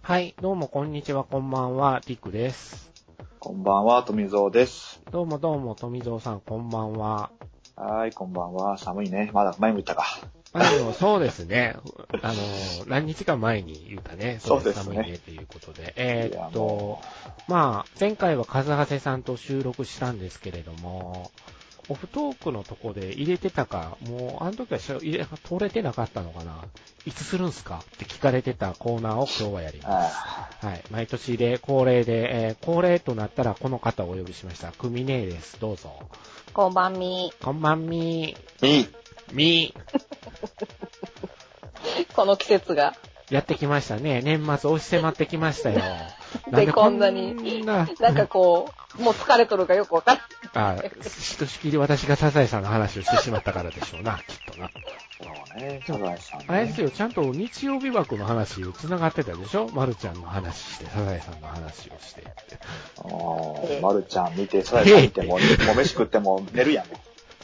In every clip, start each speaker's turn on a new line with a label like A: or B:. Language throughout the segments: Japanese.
A: はい、どうもこんにちは、こんばんは、りくです。
B: こんばんは、富蔵です。
A: どうもどうも、富蔵さん、こんばんは。
B: はーい、こんばんは。寒いね。まだ前も言ったか。
A: あの、そうですね。 あの、何日か前に言ったね。
B: そうですね
A: 寒いね、ということで。えーっ
B: いや
A: と
B: も、
A: まあ、前回はカズハセさんと収録したんですけれども、オフトークのとこで入れてたか、もう、あの時はしょ入れ、取れてなかったのかな。いつするんすかって聞かれてたコーナーを今日はやります。
B: あ
A: はい。毎年で恒例で、えー恒例となったらこの方をお呼びしました。クミネーです。どうぞ。
C: こんばんみ。
A: こんばんみ
B: ーいい。
A: ー。みー。
C: この季節が。
A: やってきましたね。年末押し迫ってきましたよ。
C: で、こ んなに。
A: な
C: なんかこう、もう疲れとるかよくわからん。
A: あ、ひとしきり私がサザエさんの話をしてしまったからでしょうな、きっとな。
B: そうね、サザエさん、ね。
A: あれですよ、ちゃんと日曜日枠の話、繋がってたでしょまるちゃんの話して、サザエさんの話をして。
B: おーまるちゃん見て、サザエさん見ても、もう飯食っても寝るやん。
A: そ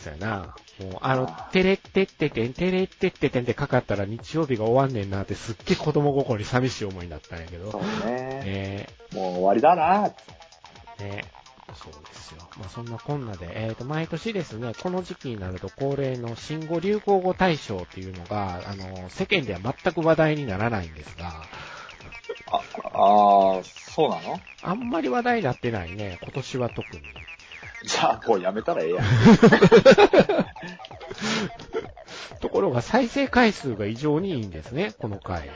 A: うやな。もう、あの、てれってっててん、てれってっててんってかかったら日曜日が終わんねんなってすっげえ子供心に寂しい思いになったんやけど。
B: そうね。
A: ね
B: もう終わりだな。
A: え、ねえ。そうですよ。まあ、そんなこんなで、えっ、と、毎年ですね、この時期になると恒例の新語・流行語大賞っていうのが、あの、世間では全く話題にならないんですが、
B: あ、あーそうなの
A: あんまり話題になってないね、今年は特に。
B: じゃあ、もうやめたらええやん。
A: ところが再生回数が異常にいいんですね、この回。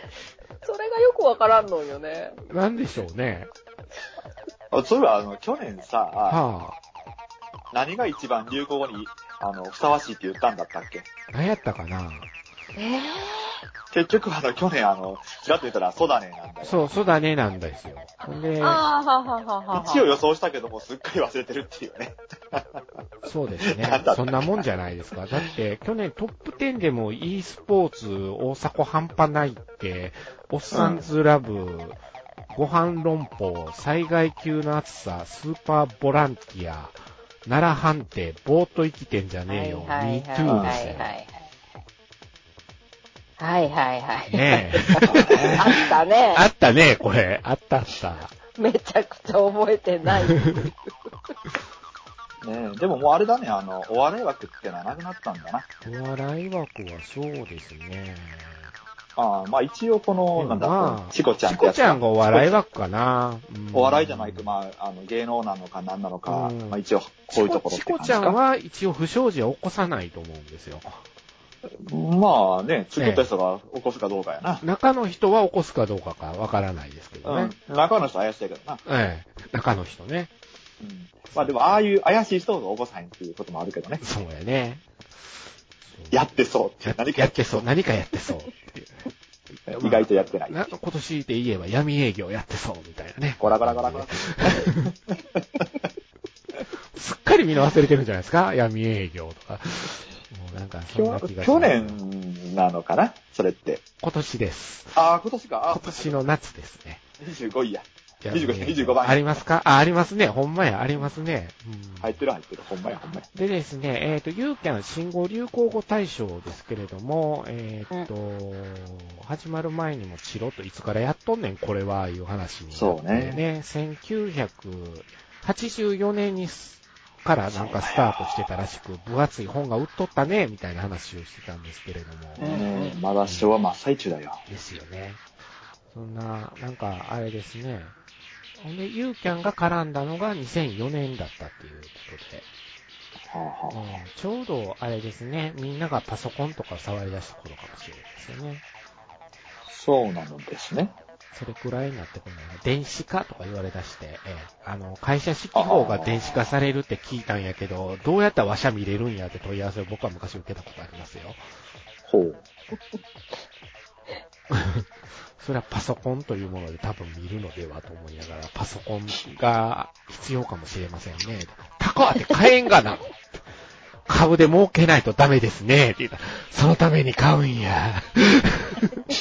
C: それがよくわからんのよね。
A: なんでしょうね。
B: あそういえば、あの、去年さ、
A: は
B: 何が一番流行語に、あの、ふさわしいって言ったんだったっけ
A: あ、何やったかな
C: え
B: 結局、あの、去年、あの、ちらっと言ったら、ソダネなんだよ。
A: そう、そうだねなんですよ。ほんで
C: ー、あーははははは。
B: 一応予想したけども、すっかり忘れてるっていうね。
A: そうですね
B: なんだった。
A: そんなもんじゃないですか。だって、去年トップ10でも e スポーツ、大阪半端ないって、おっさんずラブ、ご飯論法、災害級の暑さ、スーパーボランティア、奈良判定、ぼーっと生きてんじゃ
C: は
A: ねえ
C: い
A: よ、
C: はい
A: me
C: はい
A: too
C: は
A: です
C: い
A: よ。
C: はい。はいはいはい。
A: ねえ。
C: あったね。
A: あったね、これ。あったあった。
C: めちゃくちゃ覚えてない。
B: ねえ、でももうあれだね、あの、お笑い枠ってのはなくなったんだな。
A: お笑い枠はそうですね。
B: ああまあ一応この、なんだ、
A: まあ
B: チコちゃん
A: チ
B: って
A: コ
B: やつ
A: ちゃんがお笑い枠かな。
B: お笑いじゃないと、まあ、あの、芸能なのか何なのか、
A: うん
B: まあ一応、こういうところっ
A: チ
B: て
A: コ
B: 感
A: チ
B: じ
A: コち
B: か。
A: ゃんは一応不祥事は起こさないと思うんですよ。
B: まあね、作った人が起こすかどうかやな。
A: 中の人は起こすかどうかかわからないですけどね。
B: うん。中の人怪しいけどな。
A: ええ、中の人ね。
B: うん。まあでも、ああいう怪しい人が起こさへんっていうこともあるけどね。
A: そうやね。
B: やってそうって
A: や
B: 何か
A: やってそう。何かやってそうっていう。
B: 意外とやってない。
A: な今年で言えば闇営業やってそうみたいなね。
B: ゴラゴラゴラゴラ。
A: すっかりみんな忘れてるんじゃないですか闇営業とか。もうなんかそんな気がします
B: 去年なのかなそれって。
A: 今年です。
B: ああ、今年か。あ
A: 今年の夏ですね。
B: 25位や。
A: 闇営業
B: 25番
A: ありますかあ、ありますね。ほんまや、ありますね。うん
B: 入ってる入ってる。ほんまやほんまや。
A: でですね、えっ、と、ユーキャン新語・流行語大賞ですけれども、えっ、と、始まる前にもチロッといつからやっとんねん、これは、いう話になって、
B: そうね
A: 1984年にすからなんかスタートしてたらしく、分厚い本が売っとったね、みたいな話をしてたんですけれども。
C: うん
B: ねえまだ昭和真っ最中だよ。
A: ですよね。そんな、なんか、あれですね。ほんで、ユーキャンが絡んだのが2004年だったっていうことで。
B: はあはあ
A: うんちょうどあれですね、みんながパソコンとか触り出した頃かもしれないですよね。
B: そうなのですね。
A: それくらいになってくるのが、電子化とか言われ出して、ええあの、会社式法が電子化されるって聞いたんやけど、どうやったら話者見れるんやって問い合わせを僕は昔受けたことありますよ。
B: ほう。
A: それはパソコンというもので多分見るのではと思いながら、パソコンが必要かもしれませんね。高って買えんがな株で儲けないとダメですね。って言ったら、そのために買うん や。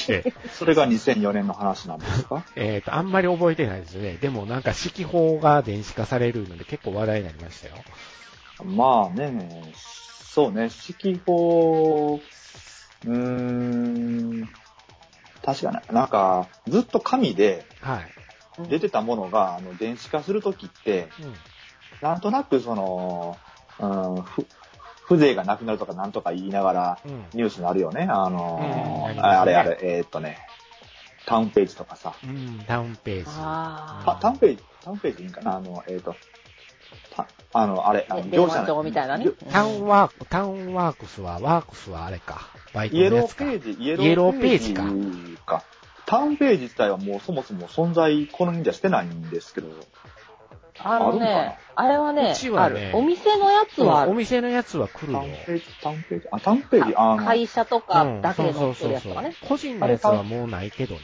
A: って
B: それが2004年の話なんで すか
A: えっ、と、あんまり覚えてないですね。でもなんか指揮法が電子化されるので結構話題になりましたよ。
B: まあね、そうね、指揮法、うーん、確かに、なんか、ずっと紙で
A: はい。
B: 出てたものが、あの、電子化するときって、
A: うん。
B: なんとなくその、うん、ふ風情がなくなるとかなんとか言いながら、
A: うん。
B: ニュースになるよね。あの
A: うん
B: ーああれあれ、えーっとね、タウンページとかさ。
A: うん、ダウンページ。
C: あ
B: タタウンページ、タウンページいいんかなあの、えーっと、たあの、あれ、あ
C: あ。
B: の
C: で
B: 業
C: 電
B: 者
C: 話帳みたいなね。うん
A: タウンワーク、タウンワークスは、ワークスはあれか。バイト
B: イ
A: の
B: エロ
A: や
B: ー
A: つか。
B: ページ、イエ
A: ローページ
B: ローペー
A: イ
B: ジ
A: エロ
B: か。タウンページ自体はもうそもそも存在、この辺じゃしてないんですけど。
C: あのね、あれはね
A: うち、は
C: あ
A: ね
C: る。お店のやつはあ
A: お
C: る。
A: 店のやつは来る
B: タウ
A: よ
B: ン。ページ、タウンページ、あ、タウンページ、あの、
C: 会社と
A: う
C: か
A: ん
C: だけで
A: そ
C: 載
A: う
C: って
A: そ
C: る
A: う
C: やつ
A: そう
C: とかね。
A: 個人のやつはもうないけどね。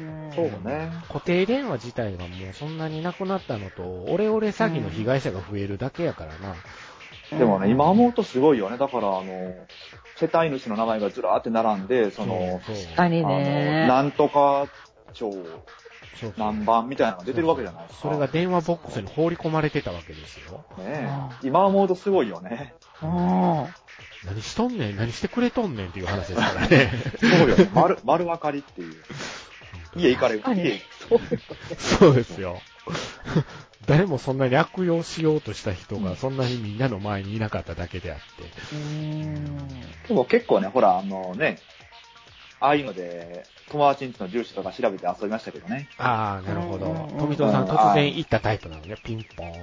C: うん
B: そうね。
A: 固定電話自体がもうそんなになくなったのと、オレオレ詐欺の被害者が増えるだけやからな。
B: でもね、今思うとすごいよね。だから、あの、世帯主の名前がずらーって並んで、その、
A: そうそう
C: 確かに
B: あの、
C: ね。
B: なんとか
A: そ
B: 町
A: うそう
B: 何番みたいなのが出てるわけじゃないですか。
A: それが電話ボックスに放り込まれてたわけですよ。
B: ねえ今思うとすごいよ ね。
C: うん
A: 何しとんねん何してくれとんねんっていう話ですからね。
B: そうよね。丸、丸分かりっていう。 家行かれる
C: 確。かに
B: 家、
C: そう
A: そうですよ。 誰もそんなに悪用しようとした人がそんなにみんなの前にいなかっただけであって。
C: うん
B: でも結構ね、ほら、あのね、ああいうので、友達んちの住所とか調べて遊びましたけどね。
A: ああ、なるほ
C: うんうん
A: ど
C: う。ん
A: 富藤さん突然行ったタイプなのね。ピンポーンっ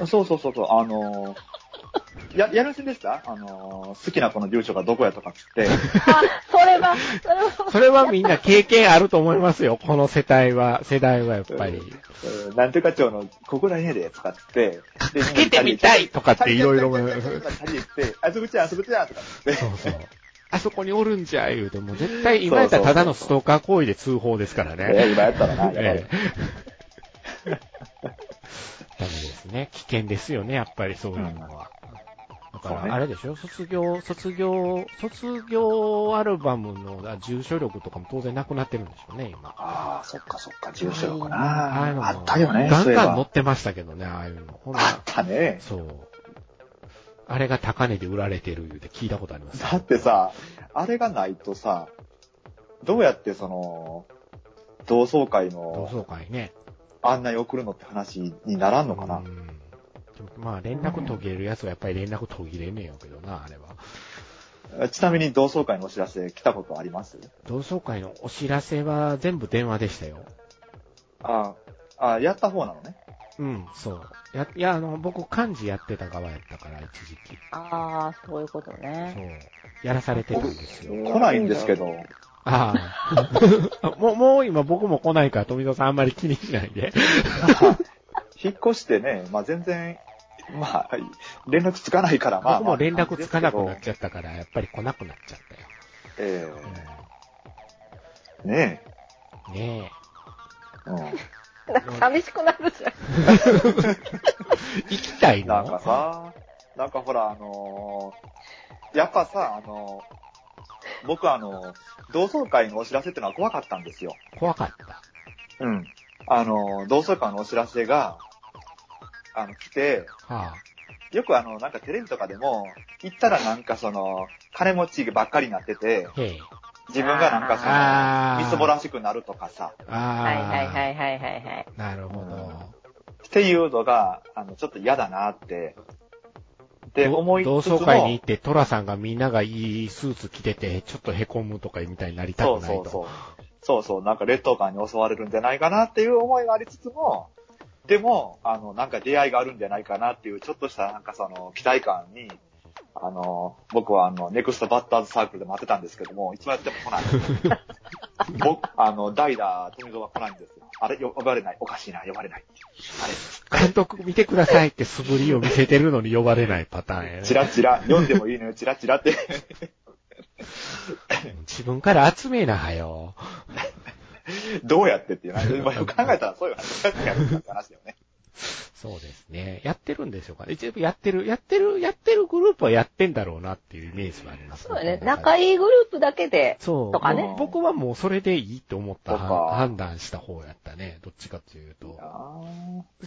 A: て。
B: そうそうそうそう、あのー、や、やらせでしたあのー、好きな子の住所がどこやとかつって、
C: あ、それは、それは、
A: それはみんな経験あると思いますよ。この世代は、世代はやっぱり。
B: うんなんとか町のここら辺やで、とかつって、で、
A: かけてみたいとかっていろいろ
B: 借りてって、あそこちゃ、あそこちゃ、とかつって
A: そうそう。 あそこにおるんじゃ、言うて、もう絶対今やったらただのストーカー行為で通報ですからね。
B: えー今やったらな、やっぱ り
A: ええ。 ダメですね。危険ですよね、やっぱりそういうのは。だか
B: そうね
A: ら、あれでしょ卒業、卒業、卒業アルバムのあ住所力とかも当然なくなってるんでしょうね、今。
B: ああ、そっかそっか、住所か
A: ああいうのも
B: な。あったよね、
A: ガ
B: そう
A: ン
B: いえ
A: ガン載
B: ば。
A: ってましたけどね、ああいうの。ほん
B: あ
A: な
B: ったね。
A: そう。あれが高値で売られてる言うて聞いたことあります。
B: だってさ、あれがないとさ、どうやってその、同窓会
A: 同
B: の
A: 窓会ね。
B: 案内送るのって話にならんのか
A: う。
B: なん
A: まあ、連絡途切れるやつはやっぱり連絡途切れねえよけどな、あれは。
B: ちなみに同窓会のお知らせ来たことあります
A: 同窓会のお知らせは全部電話でしたよ。
B: ああ、やった方なのね。
A: うん、そう。や、いや、あの、僕、漢字やってた側やったから、一時期。
C: ああ、そういうことね。
A: そう。やらされてるんですよ。
B: 来ないんですけど。
A: あ あ。もう、もう今僕も来ないから、富田さんあんまり気にしないで。
B: 引っ越してね、まあ全然、まあ、連絡つかないから、まあ。
A: 僕も連絡つかなくなっ
B: ち
A: ちゃったから、やっぱり来なくなっちゃったよ。
B: ええね
A: うんね
B: え。うん
C: なんか寂しくなるじゃん。
A: え。行きたいの
B: なんかさ、なんかほら、あのーやっぱさ、あのー僕あのー同窓会のお知らせってのは怖かったんですよ。
A: 怖かった。
B: うん。あのー同窓会のお知らせが、あの、来て、
A: はあ。
B: よくあの、なんかテレビとかでも、行ったらなんかその、金持ちばっかりになってて、
A: へえ。
B: 自分がなん
A: あ
B: か
A: ー
B: その、みすぼらしくなるとかさ、
A: ああ。
C: はいはいはいはいはいはい。
A: なるほど。
B: っていうのが、あの、ちょっと嫌だなって、で、
A: ど
B: 思いつつも、
A: 同窓会に行って、トラさんがみんながいいスーツ着てて、ちょっと凹むとかみたいになりた
B: そ
A: く
B: う
A: ない
B: そ
A: と。
B: うそう。そうそう、なんか劣等感に襲われるんじゃないかなっていう思いはありつつも、でも、あの、なんか出会いがあるんじゃないかなっていう、ちょっとしたなんかその、期待感に、あの、僕はあの、ネクストバッターズサークルで待ってたんですけども、いつまでやっても来ない。 僕、あの、代打、富蔵は来ないんですよ。あれ、よ呼ばれない。おかしいな、呼ばれない。
A: 監督見てくださいって素振りを見せてるのに呼ばれないパターンや
B: チ
A: ね。
B: ラチラ、読んでもいいのよ、チラチラって。
A: 自分から集めなはよ。
B: どうやってっていうのは、まあよく考えたらそういう話だよね。
A: そうですね。やってるんでしょうかね。一応やってる、やってる、やってるグループはやってんだろうなっていうイメージはあります
C: そうだね。
A: い
C: 仲いいグループだけで。
A: そう。
C: とかね
A: もう僕はもうそれでいいと思った
B: とか
A: 判断した方やったね。どっちかというと。
B: あ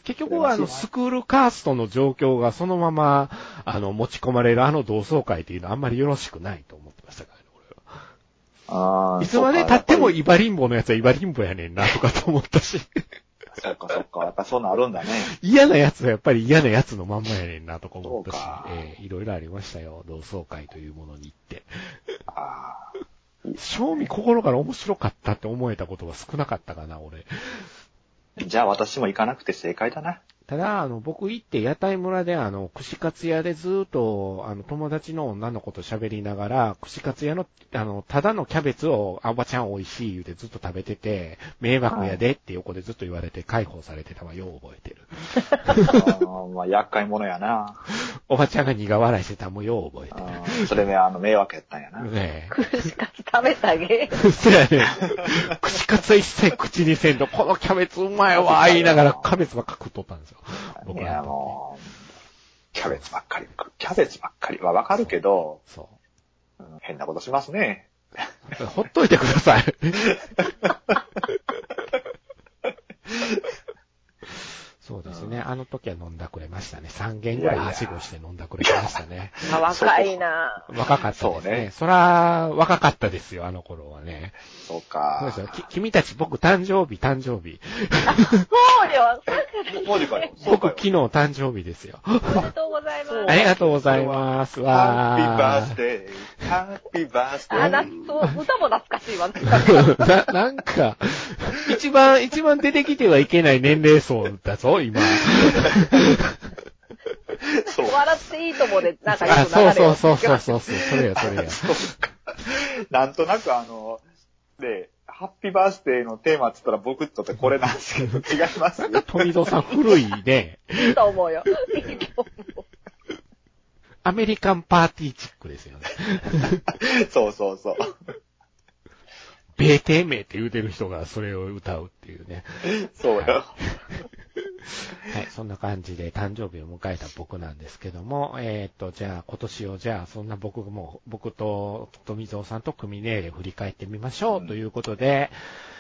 A: 結局はあの、
B: 羨ましいな
A: スクールカーストの状況がそのまま、あの、持ち込まれるあの同窓会っていうのはあんまりよろしくないと思ってましたからね、俺
B: あ
A: は。
B: ー
A: いつまで経っても
B: そう
A: イバリンボのやつはイバリンボやねんなとかと思ったし、
B: か、やっぱりそうか、そうか。やっぱそうなるんだね。
A: 嫌なやつはやっぱり嫌なやつのまんまやねんなとか思ったし
B: そうか、
A: ええいろいろありましたよ、同窓会というものに行って。
B: あ
A: 正味心から面白かったって思えたことは少なかったかな、俺。
B: ーじゃあ私も行かなくて正解だな。
A: ただ、あの、僕行って屋台村で、あの、串カツ屋でずーっと、あの、友達の女の子と喋りながら、串カツ屋の、あの、ただのキャベツを、あばちゃん美味しい言うてずっと食べてて、迷惑やでって横でずっと言われて解放されてたわ、よう覚えてる。
B: あーまあ、厄介者やな。
A: おばちゃんが苦笑いしてたもよう覚えて
B: あ
A: る。
B: ーそれね、あの、迷惑やったんやな。
A: ね
C: 串カツ食べたげ。
A: え。そやね。 串カツは一切口にせんと、このキャベツうまいわ、言いながらキャベツばっか食っとったんですよ。
B: い
A: 僕
B: や、
A: は。
B: もう、キャベツばっかり、キャベツばっかりはわかるけど、
A: そう。
B: うん変なことしますね。
A: ほっといてくだ さい。そうですね。あの時は飲んだくれましたね。3軒ぐらいはしごして飲んだくれました ね。
C: あ、若いな
A: 若かったです
B: そう
A: ね
B: ね。
A: そら、若かったですよ、あの頃はね。
B: そ
A: そ
B: う
A: う
B: か
A: です。よ。き君たち、僕誕生日、誕生日。
C: そうよ。
B: マジかよ。そう
A: 僕
B: かよ
A: 昨日誕生日ですよ。
C: おめでとうございます。
A: ありがとうございます。
B: ハッピーバ
A: わ
B: ース
A: ー。
B: デー。ハッピーバースデ
C: あ、な
B: ー。
C: んと、歌も懐かしいわ。
A: な、なん か、一番、一番出てきてはいけない年齢層だぞ、今。
B: そう。
C: 笑っていいともで、なんか
A: あ、
C: よく流れ
A: そう
C: る
A: そうそうそうそうそう、それや、それや。
B: なんとなくあの、で、ハッピーバースデーのテーマっつったら僕にとってこれなんですけど、違い ます
A: なんか富戸さん古いね、
C: いいと思 うよ。いいと思
A: アメリカンパーティーチックですよね。
B: そうそうそう。
A: 米帝名って言うてる人がそれを歌うっていうね。
B: そうよ。
A: はい、そんな感じで誕生日を迎えた僕なんですけども、えっ、と、じゃあ今年をじゃあそんな僕も、僕と富蔵さんと組ねえで振り返ってみましょうということで、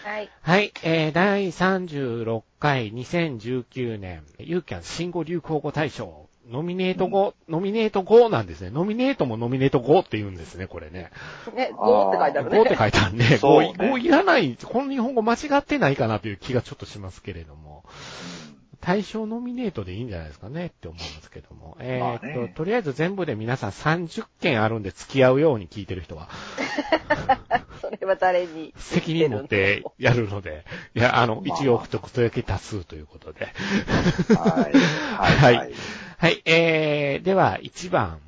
C: う。はい。
A: はい、えー、第36回2019年、ユーキャン新語・流行語大賞、ノミネート語、ノミネート語なんですね。ノミネートもノミネート語って言うんですね、これね。
C: ね、5って書いてある
A: 語っ
C: ね
A: て。書いてあるね。
B: そうね
A: 語、語いらない、この日本語間違ってないかなという気がちょっとしますけれども、対象ノミネートでいいんじゃないですかねって思いますけども。えーっと、
B: まあね
A: とりあえず全部で皆さん30件あるんで付き合うように聞いてる人は。
C: それは誰に。
A: 責任持ってやるので、いや、あの、
B: まあ
A: 一応不特定多数ということで。
B: はい。はい。はい。
A: はい、えー、では、1番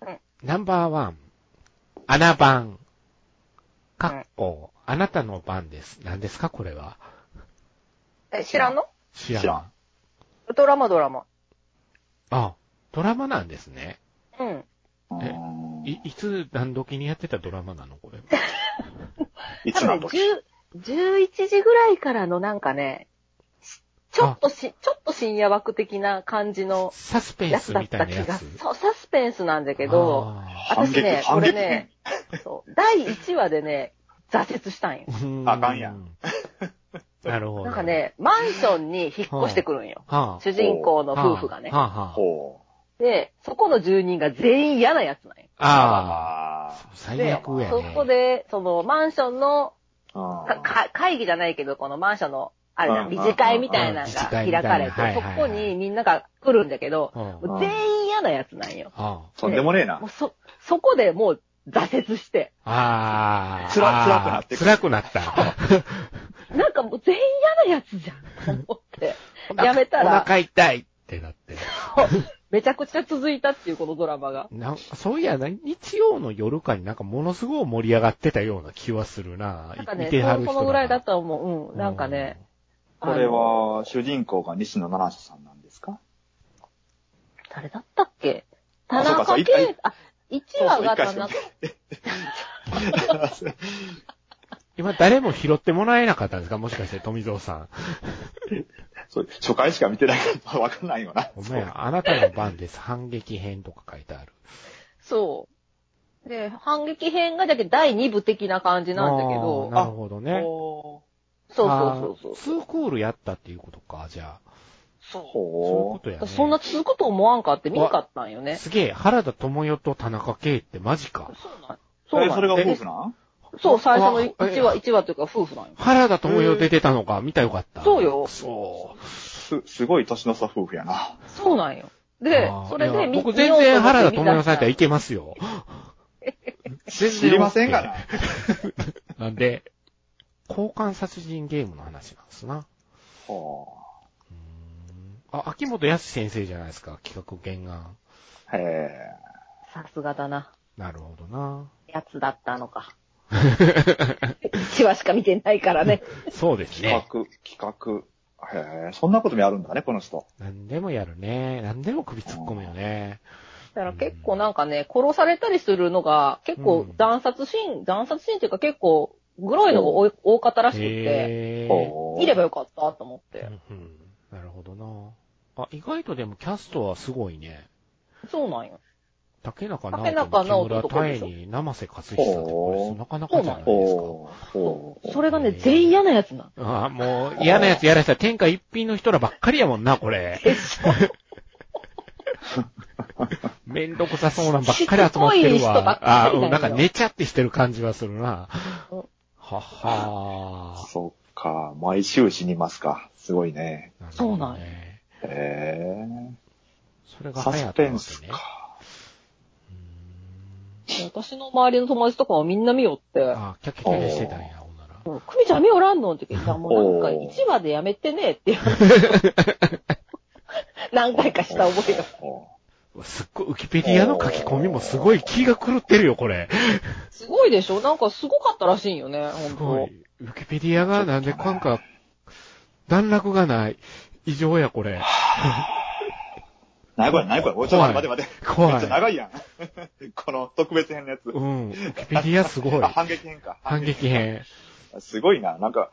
C: うん。
A: ナンバーワン。穴番。か
C: うん
A: っこ、あなたの番です。何ですかこれは。
C: え、知らんの
A: 知らん。
B: 知らん
C: ドラマドラマ。
A: あ、ドラマなんですね。
C: うん。
B: うん
A: い、いつ何時にやってたドラマなの これ。
B: い
C: 多
B: つ
C: 分
B: な
C: ね
B: の、
C: 10 11時ぐらいからのなんかね、ちょっとし、ちょっと深夜枠的な感じの
A: サスペン
C: やつ
A: ス
C: だっ
A: みた
C: た
A: いな
C: 気
A: や
C: が。
A: つ。
C: そう、サスペンスなんだけど、
A: あ
B: ー
C: 私ね、
B: 反
C: こ
B: 撃
C: れね、そう、第1話でね、挫折したんよ。
A: ー、う
B: あかんやん。
A: なるほど。
C: なんか、ね、マンションに引っ越してくるんよ。
A: は
C: 主人公の
A: あ、
C: 夫婦がね
A: は。あ、はあ。
B: ほう。
C: で、そこの住人が全員嫌なやつなんよ。
A: ああ、
B: あ
A: 最
C: で、
A: 悪やね。
C: そこで、その、マンションの
B: あ。うん
C: かか会議じゃないけど、このマンションの、あれ
B: う
C: な、
B: ん
C: 理事会みたいなのが
A: うんうん
C: 開かれ
A: 理事会みたいなはい
C: て、そ
A: はい
C: こにみんなが来るんだけど、
A: うん、
B: ん
C: もう全員嫌なやつなんよ。
A: あ
B: とんでもねえな
C: もう。そ、そこでもう挫折して、
A: あー。
B: つら辛くなってくる
A: 辛くなった。
C: なんかもう全員嫌なやつじゃん、と思って。 やめた
A: お
C: ら、
A: 腹痛いってなって。
C: めちゃくちゃ続いたっていう、このドラマが。
A: なんそういやな、日曜の夜かになんかものすごい盛り上がってたような気はするな。
C: なんか
A: い
C: ね、
A: ては
C: そ
A: る
C: う
A: 人
C: そ
A: ら
C: のぐらいだと思う。うん、なんかね。。
B: これは、主人公が西野七瀬さんなんですか
C: あの。誰だったっけ田
B: あそうかそ
C: 中
B: う一
C: 圭
B: 回、
C: あ、1話が
B: そう
C: 田
B: そう一回
C: 中
B: し、
A: 今誰も拾ってもらえなかったんですかもしかして富蔵さん。
B: それ初回しか見てないからわかんないよな。
A: お前、あなたの番です。反撃編とか書いてある。
C: そう。で、反撃編がだけど第2部的な感じなんだけ
A: あー
C: ど、
A: なるほどね。
B: ほ
C: そうそうそうそう。
A: あーツークールやったっていうことか、じゃあ。
C: そ
A: そういうこ
B: ほ
A: とや
C: う。
A: ね。
C: そんな続くと思わんかって見んかったんよね。
A: すげえ、原田智代と田中圭ってマジか。
C: そうなん
B: う。
C: そう
B: え、
C: な
B: そ
C: ん
B: れが
A: え
B: 夫婦なん
C: そう、最初の1
A: あえ
C: 話、1話というか夫婦なんよ。
A: 原田智代出てたのか、見たよかった。
C: そうよ
A: そう。
B: す、すごい年の差夫婦やな。
C: そうなんよ。で
A: あー、
C: それ
A: いや
C: で見
A: 僕全然原田智代さんやったらい
C: 見
A: けますよ。全然
B: 知りませんがな。
A: なんで、交換殺人ゲームの話なんですな。
B: ほ
A: あ、秋元康先生じゃないですか、企画原案。
B: う。へ
C: たさすがだな。
A: なるほどな。
C: やつだったのか。1話しか見てないからね。
A: そうです
B: え。
A: ね。
B: 企画、企画。へえ、そんなこともやるんだね、この人。
A: 何でもやるね。何でも首突っ込むよね。
C: だから結構なんかね、殺されたりするのが、結構
A: うん
C: 断殺シーン、断殺シーンっていうか結構、グロいのが多い多かったらしくって、
A: へー
B: ほう。
C: 見ればよかったと思っ
A: う
C: て。
A: んうん。なるほどな。あ、意外とでもキャストはすごいね。
C: そうなんよ。
A: 竹中直
C: 竹
A: 人
C: 中
A: 木
C: 直
A: 村
C: 人とかで
A: 太
C: しょ
A: に生瀬勝久ってこれなかなかじゃないですか。
B: ほう。ほう。
C: それが
A: へ
C: ね、
A: ー
C: 全員嫌なやつなの。
A: ああ、もう嫌なやつやらした天下一品の人らばっかりやもんな、これ。
C: でしょ
A: めんどくさそうなんばっかり集まってる
C: しつこい人ばっ
A: わ。あ
C: か
A: あ、
C: りだよ
A: うん、なんか寝ちゃってしてる感じはするな。
C: うん
A: はっは
B: そっか、毎週死にますか。すごいね。
A: ー。
C: そうなんや
A: ね。
B: へ
A: それ
B: え。
A: が
B: サ
A: 流
B: ス
A: 行った
B: ペ
A: わ
B: ンス
A: けね。
B: か。
C: 私の周りの友達とかはみんな見よって。
A: ああ、キャッキャキャキャしてたんや、ほんなら。
C: うん久美ちゃん見よらんのって言って、いやもうなんか
B: おー
C: 1話でやめてねっていう話 を何回かした覚えが。
B: ほ
A: うわすっごい、ウィキペディアの書き込みもすごい気が狂ってるよ、これ。
C: すごいでしょなんかすごかったらしいんよね、
A: す
C: 本
A: ご
C: 当
A: い。ウィキペディアがなんでかんか、段落がない。異常や、これ。
B: う。何これ何これおいちょっと待って待って
A: 怖い
B: 待って。めっちゃ長いやん。 この特別編のやつ。
A: うん。ウィキペディアすごい
B: あ、。反撃編か。
A: 反撃編。
B: すごいな。なんか、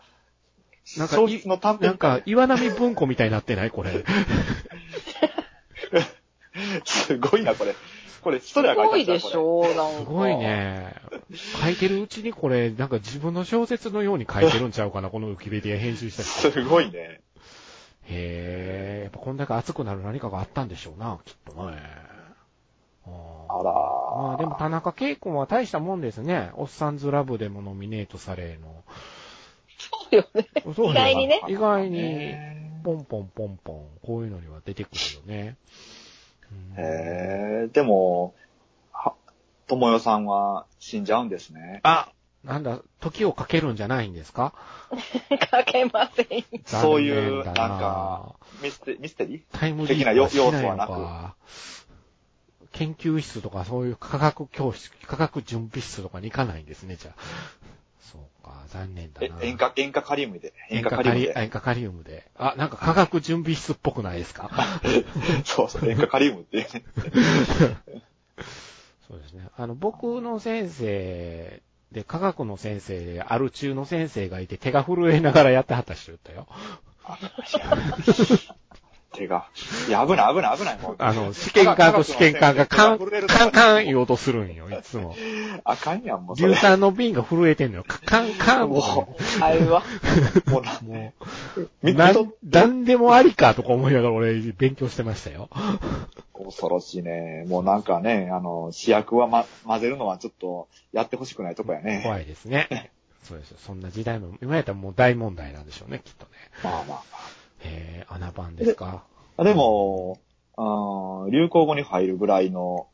A: なんか
B: 小説の
A: な
B: 短編
A: んか、岩波文庫みたいになってないこれ。
B: すごいな、これ。これ、ストーリー
C: す
B: が
C: ご
B: 書
C: い
B: いてあ
C: で
B: る
C: しょなんか。
A: すごい。ね。書いてるうちにこれ、なんか自分の小説のように書いてるんちゃうかな、このウィキペディア編集した人。
B: すごいね。
A: へえ、やっぱこんだけ熱くなる何かがあったんでしょうな、きっとね。あ
B: あ
A: ー
B: ら
A: まあでも田中圭君は大したもんですね。おっさんずラブでもノミネートされの。
C: そうよね。
A: そうよ
C: 意外にね
A: 意外に、
B: へ
A: ポンポンポンポン、こういうのには出てくるよね。うん
B: え。でも、は、ともよさんは死んじゃうんですね。
A: あなんだ、時をかけるんじゃないんですか
C: かけませんよ。
B: そうい
A: 残念
B: う、なん
A: だ
B: か、ミステミステリー
A: タイムリープはしないのか。研究室とかそういう科学教室、科学準備室とかに行かないんですね、じゃあ。そうか、残念だ
B: え
A: な。
B: 塩化、塩化カリウムで。塩
A: 塩
B: 化
A: 化カ
B: カリウム
A: リ
B: で。
A: 塩化カリウムで。あ、なんか科学準備室っぽくないですか
B: そうそう、塩化カリウムって。
A: そうですね。あの、僕の先生で、科学の先生で、ある中の先生がいて、手が震えながらやってはった人だったよ。
B: 手が。いや、危ない、危ない、危ない。もう
A: あの、試験官と試験官がカン、
B: 手が震える
A: カンカン言おうとするんよ、いつ も。
B: あかんやん、もうそれ。
A: 硫酸の瓶が震えてんのよ。カンカン
B: も
A: も
C: あれは。
B: もうな、
A: う、もう、
B: 見
A: な
B: た
A: ん、なんでもありかとか思いながら俺、 勉強してましたよ。
B: 恐ろしいね。もうなんかね、あの、主役はま、混ぜるのはちょっと、やってほしくないとこやね。
A: 怖いです ね。そうですよ。そんな時代も、今やったらもう大問題なんでしょうね、きっとね。
B: まあまあま
A: えー、穴番ですか。
B: あ。でも、うん、流行語に入るぐらいの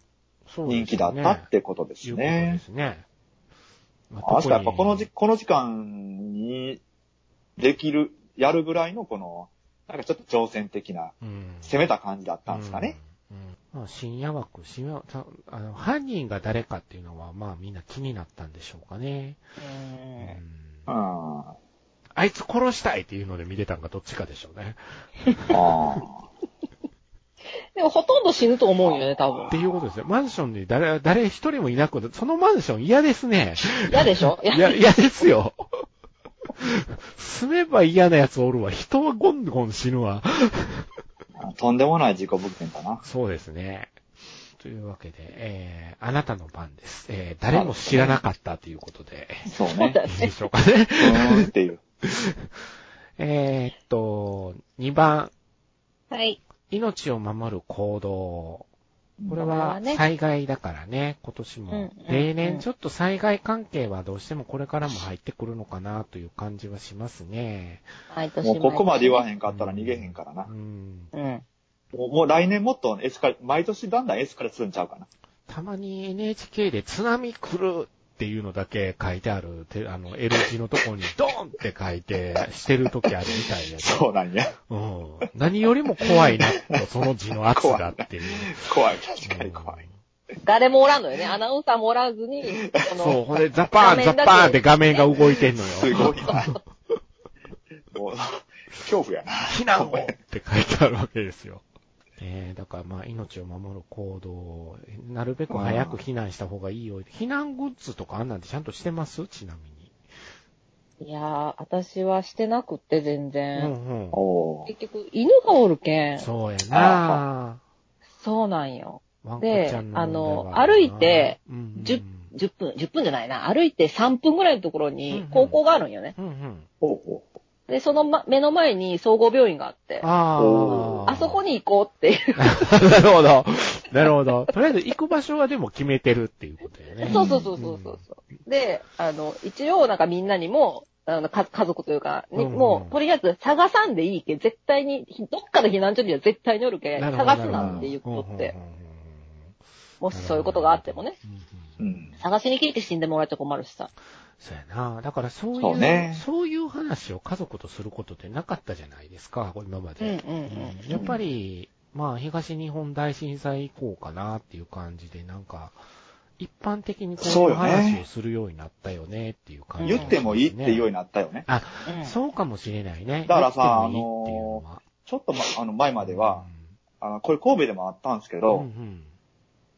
A: そうですね
B: 人気だったってことで
A: い
B: す
A: うことで
B: ね。
A: すね。ま
B: あ、しかやっぱこの、
A: 特
B: じ、この時間に、できる、やるぐらいのこの、なんかちょっと挑戦的な、
A: にうん
B: 攻めた感じだったんですかね。
A: うん。うんまあ、深夜枠、深夜、たあの、犯人が誰かっていうのは、まあみんな気になったんでしょうかね。う
C: うん
A: ん
B: うん。あ
A: あいつ殺したいっていうので見てたんかどっちかでしょうね。
B: あ。
C: でもほとんど死ぬと思うよね、多
A: っ
C: 分
A: て。いうことですね。マンションに誰、誰一人もいなくて、そのマンション嫌ですね。
C: 嫌でしょいや
A: いや、嫌ですよ。住めば嫌な奴おるわ。人はゴンゴン死ぬわ。
B: あとんでもない事故物件かな。
A: そうですね。というわけで、えー、あなたの番です。えー、誰も知らなかったということで、
B: そう
C: そう
B: ね。
C: だ
A: いいで
C: ね。
A: しょうかね。
B: うーんっていう。
A: えーっと、2番、
C: はい。
A: 命を守る行動。これ
C: これ
A: は
C: はね
A: 災害だからね、今年
C: うん
A: も
C: うん。
A: 例年ちょっと災害関係はどうしてもこれからも入ってくるのかなという感じはしますね。
C: 毎年
B: もうここまで言
C: は。
B: わへんかったら逃げへんからな
A: う。ん。
C: うん。
B: もうもう来年もっとエスカレ、毎年だんだんエスカレするんちゃうかな。
A: たまに NHK で津波来るっていうのだけ書いてある、てあの、L 字のとこにドーンって書いて、してる時あるみたいで。
B: そうなんや。
A: うん。何よりも怖いなと、その字の圧がっていう。
B: 怖い。確かに怖い。
C: 誰もおらんのよね。アナウンサーもおらず に、こ
A: うん
C: の、
A: そう、ほんで、ザパーン、ザパーンって画面が動いてんのよ。
B: すごいな。 もう、恐怖やな。
A: 避難をって書いてあるわけですよ。 えー、だからまあ命を守る行動を、なるべく早く避難した方がいいよ。避難グッズとかあんなんてちゃんとしてますちなみに。
C: いやー、私はしてなくって全
A: う
C: 然。
A: んう
B: おー
C: 結局、犬がおるけ
A: ん。
C: ん。
A: そうやな
C: そうなんよ。
A: ワンコ
C: で
A: ちゃんの問題は
C: あの歩いて、
A: うんうん
C: 10 10分、10分じゃないな。歩いて3分ぐらいのところ
A: うんう
C: に
A: ん
C: 高校があるんよね。
A: うんうん。
B: おうおう
C: で、その、ま、目の前に総合病院があって、あ
A: あ
B: お
A: あ。
C: そこ
A: に。
C: に行こうっていう。
A: なるほど。なるほど。とりあえず行く場所はでも決めてるっていうことよね。
C: そうそうそうそうそうそう。で、あの、一応なんかみんなにも、あの、か家族というか、に
A: うんうん
C: もう、とりあえず探さんでいいけ、絶対に、ひどっかの避難所には絶対におるけ、
A: なるほど
C: 探すなんて言っとっ。
A: なる
C: て
A: ほ、どうんうんうん
C: もしそういうことがあってもね、
A: うんうん
B: うん。
C: 探しに来て死んでもらっちゃ困るしさ。
A: そうやな。だからそういう、そ,、
B: そううね
A: いう話を家族とすることってなかったじゃないですか、今ま
C: うんうん
A: で。
C: うん。
A: やっぱり、まあ、東日本大震災以降かなっていう感じで、なんか、一般的にこ
B: そう
A: い
B: う
A: う
B: よね
A: 話をするようになったよねっていう感じ、
B: 言ってもいいっていうようになったよね。
A: あ、
C: うん
A: そうかもしれないね。
B: だからさ
A: 言ってもいいっていうのは。
B: ちょっと、ま、あの、前までは、あの、これ神戸でもあったんですけ
A: うん、
B: ど、
A: うん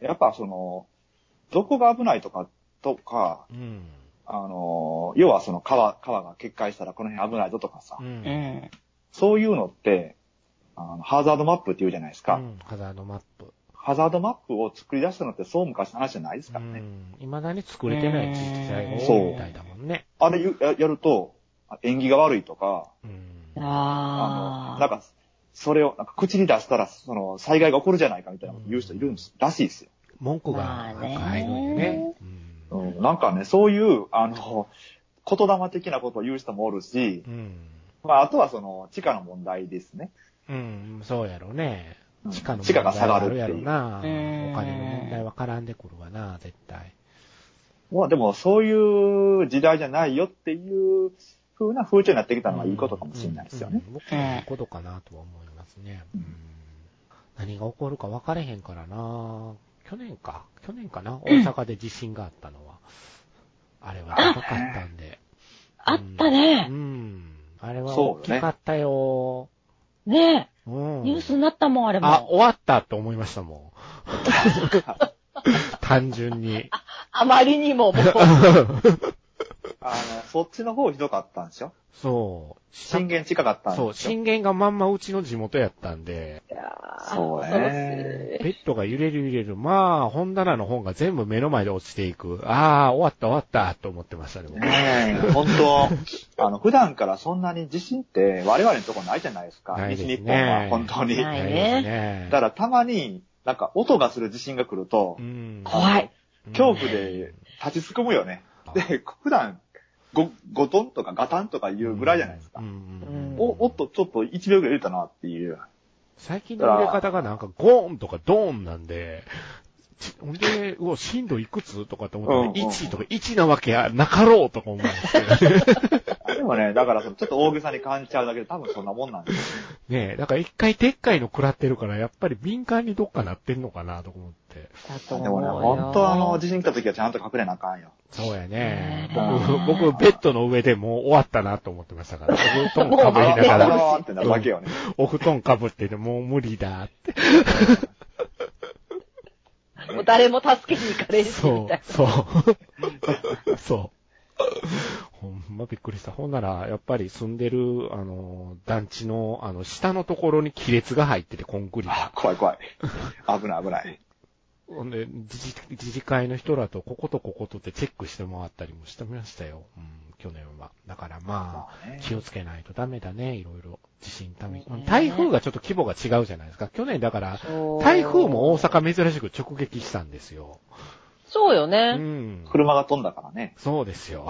B: やっぱその、どこが危ないとか、とか、
A: うん、うん。
B: あの、要はその川、川が決壊したらこの辺危ないぞとかさ、
A: うん。
C: う
A: うん
C: ん。
B: そういうのって、あの、ハザードマップって言うじゃないですか。
A: ハザードマップ。
B: ハザードマップを作り出したのってそう昔の話じゃないですからね。
A: いまだに作れてない自治体が多いみたいだもんね。
B: あれゆややると、あ縁起が悪いとか、
A: うん。
B: あ
C: あ
B: の、
C: あ。
B: なんか、それを、なんか口に出したら、その、災害が起こるじゃないかみたいなこと言う人いるんです、らしいですよ。
A: 文句
C: ま
A: が
C: あ
A: なん
C: ね
A: か入るんよね。うん
B: うんなんかね、そういう、あの、言霊的なことを言う人もおるし、
A: うん。
B: まあ、あとはその、地価の問題ですね。
A: うん、そうやろね。
B: うん
A: 地価の問
B: 地
A: 題
B: 価が
A: は
B: 下が
A: あ
B: るっ
A: るや
B: て
A: ろ
B: いう。
A: な。お
C: うん
A: 金の問題は絡んでくるわな、絶対。
B: まあ、でも、そういう時代じゃないよっていう風な風潮になってきたのはいいことかもしれないですよね。
A: うん。うん僕はいいことかなとは思いますね。うん何が起こるか分かれへんからな。去年か。去年かな。大阪で地震があったのは。あれはでかかったんで。
C: あった
A: う
C: ね。
A: ん。あれは
B: そうよ
A: 大
B: ね
A: きかったよ。
C: ね
A: うん
C: え。ニュースになったもん、あれ
A: あ、
C: も。
A: 終わったって思いましたもん。単純に。
C: あまりに も、もう。
B: あの、そっちの方ひどかったんでしょ
A: そう。
B: 震源近かったんでしょ
A: そう、震源がまんまうちの地元やったんで、
C: いやー
B: そうね。
A: ベッドが揺れる揺れる。まあ、本棚の本が全部目の前で落ちていく。ああ、終わった終わったと思ってましたね、僕。
B: ねえ、本 当あの、普段からそんなに地震って我々のとこないじゃないですか。
A: ないですね
B: 西日本は本当に。
C: な
B: だ
C: いね
A: ですね
B: からたまに、なんか音がする地震が来ると
A: う、ん
C: 怖い。
B: 恐怖で立ちすくむよね。で、普段、ご、ごとんとかガタンとか いうぐらいじゃないですか
A: う。んうんうん
B: お、おっと、ちょっと1秒ぐらい出たなっていう。
A: 最近の揺れ方がなんかゴーンとかドーンなんで、ちほんで、うお、震度いくつとかって思ったら、
B: うんうんうん
A: 1とか1なわけやなかろうとか思うんですけど ね。
B: でもね、だからそのちょっと大げさに感じちゃうだけで多分そんなもんなんですよ。
A: ねえ、だから一回でっかいの食らってるから、やっぱり敏感にどっかなってんのかなとか思って。
C: だと
B: で
C: 思
B: も
C: う
B: ね、
C: よ
B: 本当あの、地震来た時はちゃんと隠れなあかんよ。
A: そうやね。
B: うん
A: 僕、僕、ベッドの上でもう終わったなと思ってましたから。お布団か
B: あ
A: ぶりな
B: わ
A: が
B: わ
A: ら、
B: わってなるわけよね。
A: お布団かぶってて、もう無理だって。
C: もう誰も助けに行かれるし、み
A: そ、
C: たい
A: そう。
C: う
A: そう。ほんまびっくりした。ほんなら、やっぱり住んでる、あの、団地の、あの、下のところに亀裂が入ってて、コンクリが。、
B: あ怖い怖い。危ない危ない。
A: ほんで、自治自治会の人らと、こことこことってチェックしてもらったりもしてましたよ。うん、去年は。だからまあ、
B: まあね
A: 気をつけないとダメだね、いろいろ。地震ため
C: ね。
A: 台風がちょっと規模が違うじゃないですか。去年だから、
C: そう
A: 台風も大。阪珍しく直撃したんですよ。
C: そうよ
A: う
C: ね。
A: ん。
B: 車が飛んだからね。
A: そうですよ。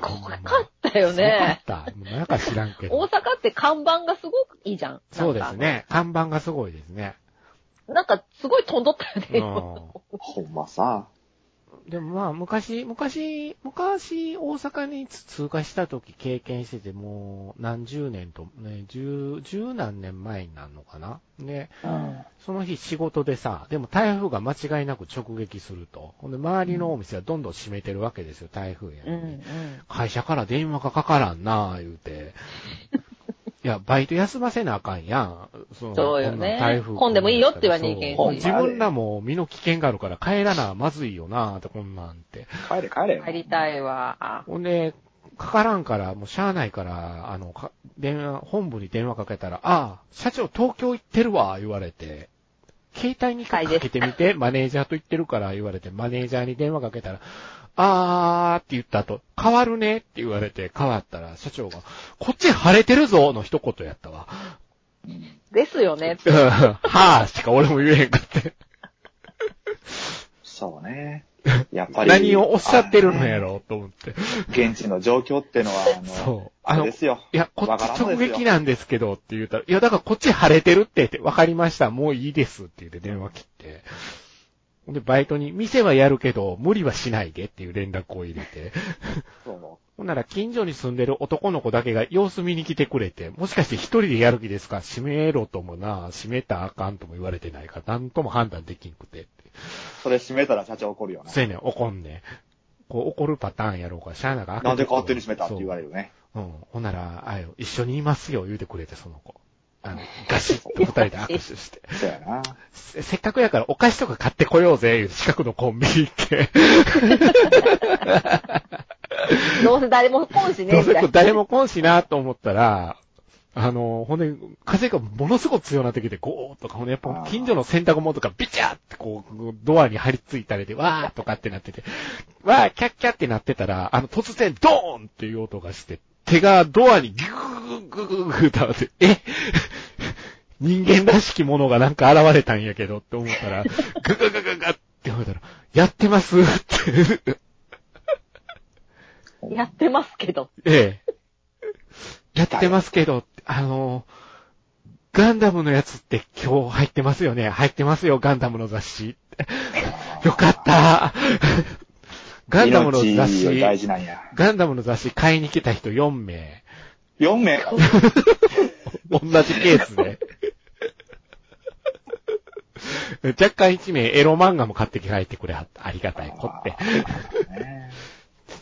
C: 怖かったよね。
A: よかった。なんか知らんけ
C: 大
A: ど。
C: 阪って看板がすごくいいじゃん。なんか
A: そうです。ね。看板がすごいですね。
C: なんかすごい飛んどったよ
A: うん
C: ね。
B: ほんまさ。
A: でもまあ、昔、昔、昔、大阪に通過した時経験してて、もう何十年と、ね、十、十何年前になるのかな。で、
B: うん。
A: その日仕事でさ、でも台風が間違いなく直撃すると。ほんで、周りのお店はどんどん閉めてるわけですよ、台風や
C: う
A: の
C: ん
A: に。
C: うん。
A: 会社から電話がかからんなあ言うて。いや、バイト休ませなあかんやん。その
C: そうよ
A: こ
C: ね
A: んなん台風
C: 混んでもいいよって言わにいけんし
A: そう自分らも身の危険があるから帰らなまずいよなあって、こんなんって。
B: 帰れ帰れ。
C: 帰りたいわ。
A: ほんで、かからんから、もうしゃあないから、あの、か電話、本部に電話かけたら、ああ、社長東京行ってるわ、言われて。携帯にか
C: はいです
A: けてみて、マネージャーと言ってるから言われて、マネージャーに電話かけたら、あーって言った後、変わるねって言われて、変わったら、社長が、こっち晴れてるぞの一言やったわ。
C: ですよね。
A: うんはーしか俺も言えへんかって。
B: そ うね。やっぱり。
A: 何をおっしゃってるのやろ、と思って。
B: 現地の状況ってのは、あ の、
A: そう
B: あ
A: あの
B: れですよ。
A: いや、こっ
B: わからん
A: ち
B: の
A: 直
B: ですよ
A: 撃なんですけどって言うたら、いや、だからこっち晴れてるって言って、わかりました、もういいですって言って電話切って。で、バイトに、店はやるけど、無理はしないでっていう連絡を入れて。
B: そ
A: ほんなら、近所に住んでる男の子だけが様子見に来てくれて、もしかして一人でやる気ですか閉めろともな、閉めたらあかんとも言われてないから、なんとも判断できんくてって。
B: うそれ閉めたら社長怒るよな。
A: そうやねん、怒んねん。こう怒るパターンやろうから、しゃあなが
B: なんで勝手に閉めたって言わ
A: れ
B: れるね。
A: うん。ほんなら、あよ、一緒にいますよ、言うてくれて、その子。あの、ガシッと二人で握手して。
B: そうや な。
A: せせっかくやからお菓子とか買ってこようぜ、言うて近くのコンビニ行って。
C: どうせ誰も来んし
A: どう
C: ね、みた
A: せ
C: いな。
A: 誰も来んしなと思ったら、あの、ほんで、風がものすごく強くなってきて、ゴーッとか、ほんで、やっぱ近所の洗濯物とかビチャーってこう、ドアに張り付いたりで、わーとかってなってて、わー、キャッキャってなってたら、あの、突然、ドーンっていう音がして、手がドアにギューグーグーグーグーってなって、え人間らしきものがなんか現れたんやけどって思ったら、グーグーグーグーグーって思ったら、やってますって、
C: やってますけど。
A: ええ。やってますけど、あの、ガンダムのやつって今日入ってますよね入ってますよ、ガンダムの雑誌。よかった。ガンダムの雑
B: 命大
A: 誌、
B: 事なんや。
A: ガンダムの雑誌買いに来た人4名。
B: 4名。
A: 同じケースで。若干1名エロ漫画も買って帰ってくれはった。ありがたいこって。
B: ね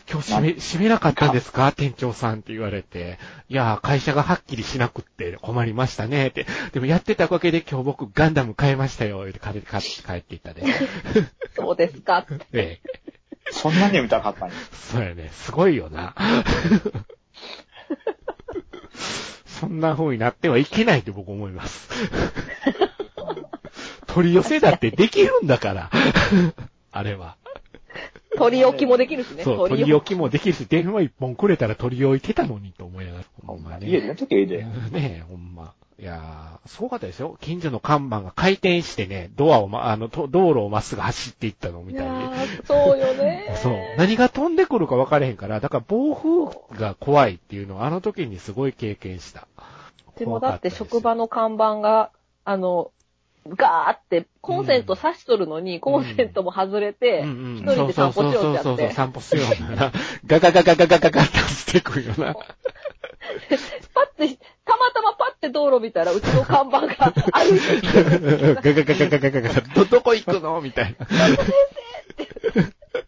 A: 今日閉め、閉めなかったんですか店長さんって言われて。いやー、会社がはっきりしなくって困りましたねって。でもやってたおかげで今日僕ガンダム買いましたよ。って帰って帰っていった ね。
C: そうですか。
A: ええ。
B: そんなに見たかったんや。
A: そうやね。すごいよな。 そんな風になってはいけないと僕思い ます。取り寄せだってできるんだから。あれは。
C: 取り置きもできるしね。
A: そう、取り置きもできるし、電話一本くれたら取り置いてたのにと思いながら。ほんまね。
B: 家でやっときゃ いいで。
A: ねえ、ほんま。いやー、すごかったですよ。近所の看板が回転してね、ドアをま、あの、と道路をまっすぐ走っていったのみ
C: い
A: た
C: や
A: いに。
C: ーそうよね。
A: そう。何が飛んでくるか分かれへんから、だから暴風が怖いっていうのをあの時にすごい経験した。
C: でもだって職
A: 怖か
C: 場の看板が、あの、ガーって、コンセント挿しとるのに、コンセントも外れて、
A: たですよ、
C: 一人で散歩しようっちゃっ
A: そうそうそうそう、
C: て、
A: 散歩しようなら、ガガガガガガガガって走ってくるよな。
C: パッて、たまたまパッて道路見たら、うちの看板が 歩いてきて、
A: ガガガガガガガガガ、ど、どこ行くのみたいな。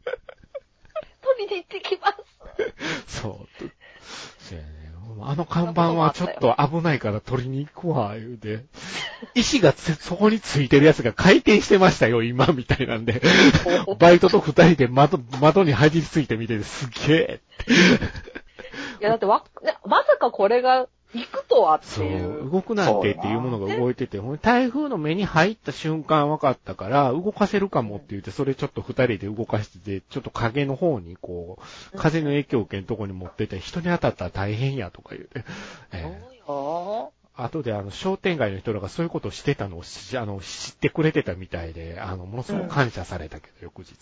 C: 飛びに行ってきます。
A: そう。そうやね。あの看板はちょっと危ないから取りに行くわ、言うて。石がつそこについてるやつが回転してましたよ、今、みたいなんで。バイトと二人で窓、窓に張り付いて見てて、すげえ。
C: や、だってわ、ねまさかこれが行くとはって
A: そ
C: いう。
A: う、動くなんてっていうものが動いてて、ほんで台風の目に入った瞬間分かったから、動かせるかもって言って、それちょっと二人で動かしてて、ちょっと影の方にこう、風の影響を受けんとこに持ってて、人に当たったら大変やとか言うて。ええ
C: そうよ。
A: 後であの、商店街の人らがそういうことをしてたのをしあの知ってくれてたみたいで、あの、ものすごく感謝されたけど、翌日。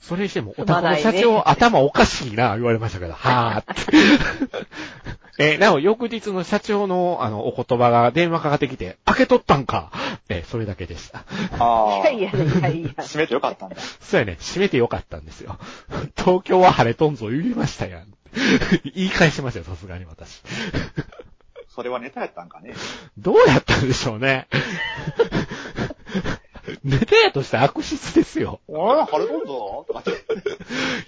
A: それにしても、お宅の社
C: すまないね
A: 長、頭おかしいな、言われましたけど、はーって。えーなお、翌日の社長の、あの、お言葉が電話かかってきて、開けとったんかえーそれだけでした。
B: ああ
C: いや。いやいや いや。
B: 閉めてよかったんだ。
A: そうやね、閉めてよかったんですよ。東京は晴れとんぞ、言いましたやん。言い返しましたよ、さすがに私。
B: それはネタやったんかね。
A: どうやったんでしょうね。 ネタやとして悪質ですよ。
B: おい、晴れとんぞとかって、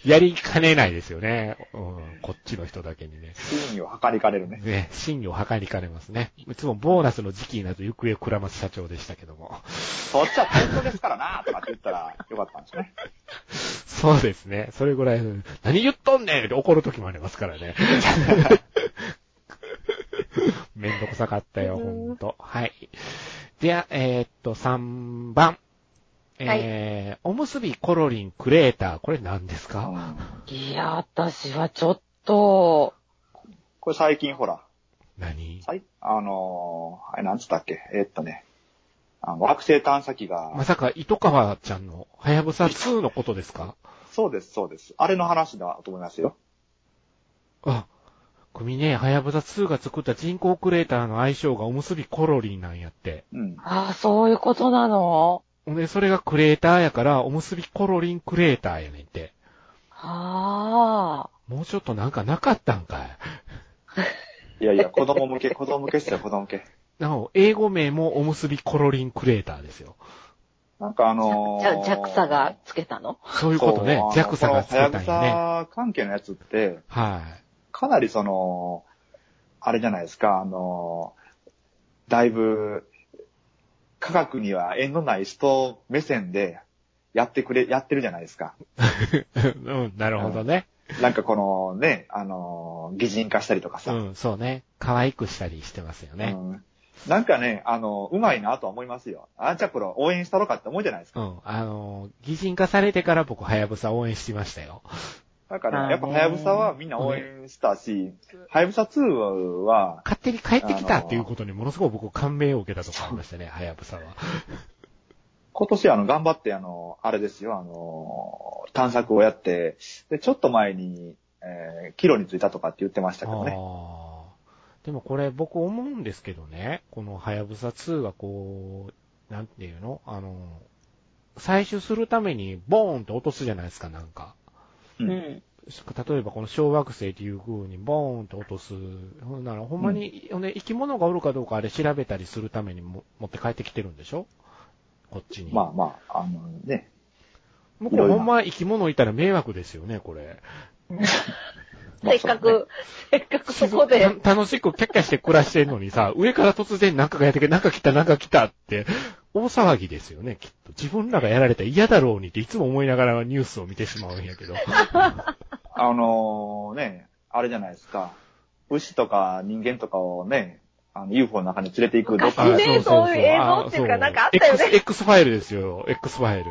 A: やりかねないですよね。うん、こっちの人だけにね。
B: 真意を測りかれるね。
A: ね、真意を図りかねますね。いつもボーナスの時期になると行方をくらます社長でしたけども。
B: そっちは本当ですからなとかって言った らよかったんですね。
A: そうですね。それぐらい、何言っとんねんって怒る時もありますからね。めんどくさかったよ、ほんと。はい。では、えーっと、3番。えーおむすびコロリンクレーター。これ何ですか、
C: いや、私はちょっと、
B: これ最近ほら、
A: 何
B: はい、あのー、あれなんつったっけえーっとね、あの惑星探査機が、
A: まさか、糸川ちゃんの、はやぶさ2のことですか
B: そうです、そうです。あれの話だと思いますよ。
A: あ、組ね、はやぶさ2が作った人工クレーターの愛称がおむすびコロリンなんやって。
B: うん。
C: ああ、そういうことなの
A: ほんで、それがクレーターやから、おむすびコロリンクレーターやねんって。
C: ああ。
A: もうちょっとなんかなかったんかい。
B: いや いや、子供向け、子供向けっすよ、子供向け。
A: なお、英語名もおむすびコロリンクレーターですよ。
B: なんかあ
C: じ
B: の
C: ゃ、
B: ー、
C: じゃ、JAXA がつけたの
A: そういうことね。ジャクサがつけたん
B: ね。
A: やね。
B: はやぶさ関係のやつって、
A: はい。
B: かなりその、あれじゃないですか、あの、だいぶ、科学には縁のない人目線でやってくれ、やってるじゃないですか。
A: うん、なるほどね。
B: なんかこのね、あの、擬人化したりとか
A: う
B: さ。
A: ん、そうね。可愛くしたりしてますよね。
B: うんなんかね、あの、うまいなとは思いますよ。あじゃあこれ応援したろかって思うじゃないですか。
A: うん、あのー、擬人化されてから僕、はやぶさ応援してましたよ。
B: だか
C: あー
B: ら、やっぱはやぶさはみんな応援したし、はやぶさ2は、
A: 勝手に帰ってきたっていうことにものすごく僕感銘を受けたとこありましたね、はやぶさは。
B: 今年あの、頑張ってあの、あれですよ、あの、探索をやって、で、ちょっと前に、えー、キロに着いたとかって言ってましたけどね。
A: あーでもこれ僕思うんですけどね、このはやぶさ2がこう、なんていうのあの、採取するためにボーンって落とすじゃないですか、なんか。
B: う。
C: うんん。
A: 例えばこの小惑星っていう風にボーンって落とす。ほんならほんまに、ほんで生き物がおるかどうかあれ調べたりするためにも持って帰ってきてるんでしょこっちに。
B: まあまあ、あのね、
A: 向こうほんま生き物いたら迷惑ですよね、これ。
B: まあ
C: せっかく、 せっかくそこ
A: た
C: で、
A: 楽しくキャッキャして暮らしてんのにさ、上から突然なんかがやってきて、なんか来た、なんか来たって、大騒ぎですよね、きっと。自分らがやられたら嫌だろうにっていつも思いながらニュースを見てしまうんや けど。
B: あのね、あれじゃないですか、牛とか人間とかをね、あの、UFO の中に連れていくどっ
C: あ
B: か
C: 昔ねそういう映像っていうか
A: あ
C: なんかあったよね
A: X, X ファイルですよ、X ファイル。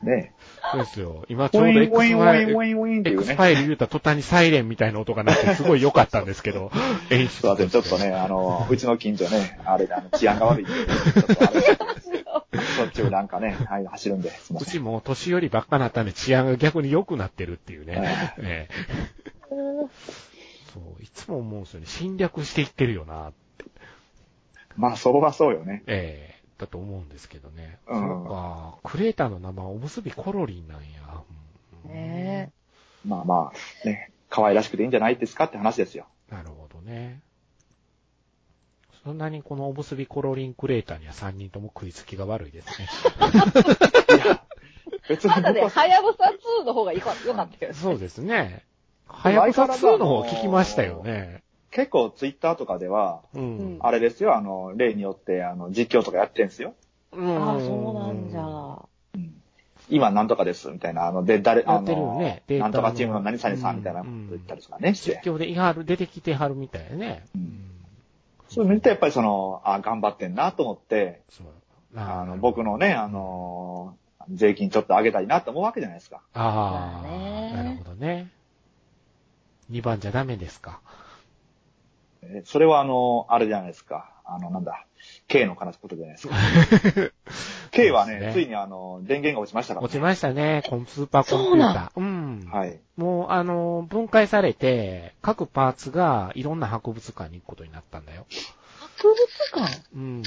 B: ね、
A: そうですよ。今ちょ
B: ウ
A: うど
B: ィ
A: X
B: ン
A: フ
B: ウィンウィンウ
A: ァイル。
B: ィンウィンってい
A: X
B: う
A: フ
B: ね。
A: ァイル言うた途端にサイレンみたいな音が鳴ってすごい良かったんですけ ど、演出
B: ちょっと待って、ちょっとね、あの、うちの近所ね、あれ、あの治安が悪いんで、ちょっとあれ、しょっちゅうなんかね、はい、走るんで、すいま
A: う
B: せ
A: ち
B: ん。
A: も年寄りばっかなったんで治安が逆に良くなってるっていうね。 ええそう、いつも思うんですよね。侵略していってるよな、
B: まあ、そこはそうよね。
A: ええだと思うんですけどね。
B: うん
A: そうか、クレーターの名前、おむすびコロリンなんや。うん
C: ね
B: まあまあ、ね、可愛らしくていいんじゃないですかって話ですよ。
A: なるほどね。そんなにこのおむすびコロリンクレーターには3人とも食いつきが悪いです ね。
B: 別に
C: まだ
B: 僕
C: ね、
B: は、
C: はやぶさ2の方がよかよかったよね。
A: そうですね。はやぶさ2の方聞きましたよね。
B: 結構ツイッターとかでは、
A: うん。
B: あれですよ、あの、例によって、あの、実況とかやってんすよ。
A: うん
C: ああ、そうなんじゃ。
B: うん。今なんとかです、みたいな。あの、で、誰、
A: や
B: あ
A: ってるよ
B: の、
A: ね
B: なんとかチームの何々さ
A: うん
B: んみたいなこと言ったりとかね、して
A: 実。況でいはる、出てきてはるみたいね。
B: うん
A: うん
B: そう見るとやっぱりその、あ頑張ってんなと思って、
A: そう。
B: あの、僕のね、あのー税金ちょっと上げたいなと思うわけじゃないですか。
A: ああ、
C: まあね
A: なるほどね。2番じゃダメですか。
B: えそれはあの、あれじゃないですか。あの、なんだ、K の悲しいことじゃないですか。K は
A: そうですね
B: ね、ついにあの、電源が落ちましたから、
A: 落
B: ね。
A: ちましたね、コンスーパーコンピューター。うん。
B: はい。
A: もう、あの、分解されて、各パーツがいろんな博物館に行くことになったんだよ。
C: 博物館
A: うん。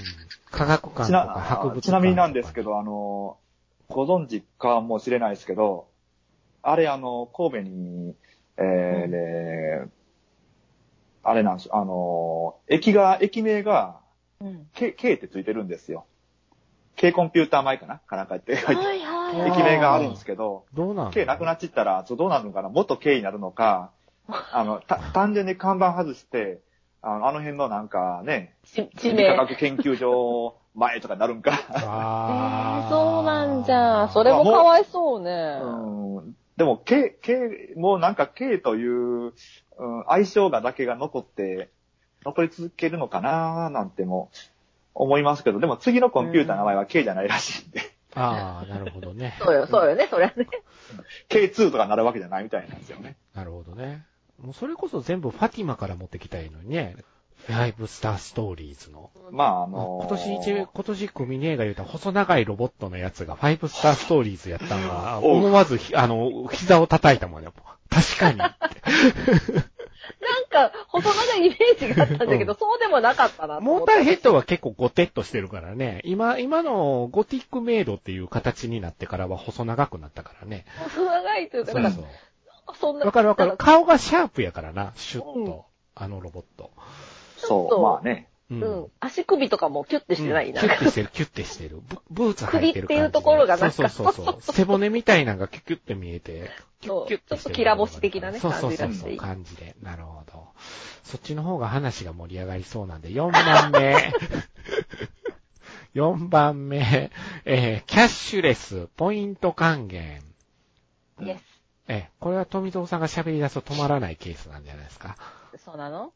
A: 科学館
B: ち
A: とか
B: な
A: 博物館とか。
B: ちなみになんですけど、あの、ご存知かもしれないですけど、あれあの、神戸に、えーであれなんですあの、駅が、駅名が、
C: うん。
B: K、K ってついてるんですよ。K コンピューター前かなかなんかって書いて、
C: はいはいはい。
B: 駅名があるんですけど、
A: どうなん
B: K なくなっちゃったら、そうどうなるのかなもっと K になるのか、あの、た単純に看板外して、あのあの辺のなんかね、
C: 地地
B: 地理
C: 名。え
B: 科学研究所前とかになるんか。
A: あ
C: ー、
A: ー
C: そうなんじゃ。それもかわい そうね。
B: うんでも、K、K、もうなんか K という、うん、相性がだけが残って、残り続けるのかなーなんても思いますけど、でも次のコンピューターの名前は K じゃないらしいんで、
A: ああ、なるほどね。
C: そうよ、そうよね、そりゃね。
B: K2 とかなるわけじゃないみたいなんですよね。
A: なるほどね。もうそれこそ全部ファティマから持ってきたいのにね。ファイブスターストーリーズの。
B: まあ、あのー
A: 今年一、今年組ねえが言うた細長いロボットのやつがファイブスターストーリーズやったんは、
B: おう
A: 思わずひ、あの、膝を叩いたもんね。確かに。
C: なんか、細長いイメージがあったんだけど、そうでもなかったなと
A: モ
C: 思
A: ー
C: っ
A: タ
C: て。
A: ーヘッドは結構ゴテッとしてるからね。今、今のゴティックメイドっていう形になってからは細長くなったからね。
C: 細長いというか、
A: そ
C: なん
A: う
C: か
A: そう。
C: そんな。
A: わかるわか
C: な
A: る。
C: んか
A: 顔がシャープやからな、シュッと。
C: うん
A: あのロボット。
C: ょっと
B: そう、まあね。
A: う
C: うん。足首とかもキュッてしてないな。
A: キ
C: ん
A: ュッ
C: か
A: てしてる、キュッてしてる。ブブーツ履いてる感じで。
C: 首っていうところがなんか
A: そうそうそうそう。背骨みたいなのがキュッキュッて見えて。キュッキュッてしてる
C: そうちょっときらぼし的なね
A: そうそうそう
B: 感
A: そ
B: じがし
A: う
C: て
A: 感じで。なるほど。そっちの方が話が盛り上がりそうなんで、4番目。4番目。えーキャッシュレス、ポイント還元。
B: うん
C: イエ
A: えーこれは富蔵さんが喋り出すと止まらないケースなんじゃないですか。
C: ス。そうなの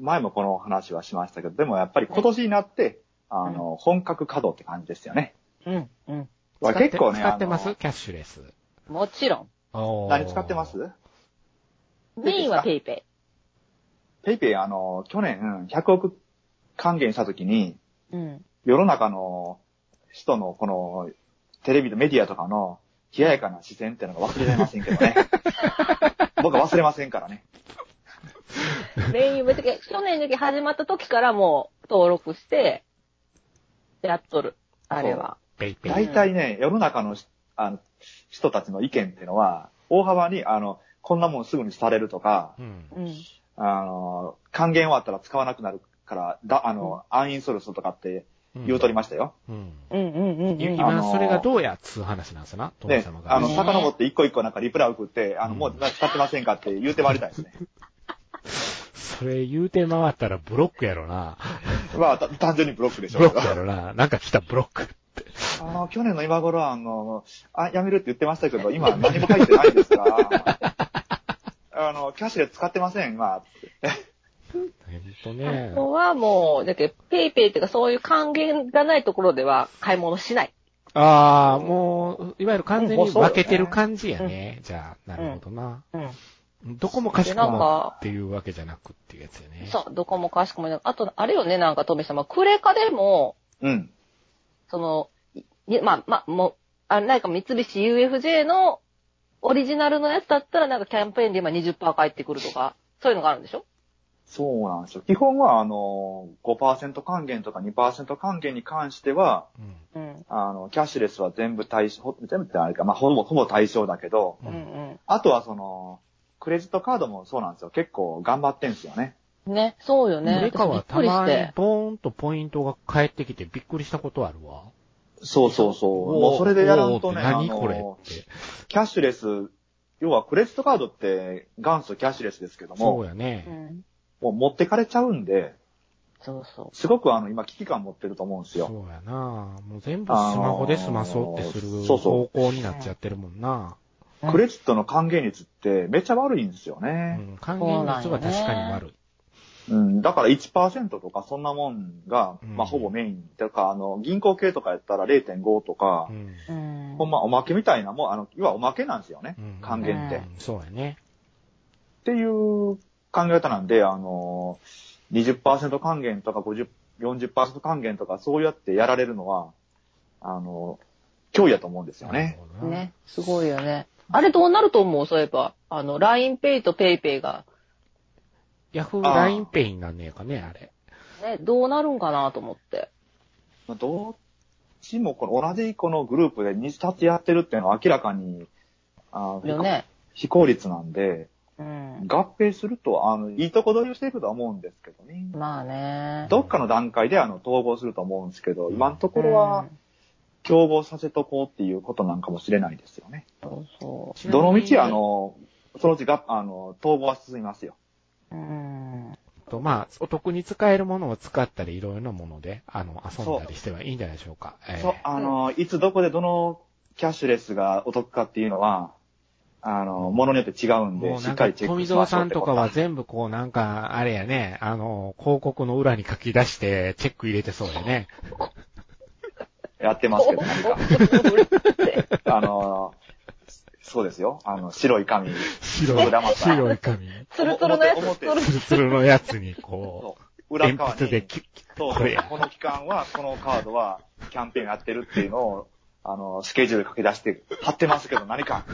B: 前もこの話はしましたけど、でもやっぱり今年になって、あの、本格稼働って感じですよね。
C: うん、うん。
B: まあ
A: 使って
B: 結構ね、
A: 使ってま
B: あ
A: す
B: の
A: キャッシュレス。
C: もちろん。
A: おー
B: 何使ってます
C: メインはペイペ
B: ペイペイ、あの、去年、100億還元したときに、
C: イ。うん。
B: 世の中の人のこの、テレビとメディアとかの、冷ややかな視線っていうのが忘れられませんけど ね。僕は忘れませんからね。
C: メイン別に、去年の時始まった時からもう登録して、やっとる。あれは。
A: ペイペイ。
B: 大体ね、世の中のしあの人たちの意見っていうのは、大幅に、あの、こんなもんすぐに廃れるとか、
A: うん。
C: うん。
B: あの、還元終わったら使わなくなるから、だ、あの、アンインストールするとかって言うとりましたよ。
A: うん。
C: うんうんうんうん。
A: 今、それがどうやっつう話なんですな、トム
B: で
A: 様、が。
B: あの、
C: ね
B: 遡って一個一個なんかリプライ送って、あの、
A: うん
B: もう使ってませんかって言うて回りたい ですね。
A: それ言うて回ったらブロックやろな。
B: まあ、た単純にブロックでしょ
A: ブ
B: う
A: ロ
B: け
A: ッ
B: ど。
A: クやろな。なんか来たブロック。
B: あの、去年の今頃は、あの、あ、やめるって言ってましたけど、今何も書いてないです から。あの、キャッシュレス使ってません、今。
A: えっと
C: あ
A: ね。
C: とはもう、だけど、ペイペイっていうかそういう還元がないところでは買い物しない。
A: ああ、もう、いわゆる完全
B: もう
A: に
B: そうよ
A: 分
B: ね
A: けてる感じやね。じゃあ、なるほどな。
C: うん。
A: どこもかしこ
C: なん
A: も
C: か
A: っていうわけじゃなくっていうやつやね。
C: そう、どこもかしこもいない。あと、あれよね、なんか、トメ様、クレカでも、
B: うん。
C: その、いまあ、まあ、もう、あなんか三菱 UFJ のオリジナルのやつだったら、なんかキャンペーンで今20%返ってくるとか、そういうのがあるんでしょ
B: そうなんですよ。基本は、あの、5%還元とか2%還元に関しては、
A: うん。
C: うん。
B: あの、キャッシュレスは全部対象、ほ全部ってあれか、まあ、ほぼ、ほぼ対象だけど、
C: うんうん。
B: あとはその、クレジットカードもそうなんですよ。結構頑張ってんすよね。
C: ね、そうよね。
A: メカは
C: 私
A: た
C: びっ
A: ま
C: くりし
A: に
C: て。
A: ボーンとポイントが返ってきてびっくりしたことあるわ。
B: そうそうそう。もうそれでやらんとね、
A: お
B: あ
A: ーって何これ
B: の
A: っ、て。
B: キャッシュレス、要はクレジットカードって元祖キャッシュレスですけど
A: そう
B: も、
A: やね
C: う。ん。
B: もう持ってかれちゃうんで、
C: そうそ
B: すごくあの、今危機感持ってると思うんですよ。
A: そうやなもう全部スマホで済まそうってす
B: あの
A: る
B: ーそうそう
A: 方向になっちゃってるもんな。
C: う。
B: クレジットの還元率ってめっちゃ悪いんですよ
A: う
B: ね。
A: ん。還元率は確かに悪い。
B: うん。だから1%とかそんなもんが、
A: うん
B: まあほぼメイン。だからあの、銀行系とかやったら0.5とか
A: う、ん。
C: うん。
B: ほんまおまけみたいなもん、あの、要はおまけなんですよね。
A: うん
B: 還元って。
C: う
B: っ
C: ん
A: そうやね。
B: ていう考え方なんで、あの、20%還元とか50、40%還元とかそうやってやられるのは、あの、脅威だと思うんですよ
A: なる
B: ね。
A: ほどな。
C: ね。すごいよね。あれどうなると思うそういえば。あの、LINEPay と PayPay が。
A: ヤフー
B: あー
A: ラインペイになんねえかね、あれ。
C: ね、どうなるんかなと思って。
B: まあどっちもこの同じこのグループで2つやってるっていうのは明らかに、あ
C: よね。
B: 非効率なんで、
C: うん。
B: 合併すると、あの、いいとこ取りをしていくとは思うんですけどね。
C: まあね。
B: どっかの段階であの、統合すると思うんですけど、今のところ
C: う
B: は
C: ん、
B: 競合させとこうっていうことなんかもしれないですよね。
C: そうそ
A: ちなみ
B: ど
A: に
B: の道、あ、の、そのうちが、あの、統合は進みますよ。
C: う。うん。
A: と、まあ、お得に使えるものを使ったり、いろいろなもので、あの、遊んだりしてはいいんじゃないでしょうか。えー
B: そう、あの、いつどこでどのキャッシュレスがお得かっていうのは、あの、ものによって違うん
A: も
B: で、
A: う
B: し
A: な
B: っ
A: ん
B: か
A: か、
B: りチェック
A: 富
B: しま
A: 蔵
B: しょ
A: さ
B: うっ
A: ん
B: て
A: と
B: こと
A: かは全部こうなんか、あれやね、あの、広告の裏に書き出して、チェック入れてそうやね。
B: やってますけど、何か。あの、そうですよ。あの、白い紙。
A: 白
B: そうだま
A: い、
B: た
A: 白い紙。
C: ツルツルのやつ
B: 表
C: ツル
B: 表
A: ツルツルのやつに、こ
B: そ
A: う、
B: う裏
A: 鉛
B: 側
A: 筆
B: に
A: でキュッキュッ。
B: そう
A: これや
B: この期間は、このカードは、キャンペーンやってるっていうのを、あの、スケジュール書き出して、貼ってますけど、何か。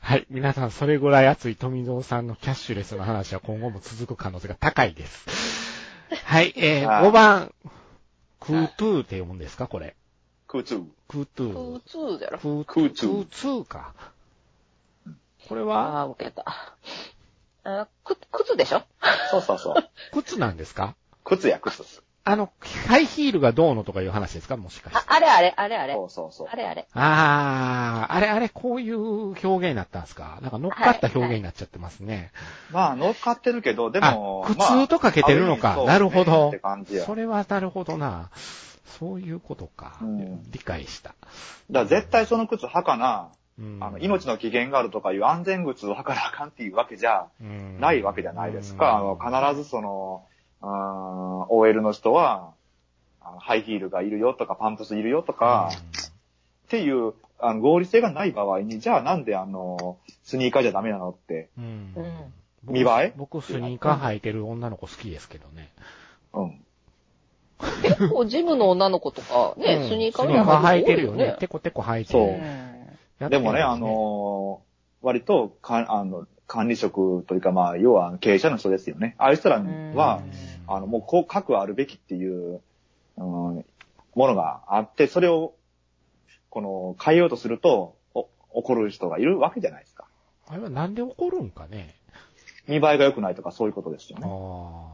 A: はい。皆さん、それぐらい熱い富蔵さんのキャッシュレスの話は今後も続く可能性が高いです。はい。えー、
B: はい
A: 5番。クートゥーって読むんですかこれ。
B: 空中。
A: クートゥー
C: 普。通じゃろ。
A: クー
B: クートゥー
A: クートゥーか。これは、
C: ああ、ボケた。あく靴でしょ
B: そうそうそう。
A: 靴なんですか
B: 靴や靴。そ
A: あの、ハイヒールがどうのとかいう話ですかもしかして
C: あ。、あれあれ、あれあれ。
B: うそうそう
C: あ。れあれ。
A: あー、あれあれ、こういう表現になったんですかなんか乗っかった表現になっちゃってますね。
B: まあ、乗っかってるけど、でも、
A: あ、普通とかけてるのか。
B: まあ
A: なるほ
B: そうねっ
A: ど
B: て感じ。や。
A: それはなるほどな。そういうことか。
B: うん
A: 理解した。
B: だから絶対その靴履かな、
A: うん
B: あの、命の危険があるとかいう安全靴を履かなあかんっていうわけじゃないわけじゃないですか。あの、必ずその、うーん、OL の人は、あのハイヒールがいるよとか、パンプスいるよとか、っ
A: ず。
B: ていう、あの、合理性がない場合に、じゃあなんであの、スニーカーじゃダメなのって、
A: うん
C: うん
A: 僕
B: 見栄え
A: 僕、スニーカー履いてる女の子好きですけどね。
B: うん。
C: 結構ジムの女の子とか、
A: う
C: ね、
A: ん
C: スニーカー
A: ス
C: の
A: ニーカー履いてるよ
C: 多
A: ね。テコテコ履いて
B: そ
A: る
B: う
C: う
A: やってるよね。
C: ん
B: でもね、あの、割と、か、あの、管理職というか、まあ、要は経営者の人ですよね。ああいう人らは、あの、もうこう、核あるべきっていう、うん、ものがあって、それを、この、変えようとすると、お、怒る人がいるわけじゃないですか。
A: あれはなんで怒るんかね。
B: 見栄えが良くないとかそういうことですよ
A: あ
B: ね。だか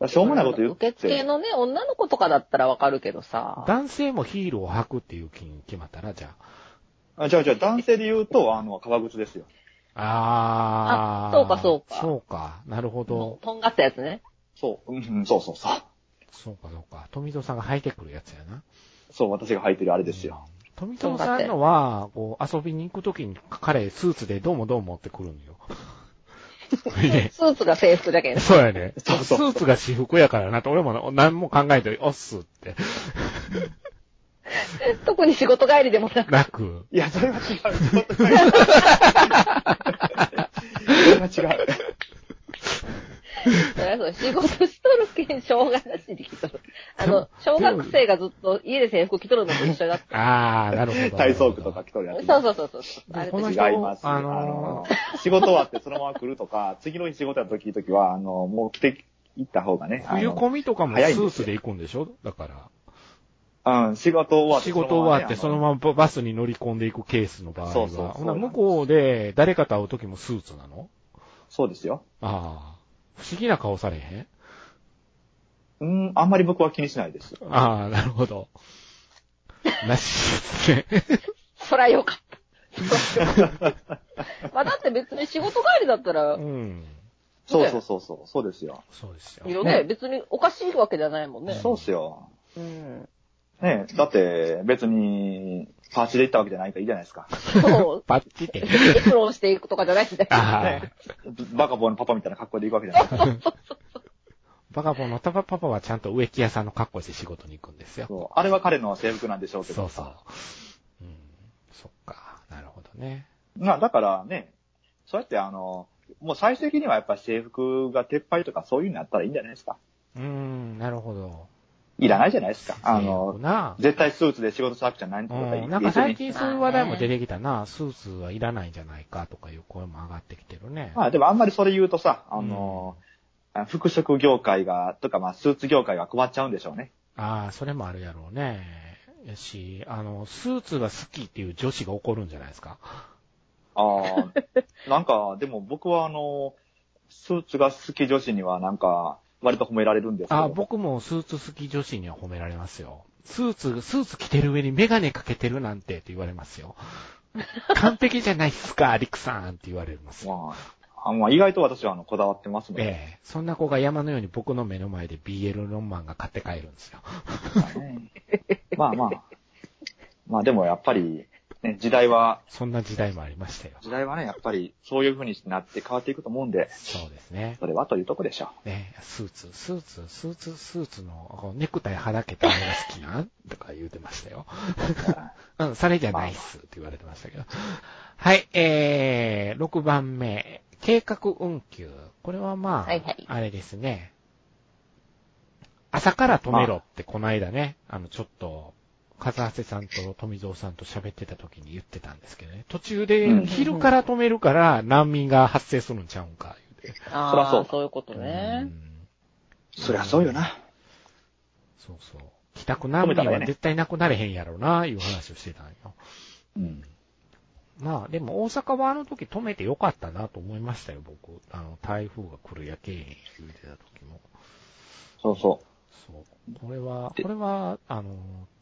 A: あ。
B: らしょうもないこと言っ
C: 受付
B: て、
C: のね、女の子とかだったらわかるけどさ。
A: 男性もヒールを履くっていう気に決まったら、じゃ
B: あじゃあじゃあ男性で言うと、あの、革靴ですよ。
A: あ。ああ。
C: あそうかそうか
A: そうか。なるほど。
C: とんがったやつね。
B: そう、うんうん、そうそうそう。
A: そうかそうか。富蔵さんが履いてくるやつやな。
B: そう、私が履いてるあれですよ。
A: うん。富蔵さんのは、こう、遊びに行くときに彼、スーツでどうもどうもってくるん よ。ね
C: スーツが制服だけど。
A: そうやね。
B: そうそうそう
A: スーツが私服やからなと、俺 も何も考えて、おっすって。
C: 特に仕事帰りでもなく。
A: なく。
B: いや、それは違う。ちょっと違うそれは違う。
C: そりゃそう仕事しとるけん、しょうがなしに着とる。あの、小学生がずっと家で制服着とるのと一緒 だった。
A: あー、なる ほど。
B: 体操服とか着とるやつ。
C: そうそうそうそうそう。あれ
A: この
C: と
A: 人
B: 違います。
A: あ
B: あ
A: の
B: の仕事終わってそのまま来るとか、次の日仕事やった時々は、あの、もう着て行った方がね。あの
A: 冬込みとかもスーツで行くんでしょだから。
B: うん、仕事終わって
A: 仕
B: そのままね、
A: 事終わって、その
B: あ
A: ままバスに乗り込んでいくケースの場合は。
B: そうそうそう
A: ほな向こうで誰かと会うときもスーツなの
B: のそうですよ。
A: ああ。不思議な顔されへん
B: うん、あんまり僕は気にしないです。
A: ああ、なるほど。らしいですね。
C: そりゃよか った。まあだって別に仕事帰りだったら
A: う、ん。
B: そうそうそうそう、そうですよ。
A: そうですよ。
C: いいよ
B: ね
C: ね。別におかしいわけじゃないもんね。
B: そうっすよ。
C: うん。
B: ねだって別に、パーチで行ったわけじゃないからいいじゃないですか。
C: そう。
A: バッチって。
C: エプロンしていくとかじゃないしね。
A: ああ
B: ね。バカボーのパパみたいな格好で行くわけじゃないですか。
A: バカボンのタバパパはちゃんと植木屋さんの格好して仕事に行くんですよ。
B: そうあれは彼の制服なんでしょうけ
A: そ
B: ど。
A: うそう。うん。そっか。なるほどね。
B: まあだからね、そうやってあの、もう最終的にはやっぱ制服が撤廃とかそういうのやったらいいんじゃないですか。
A: うーん、なるほど。
B: いらないじゃないですか。あの、
A: な
B: 絶対スーツで仕事したわけじゃないんだから
A: うん、なんか最
B: 別に
A: 近そういう話題も出てきたな、スーツはいらないんじゃないかとかいう声も上がってきてるね。
B: まあでもあんまりそれ言うとさ、あの、あ服飾業界が、とかまあスーツ業界が困っちゃうんでしょうね。
A: ああ、それもあるやろうね。やし、あの、スーツが好きっていう女子が怒るんじゃないですか。
B: あ あ、なんかでも僕はあの、スーツが好き女子にはなんか、割と褒められるんですけど。
A: あ僕もスーツ好き女子には褒められますよ。スーツ、スーツ着てる上にメガネかけてるなんてって言われますよ。完璧じゃないっすか、リクさんって言われますよ。
B: まあ、あまあ意外と私はあのこだわってますので。
A: ええ、そんな子が山のように僕の目の前で BL ロンマンが買って帰るんですよ。
B: まあまあ。まあでもやっぱり、ね、時代は、
A: そんな時代もありましたよ。
B: 時代はね、やっぱりそういう風になって変わっていくと思うんで、
A: そうですね。
B: それはというとこでしょ
A: ね、スーツ、スーツ、スーツ、スーツの、こうネクタイはだけたのが好きなんとか言うてましたよ。うん、それじゃないっすって言われてましたけど。はい、えー、6番目。計画運休。これはまあ、
C: はいはい
A: あれですね。朝から止めろって、この間ね、あの、ちょっと、風瀬さんと富蔵さんと喋ってた時に言ってたんですけどね。途中
B: う
A: で、
B: ん
A: 昼から止めるから、難民が発生するんちゃうんか、言うて。
C: あ
B: そらそう
C: あ、そういうこと
A: う
C: ね。
A: ん
B: う。そりゃそうよな。
A: そうそう。帰宅難民は絶対なくなれへんやろうな、いう話をしてたんよ。
B: うん。
A: まあ、でも大阪はあの時止めてよかったなと思いましたよ、僕。あの、台風が来るやけえへん言うてた時も。
B: そうそ
A: そう。これは、これは、あの、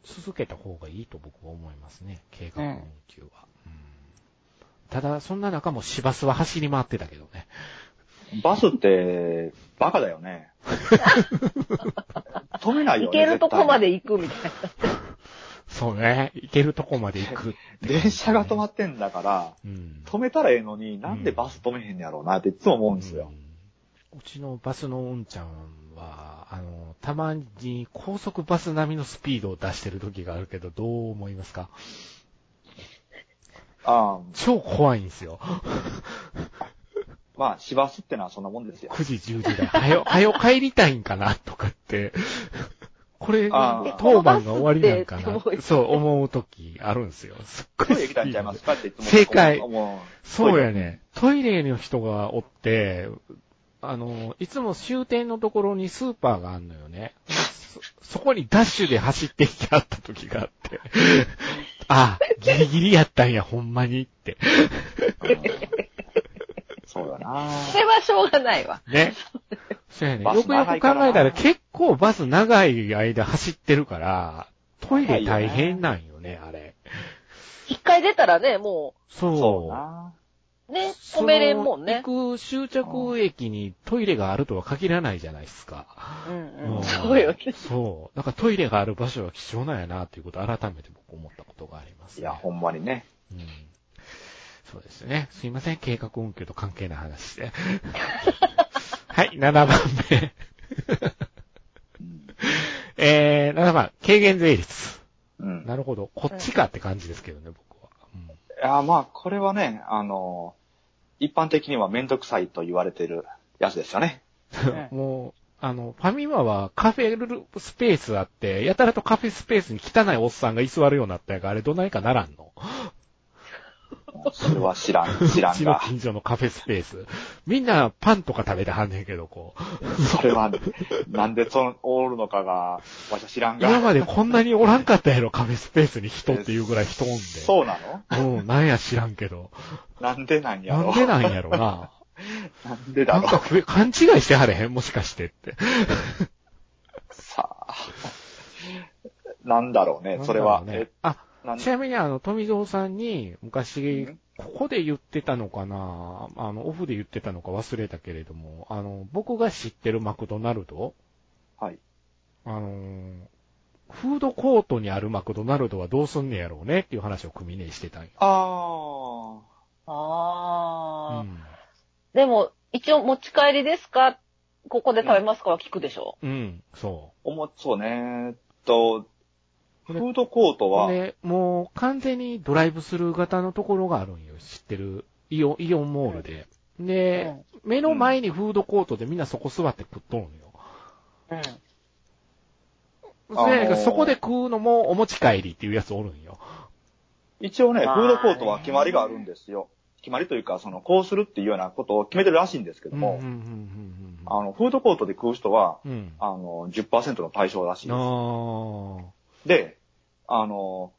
A: 続けた方がいいと僕は思いますね、計画運休は。うんただ、そんな中も市バスは走り回ってたけどね。
B: う。バスって、バカだよ ね。止めないよ
C: 行
B: ね。
C: けるとこ
B: 絶
C: まで行くみたいな。
A: そうね。行けるとこまで行く。
B: 対に。電車が止まってんだから、
A: うん。
B: 止めたらええのに、なんでバス止めへんやろうなっていつも思うんですよ。
A: うんうちのバスのうんちゃんは、あの、たまに高速バス並みのスピードを出してる時があるけど、どう思いますか
B: ああ、
A: 超怖いんですよ。
B: まあ、市バスってのはそんなもんですよ。
A: 9時、10時だ。は よ、はよ帰りたいんかなとかって。これ、
B: あー
A: 当番が終わりなんか
C: このバスって
A: な。そう、思う時あるんですよ。すっご
B: ト
A: い
B: イレ
A: ス
B: 行き
A: ピ
B: たい
A: ー
B: んちゃ
A: ド
B: いま。
A: です
B: かっていつも。
A: 正解
B: も
A: そうやね。トイレの人がおって、あの、いつも終点のところにスーパーがあんのよね。そ、そこにダッシュで走ってきちゃった時があって。 あ、ギリギリやったんや、ほんまにって。
B: そうだな
C: それはしょうがないわ。
A: ね。そうやね。
B: バス
A: よくよく考え
B: 長
A: た
B: いからら
A: 結構バス長い間走ってるから、トイレ大変なんよね、あれ。
C: 一回出たらね、も
A: そう。
B: そうな
C: う、ね、止めれんもんね
A: そ。の行く終着駅にトイレがあるとは限らないじゃないですか。
C: うんう。
A: うんん
C: そうよね。
A: そう。なんかトイレがある場所は貴重なんやな、ということを改めて僕思ったことがあります、
B: い
A: ね。
B: や、ほんまにね。
A: うん。そうですね。すいません、計画音響と関係ない話で。はい、7番目。えー、7番、軽減税率。
B: うん。
A: なるほど。こっちかって感じですけどね、僕は。うん
B: いや、まあ、これはね、あの、一般的にはめんどくさいと言われてるやつですよね。
C: う
A: もう、あの、ファミマはカフェスペースあって、やたらとカフェスペースに汚いおっさんが居座るようになったやから、あれどないかならんの
B: それは知ら ん、知ら
A: うんちの
B: が。
A: 近所のカフェスペース。みんなパンとか食べてはんねんけど、こ
B: それは、なんでその、おるのかが、わしは知らん
A: う。
B: が。
A: 今までこんなにおらんかったやろ、カフェスペースに人っていうぐらい人おんで。
B: そうなの
A: う。ん、なんや知らんけど。
B: なんでなんや
A: な
B: ろ
A: んでなんやろな。
B: なんで
A: な
B: だ
A: んか
B: ろ
A: ふ勘違いしてはれへんもしかしてって。
B: う。さあ。なんだろうね、それ
A: な
B: は。
A: んだろう
B: え
A: ね、あ、
B: なん
A: ちなみにあの、富蔵さんに昔、ここで言ってたのかなあの、オフで言ってたのか忘れたけれども、あの、僕が知ってるマクドナルド
B: はい。
A: あのーフードコートにあるマクドナルドはどうすんねやろうねっていう話を組ねしてたんよ。
B: ああ。
A: う
C: あー。
A: ん。
C: でも、一応持ち帰りですかここで食べますかは聞くでしょ。
A: うん、そ
B: おも、そうね。えっと、
A: こ
B: フ
A: れ
B: ードコート
A: う。
B: は、
A: で、もう完全にドライブスルー型のところがあるんよ。知ってる。イオン、イオンモールで。で、目の前にフードコートでみんなそこ座って食っとるんよ。
C: うん。うん。
B: あ
A: そ
B: のー
A: うやねんけどそこで食うのもお持ち帰りっていうやつおるんよ。
B: 一応ね、フ
C: まあね
B: ードコートは決まりがあるんですよ。決まりというか、その、こうするっていうようなことを決めてるらしいんですけども、
A: うんうんうん
B: あの、フードコートで食う人は、
A: うんうん。うん。
B: あの、10%の対象らしい
A: あ
B: で
A: ー
B: す。で、あの、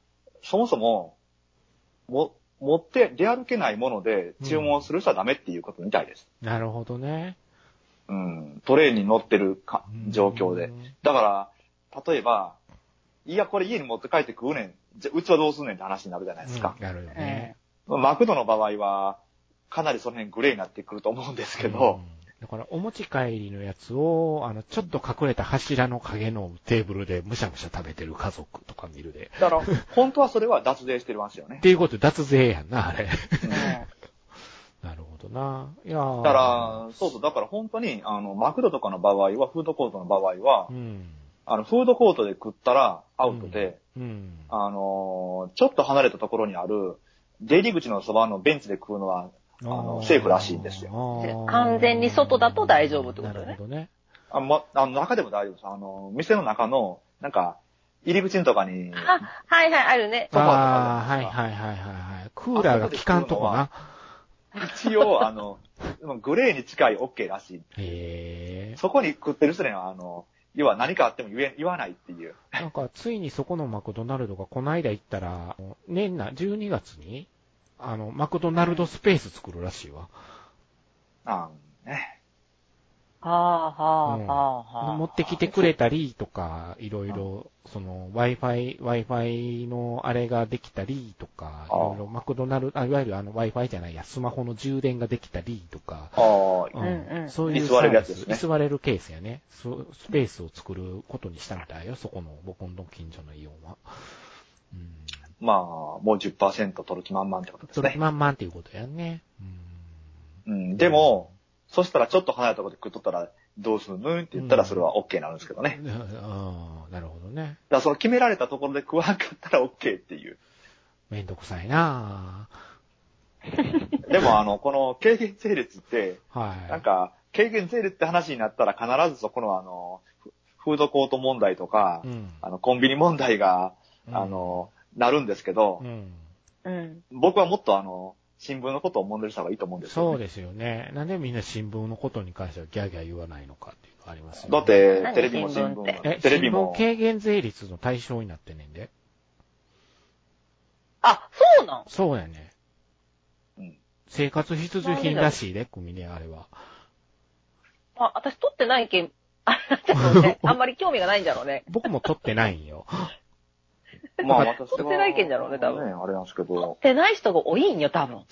B: そもそも、も、持って出歩けないもので注文する人はダメっていうことみたいです。
A: なるほどね。
B: うん、トレーに乗ってるか
A: うん
B: 状況で。。だから、例えば、いや、これ家に持って帰って食うねん。じゃ、うちはどうすんねんって話になるじゃないですか
A: うん。なるよね。
B: マクドの場合は、かなりその辺グレーになってくると思うんですけど、
A: うんだから、お持ち帰りのやつを、あの、ちょっと隠れた柱の影のテーブルでむしゃむしゃ食べてる家族とか見るで。
B: だから、本当はそれは脱税してますよね
A: っ。ていうことで脱税やんな、あれ。
B: うん
A: なるほどな。いやー
B: だから、そうそう、だから本当に、あの、マクドとかの場合は、フードコートの場合は
A: う、ん。
B: あの、フードコートで食ったらアウトで、
A: うん。
B: あのー、ちょっと離れたところにある、出入り口のそばのベンチで食うのは、
A: あ
B: のセーフらしいんですよ
A: よ
C: 完全に外だと大丈夫ってことね
A: なるほどね。
B: あま、あの中でも大丈夫です。あの、店の中の、なんか、入り口のとかに、
C: あ、はいはい、あるね。
B: ソファーと
A: ああ
B: か
A: ー、
B: あ
A: は
B: る
A: い
B: じゃないですか
A: はいはいはいはい。クーラーが効かんとこな。
B: 一 応、あの、グレーに近い OK らしい。
A: へえ。
B: そこに食ってる人には、あの、要は何かあっても言え、言わないっていう。
A: なんか、ついにそこのマクドナルドがこの間行ったら、年内、12月に、あの、マクドナルドスペース作るらしいわ。
B: あのね。
C: はあはあ
A: うん
C: はあはあ。
A: 持ってきてくれたりとか、いろいろ、その、Wi-Fi、Wi-Fi のあれができたりとか、い
B: あ
A: ろいろマクドナルド、あいわゆるあの Wi-Fi じゃないや、スマホの充電ができたりとか、
B: ああ、
A: うん
C: うんうん
A: そういう
B: 居座れるやつですね
A: サービス居座れるケースやね。そうスペースを作ることにしたみたいよ、そこの僕の近所のイオンは。うん。
B: まあ、もう10%取る気満々ってことで
A: そ
B: す
A: れ、
B: ね。
A: まんまんっていうことやね。うん。
B: うん。でも、そしたらちょっと離れたところで食っとったら、どうするのって言ったらそれは OK になるんですけどね。だか
A: ああ、なるほどね。
B: らその決められたところで食わんかったら OK っていう。
A: めんどくさいな
B: でも、あの、この軽減税率って、
A: ぁはい。
B: なんか、軽減税率って話になったら必ずそこのあの、フフードコート問題とか、
A: うん、
B: あの、コンビニ問題が、
A: うん
B: あ、の、なるんですけど
A: う、ん。
C: うん。
B: 僕はもっとあの、新聞のことを問題にした方がいいと思うんです
A: そ
B: よ、
A: う
B: ね。
A: ですよね。なんでみんな新聞のことに関してはギャーギャー言わないのかっていうのがありますよね。
B: だっ、て、
C: 何
B: テレビも新聞
C: 新聞っ
B: も
A: え、、
B: テレビ
A: 新聞
B: も、
A: 軽減税率の対象になってんねんで。
C: あ、そうなん
A: そうやね。
B: うん
A: 生活必需品らしいね、組ね、あれは。
C: あ、私撮ってないけん。あ、ちょっと ね、あんまり興味がないんじゃろうね。
A: 僕も取ってないんよ。
B: まあ私は。
C: 撮ってないけんじゃろうね多分
B: ね、あれなんですけ
C: 撮
B: ど
C: っ。てない人が多いんよ、多分。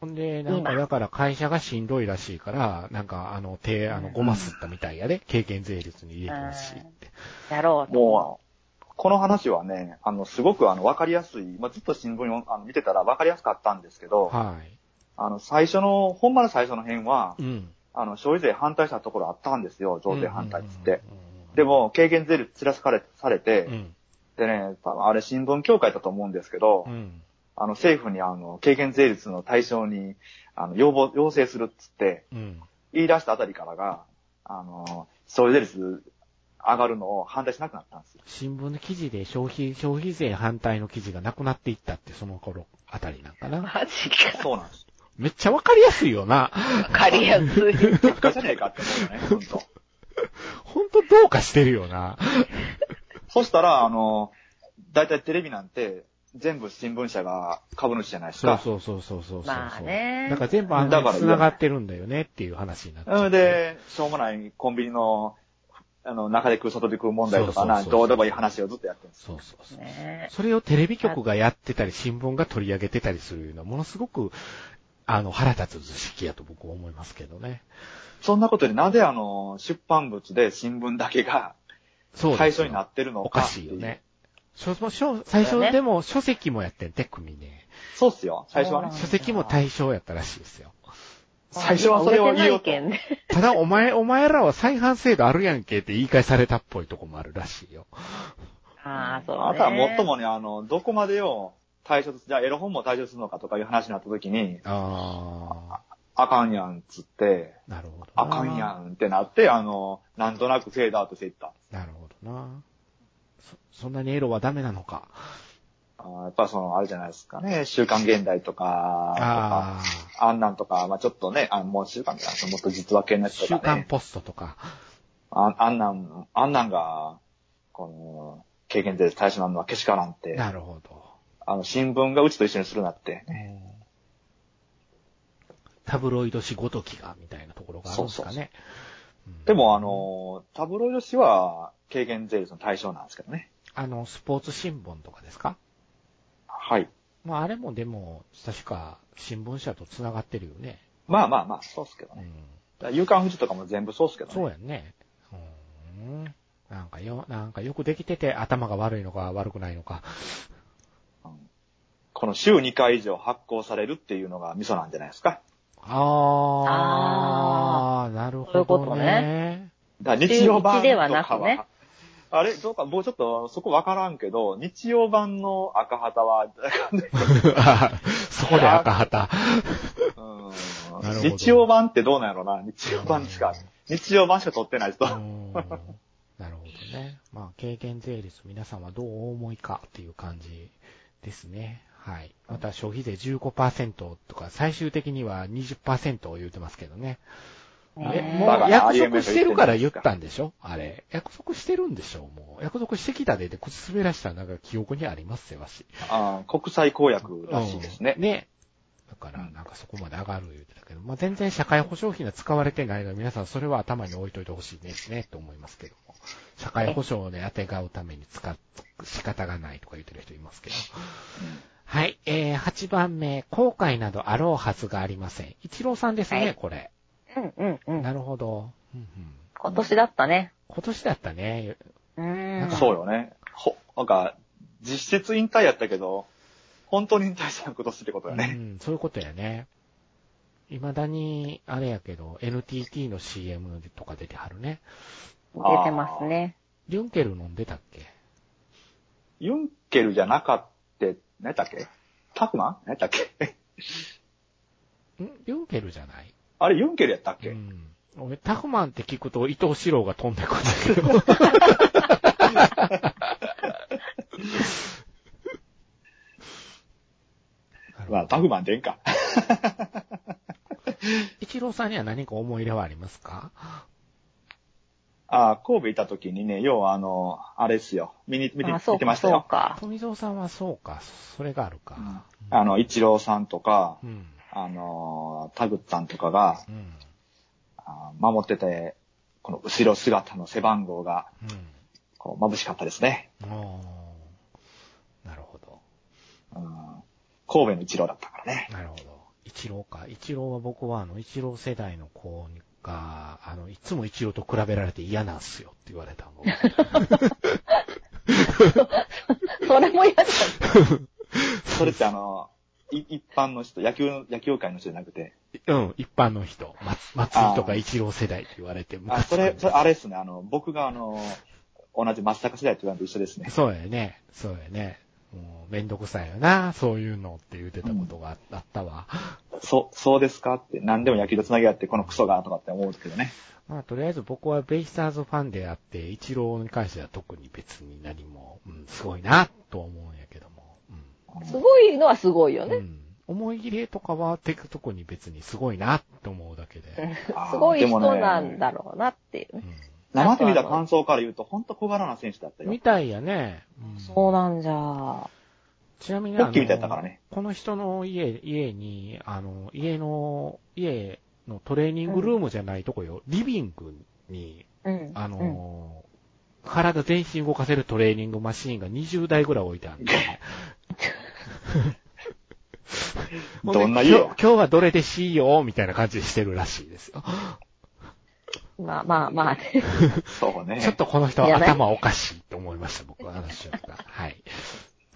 A: ほんで、なんか、
C: 今
A: だから会社がしんどいらしいから、なんか、あの、手、あの、ごますったみたいやで、軽減税率に入れてほしいって。
C: やろうと思
B: もう、この話はね、あの、すごくあの、わかりやすい、まあ、ずっと新聞をあの見てたらわかりやすかったんですけど、
A: はい。
B: あの、最初の、ほんまの最初の辺は、
A: うん。
B: あの、消費税反対したところあったんですよ、増税反対っつって。
A: うん
B: で、も、軽減税率散らされされて、
A: うん。
B: でね、多分あれ新聞協会だと思うんですけど、
A: うん。
B: あの、政府にあの、軽減税率の対象に、あの、要望、要請するっつって、
A: うん。
B: 言い出したあたりからが、あの、消費税率上がるのを反対しなくなったんですよ。
A: 新聞の記事で消費、消費税反対の記事がなくなっていったって、その頃あたりなんか
C: う。
A: な。
C: マジか。
B: そうなんです。
A: めっちゃわかりやすいよな。
C: わかりや すい。
B: どっちかじゃねえかって思うよね、ほんと。
A: ほんとどうかしてるよな。
B: そしたら、あの、だいたいテレビなんて、全部新聞社が株主じゃないです
A: そう
B: か。
A: そうそうそうそうそう。
C: まあね
A: だから全部あんな
B: だから
A: に繋がってるんだよねっていう話になっちゃう。
B: で、しょうもないコンビニのあの、中で食う、外で食う問題とか
A: そう
B: な、
A: そうそうそ
B: ど
A: う
B: うでもいい話をずっとやってるんです。
A: そうそうそう。
C: ね
A: それをテレビ局がやってたり、新聞が取り上げてたりするような、ものすごく、あの、腹立つ図式やと僕は思いますけどね。
B: そんなことでなぜあの、出版物で新聞だけが
A: そうですよ
B: 対象になってるの
A: お
B: か
A: か
B: って
A: し
B: い。
A: いうよね。書書最
C: そう
A: 初
C: だね
A: でも書籍もやってんて、組ね。
B: そうっすよ。最初は
C: そうなん
B: ね
C: だ。
A: 書籍も対象やったらしいですよ。
B: 最初はそれを言おうと
C: 売れてないけんね。
A: ただ、お前、お前らは再販制度あるやんけって言い返されたっぽいとこもあるらしいよ。
C: ああ、そう、ね。
B: あとはもっともね、あの、どこまでを対象とすじゃあエロ本も対象とするのかとかいう話になった時に、
A: あ
B: あかんやんっつって、
A: ー、なるほどな。
B: あかんやんってなって、あの、なんとなくフェードアウトしていった。
A: なるほどな。そ、そんなにエロはダメなのか。
B: あーやっぱその、あれじゃないですかね、週刊現代とか、とか
A: あ
B: あんなんとか、まあちょっとね、あもう週刊みたいな、もっと実話系の
A: あ、
B: やつと
A: 週
B: か
A: 刊
B: ね。
A: ポストとか。
B: ああんなん、あんなんが、この、経験で対象なのはけしからんって、
A: なるほど。
B: あの、新聞がうちと一緒にするなって。
A: タブロイド紙ごときが、みたいなところがあるんですか
B: そう
A: ね。うん
B: でも、あ、の、タブロイド紙は、軽減税率の対象なんですけどね。
A: あの、スポーツ新聞とかですか
B: はい。
A: まあ、あれもでも、確か、新聞社と繋がってるよね。
B: まあまあまあ、そうっすけど
A: う
B: ね。
A: ん。
B: だから夕刊富士とかも全部そうっすけどね。
A: そうやんね。うん。なんかよ、なんかよくできてて頭が悪いのか悪くないのか。
B: うんこの週2回以上発行されるっていうのがミソなんじゃないですか。
A: あー、なるほど、ね。
C: そういうこと
A: ね
C: ね。
B: だから日曜版
C: 週一で
B: と
C: は
B: か
C: なく
B: は、
C: ね
B: あれどうか、僕ちょっとそこわからんけど、日曜版の赤旗は、
A: そこで赤旗。
B: うん
A: なるほど
B: 日曜版ってどうなんやろな日曜版しか、日曜版しか撮ってない人。
A: うーんなるほどね。まあ、軽減税率、皆さんはどうお思いかっていう感じですね。はい。また、消費税15%とか、最終的には20%を言うてますけどね。え、
C: ね
A: も
B: バ
A: う
B: カな
A: 約束してるから言っ
B: IMF 言ってんじゃないですか
A: たんでしょあれ。約束してるんでしょもう。約束してきたで、で、口滑らしたなんか記憶にありますよ、わし。
B: あー国際公約らしいですね
A: うん。ね。だから、なんかそこまで上がる言ってたけど、まあ、全然社会保障費が使われてないので、皆さんそれは頭に置いといてほしいですね、と思いますけども。社会保障をね、当てがうために使っ、仕方がないとか言ってる人いますけど。はい、えー、8番目、後悔などあろうはずがありません。一郎さんですね、
C: はい
A: これ。
C: うんうんうん。
A: なるほど。うんうん
C: 今年だったね。
A: 今年だったね。
C: う
A: な
C: ー
A: ん
C: ん。
A: か
B: そうよね。ほ、なんか、実質引退やったけど、本当に引退したことすってことよ
A: う
B: ね。
A: ん、そういうことやね。未だに、あれやけど、NTT の CM とか出てはるね。
C: 出てますね。
A: リュンケル飲んでたっけ
B: ユンケルじゃなかって、何やったっけタクマン何やったっけ
A: んリュンケルじゃない
B: あれ、ユンケルやったっけ、
A: うん。俺、タフマンって聞くと伊藤四郎が飛んでくるんだけど。
B: まあ、タフマンでええんか。
A: 一郎さんには何か思い入れはありますか
B: ああ、神戸いた時にね、要はあの、あれっすよ。見に、見て、
C: あ、そ
B: 見
C: う
B: てま
C: か、
B: した
C: そう
B: よ。
C: か。
A: 富蔵さんはそうか、それがあるか。
B: あの、一郎さんとか
A: う、ん。
B: あの、田口さんとかが、
A: うん。
B: あー守ってて、この後ろ姿の背番号が、こう、眩しかったですね。
A: うん。おーなるほど。
B: うん、神戸の一郎だったからね。
A: なるほど。一郎か。一郎は僕はあの、一郎世代の子が、あの、いつも一郎と比べられて嫌なんすよって言われたの。
C: それも嫌だ。
B: それってあの、い一般の人、野球の、野球界の人じゃなくて、
A: うん、一般の人。松松井とか一郎世代って言われて、
B: あ、
A: 昔
B: それ、それあれですね、あの、僕があの、同じ松坂世代って言われと一緒ですね。
A: そうやね。そうやね。もう、めんどくさいよな、そういうのって言うてたことがああったわ。
B: そ、そうですかって、何でも野球と繋ぎ合って、このクソが、とかって思うけどね。
A: まあ、とりあえず僕はベイスターズファンであって、一郎に関しては特に別に何も、うん、すごいな、とは思うんやけども。
C: すごいのはすごいよ
A: うん。う
C: ね。
A: ん、思い入れとかは、てくとこに別にすごいな、と思うだけで。
B: あー
C: すごい
B: で
C: 人
B: もね
C: なんだろうなっていうね。
A: う
B: 生で見た感想から言うと、ほんと小柄な選手だった
A: ん。み
B: よ。
A: たいやね。うん
C: そうなんじゃ。
A: ちなみに、
B: ポッキーみたいだったからね
A: あのこの人の家、家に、あの、家の、家のトレーニングルームじゃないとこよ、リビングに、
C: うん。
A: あのー体全身動かせるトレーニングマシーンが20台ぐらい置いてあるんで。 ほで
B: どんな家や
A: 今日今日はどれでしいよ、みたいな感じでしてるらしいですよ。
C: うんまあまあ まあね。
B: そうね。
A: ちょっとこの人
C: いやない
A: 頭おかしいと思いました、僕は、あの 瞬間。はい。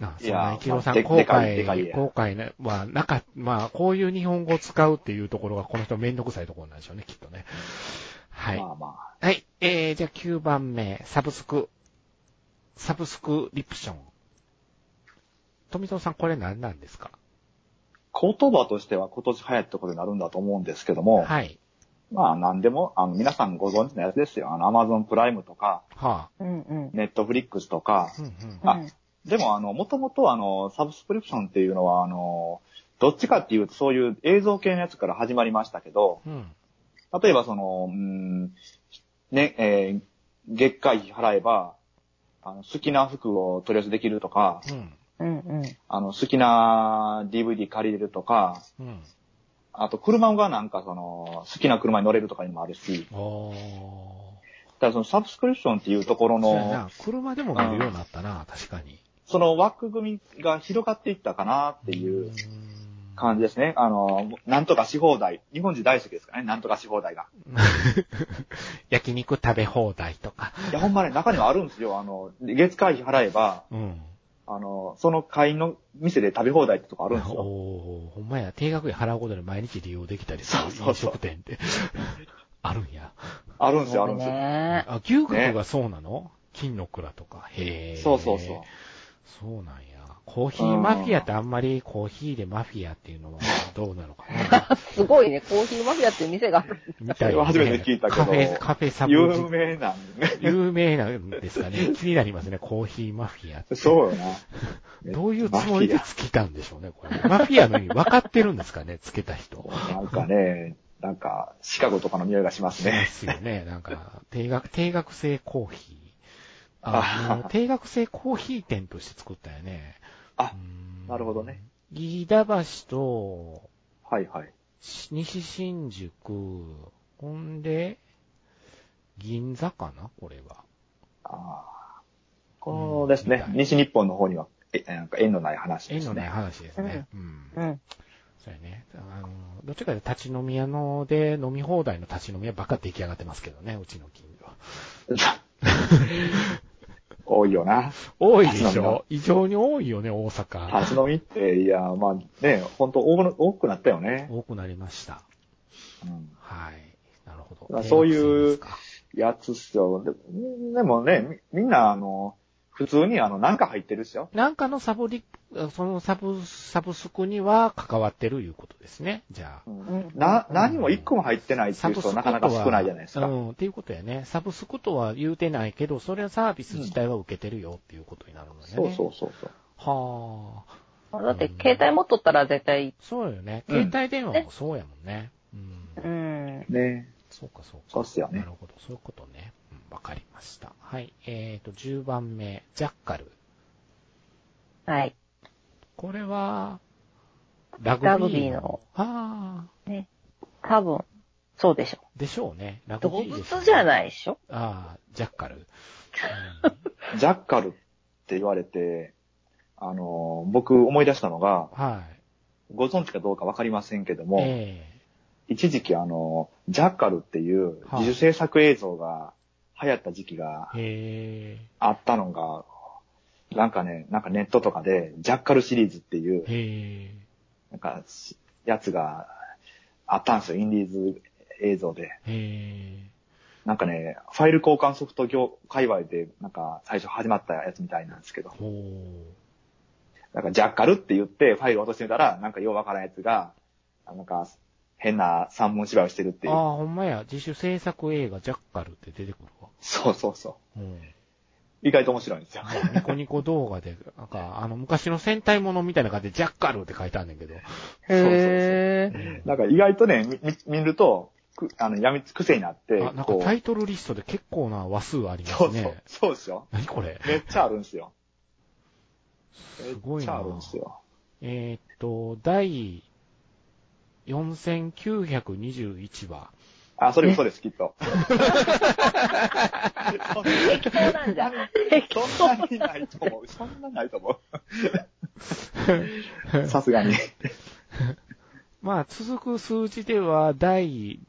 A: あそ
B: い
A: ん
B: や
A: な、一郎さ
B: ま
A: ん、
B: あ
A: 後
B: ででかいでかい
A: 悔、
B: や
A: 後悔ね、まあ、なか、まあ、こういう日本語を使うっていうところが、この人めんどくさいところなんでしょうね、きっとね。はい。
B: まあまあ。
A: はい。えー、じゃあ9番目、サブスク。サブスクリプション。富蔵さん、これ何なんですか
B: 言葉としては今年流行ったことになるんだと思うんですけども、
A: はい。
B: まあ何でも、あの皆さんご存知のやつですよ。あの Amazon プライムとか、
A: は
C: うんうん。
B: Netflix とか
A: あ。、うんうん。
B: あ
C: うん
B: でもあの、もともとあの、サブスクリプションっていうのはあの、どっちかっていうとそういう映像系のやつから始まりましたけど、
A: うん。
B: 例えばその、うん、ね、えー月会費払えば、あの、好きな服を取り寄せできるとか、
A: うん。
C: うんうん。
B: あの、好きな DVD 借りれるとか、
A: うん。
B: あと車がなんかその、好きな車に乗れるとかにもあるし、
A: おー。
B: ただそのサブスクリプションっていうところ
A: そうや
B: の、
A: な、車でも乗るようになったな、確かに。
B: その枠組みが広がっていったかなっていう感じですね。あの、なんとかし放題。日本人大好きですからね、なんとかし放題が。
A: 焼肉食べ放題とか。
B: いや、ほんまね、中にはあるんですよ。あの、月会費払えば、
A: うん。
B: あの、その会員の店で食べ放題ってとこあるんです よ。
A: おー、ほんまや、定額で払うことで毎日利用できたりする
B: そうそうそう
A: 飲食店って。 あるんや。
B: あるんですよ、あるんですよ。
C: ね
A: あ、牛角がそうなの、金の蔵とか。へえ。
B: そうそうそう。
A: そうなんや。コーヒーマフィアってあんまりコーヒーでマフィアっていうのはどうなのか な
C: すごいね、コーヒーマフィアっていう店がある。
A: みたい
B: それ
A: な、
B: は初めて聞いたけ
A: カ
B: ど
A: フェ、カフェサブ
B: 有
A: ジ
B: 名なんでね。
A: 有名なんですかね。気になりますね、コーヒーマフィアって。
B: そうよな。
A: どういうつもりでつけたんでしょうね、これ。マフィアの意味分かってるんですかね、つけた人。
B: なんかね、なんか、シカゴとかの匂いがします
A: で
B: ね。
A: すよね。なんか、定額、定額制コーヒー。
B: あ
A: あの定額制コーヒー店として作ったよね。
B: あ
A: うーん
B: なるほどね。
A: 飯田橋と、
B: はいはい。
A: し西新宿、ほんで、銀座かなこれは。
B: ああ。こうですね、
A: うん
B: 西日本の方には、え、なんか縁のない話で
A: 縁
B: すね。
A: のない話ですね。うん。
C: うん。
A: そうやね。あの、どっちかで立ち飲み屋ので、飲み放題の立ち飲み屋ばっか出来上がってますけどね、うちの近所。
B: 多いよな。
A: 多いで
B: 立ち
A: し
B: 飲み屋
A: ょ異常に多いよね、大阪。
B: 立ち飲みって、いや、まあね、ほんと多く多くなったよね。
A: 多くなりました。
B: うん
A: はい。なるほ
B: ま
A: ど。
B: あそういう
A: 定額制
B: やつっすよ。ででもね、みみんな、あの、普通にあの、なんか入ってるっすよ。
A: ですか。なんかのサブリ、そのサブ、サブスクには関わってるいうことですね。じゃあ
B: う。
C: うんん
B: な、何も一個も入ってないって
A: サ
B: いう
A: ブス
B: 人
A: クと
B: な
A: は
B: かなか少ないじゃないですか。
A: うん、っていうことやね。サブスクとは言うてないけど、それはサービス自体は受けてるよっていうことになるのでね。
B: そうそうそうそう。
A: はあ。
C: だって、携帯持っとったら絶対、
A: そうよね。
B: うん
A: 携帯電話もそうやもんね。う。
C: うんん。
B: ね
A: そうかそうか。
B: そうっすよね
A: なるほど。そういうことね。うんわかりました。はい。えーと、10番目、ジャッカル。
C: はい。
A: これは、ラグビー
C: ラグビーの。
A: ああ、
C: ね。多分、そうでしょ。
A: でしょうね。ラグ
C: 動
A: ビーでしょうね
C: 物じゃないでしょ
A: ああ、ジャッカル。
B: ジャッカルって言われて、あの、僕思い出したのが、
A: は
B: ご存知かどうかわかりませんけど
A: い。
B: も、
A: え
B: 一時期あの、ジャッカルっていう
A: はい
B: 自主制作映像が流行った時期が
A: えへ
B: あったのが、なんかね、なんかネットとかで、ジャッカルシリーズっていう
A: え、へ
B: なんか、やつがあったんですよ、インディーズ映像で。
A: えへ
B: なんかね、ファイル交換ソフト業界隈で、なんか最初始まったやつみたいなんですけど
A: え、ほう。
B: なんかジャッカルって言ってファイル落としてみたら、なんかようわからんやつが、なんか変な三文芝居をしてるってい
A: あ
B: う。
A: あ、ほんまや。自主制作映画ジャッカルって出てくるわ。
B: そうそうそう。
A: うん。
B: 意外と面白いんですよ。
A: ニコニコ動画で、なんか、あの、昔の戦隊ものみたいな感じでジャッカルって書いてあんねんけど。
C: へ
A: う
C: ー。
A: ん
B: なんか意外とね、みみ見ると、くあの、やみつ、癖になって、
A: あ、なんか
B: こう
A: タイトルリストで結構な話数あります
B: そ
A: ね。
B: うそう、そうですよ。
A: 何これ
B: めっちゃあるんですよ。
A: すごいな
B: めっちゃあるんですよ。
A: えーっと、第4921話、
B: あ、それ嘘です、きっと。
C: 適当なんじゃん。適
B: そんなにないと思う。そんなないと思 う。さすがに。
A: まあ、続く数字では、第、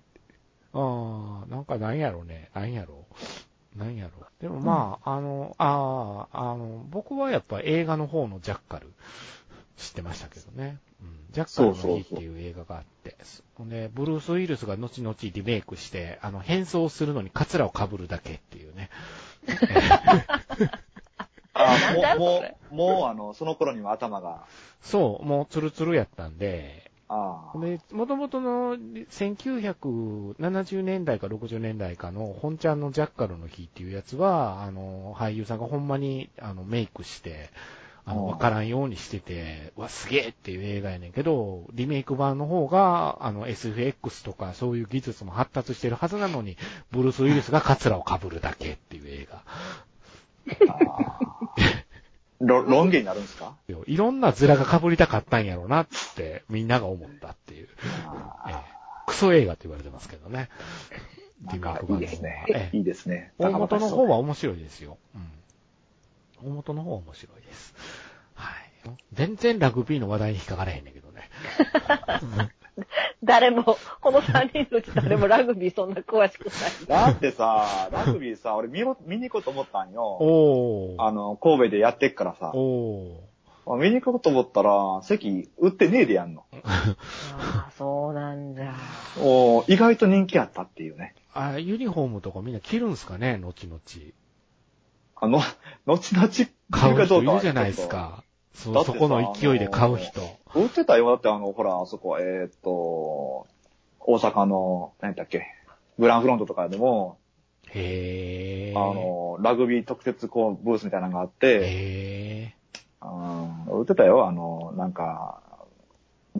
A: ああ、なんかなんやろね。なんやろ。なんやろ。でもまあ、あの、ああ、あの、僕はやっぱ映画の方のジャッカル、 知ってましたけどね。うん、ジャッカルの日っていう映画があって、ほんで、ブルース・ウィルスが後々リメイクして、あの、変装するのにカツラを被るだけっていうね。
B: あ
C: なんだ
B: もう、
C: それ
B: もう、もう、あの、その頃には頭が、
A: そう、もうツルツルやったんで、
B: ああ、
A: で、もともとの1970年代か60年代かの本ちゃんのジャッカルの日っていうやつは、あの、俳優さんがほんまにあのメイクして、あの、
B: おう
A: わからんようにしてて、うわ、すげえっていう映画やねんけど、リメイク版の方が、あの、SFX とかそういう技術も発達してるはずなのに、ブルース・ウィルスがカツラを被るだけっていう映画。
B: ああ。ロロン毛になるんですか
A: よいろんなズラが被りたかったんやろうなって、みんなが思ったっていう。ええクソ映画って言われてますけどね。
B: なんか
A: リ
B: い
A: メ
B: い
A: イ
B: で
A: ク版の
B: す
A: 方は
B: ね。
A: ええ
B: いいですね。
A: 大元の方
B: は。
A: は面白いですよ。うん。大元の方は面白いです。はい。全然ラグビーの話題に引っかからへんねんけどね。
C: 誰も、この3人のうち誰もラグビーそんな詳しくない。
B: だってさ、ラグビーさ、俺見ろ、見に行こうと思ったんよ。
A: おー。
B: あの、神戸でやってっからさ。
A: お
B: 見に行こうと思ったら、席売ってねえでやんの。
C: ああ、そうなんだ。
B: おー意外と人気あったっていうね。
A: ー。あ、ユニフォームとかみんな着るんすかね後々。
B: あの、後々、
A: 買う人い
B: かは
A: るじゃないです。か。
B: だ
A: そ
B: っ
A: う、
B: て
A: そ
B: さ
A: この勢いで買う人。
B: ちょっと売ってたよ。だってあの、ほら、あそこ、えーっと、大阪の、何だっけ、グランフロントとかでも、
A: へ
B: あ
A: ー。
B: の、ラグビー特設こうブースみたいなのがあって、
A: へ
B: うん売ってたよ。あの、なんか、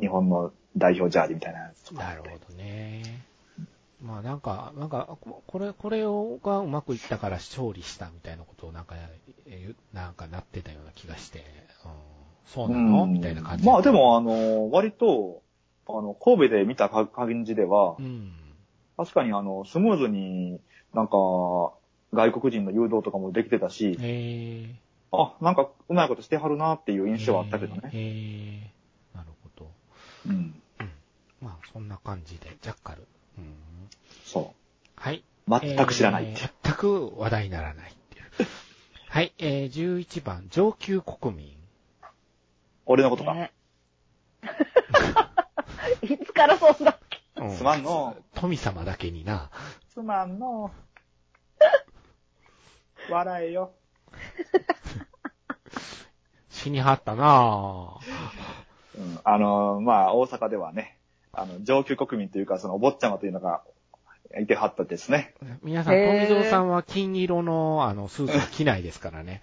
B: 日本の代表ジャージみたいなやつと
A: ー。
B: か。
A: なるほどね。まあなんか、なんか、ここれ、これをがうまくいったから勝利したみたいなことをなんか、えなんかなってたような気がして、うん、そうなの
B: うん
A: みたいな感じ。
B: まあでも、あの、割と、あの、神戸で見た感じでは
A: う、ん。
B: 確かにあの、スムーズになんか、外国人の誘導とかもできてたし、
A: えー。
B: あ、なんかうまいことしてはるなっていう印象はあったけどね。
A: えーえーなるほど。
B: うん。
A: まあそんな感じで、ジャッカル。うん、
B: そ
A: はい。
B: う。全く知らないっていう。
A: えー全く話題にならないっていう。はい、えー、11番、上級国民。
B: 俺のことか。
C: ね いつからそんな、
A: う
B: すまんの。
A: 富様だけにな。
B: すまん の。笑えよ。
A: 死にはったなぁ。
B: うん。あの、まあ、大阪ではね、あの、上級国民というか、その、お坊ちゃまというのが、いてはったですね。
A: 皆さん、
C: へー
A: 富蔵さんは金色の、あの、スーツは着ないですからね。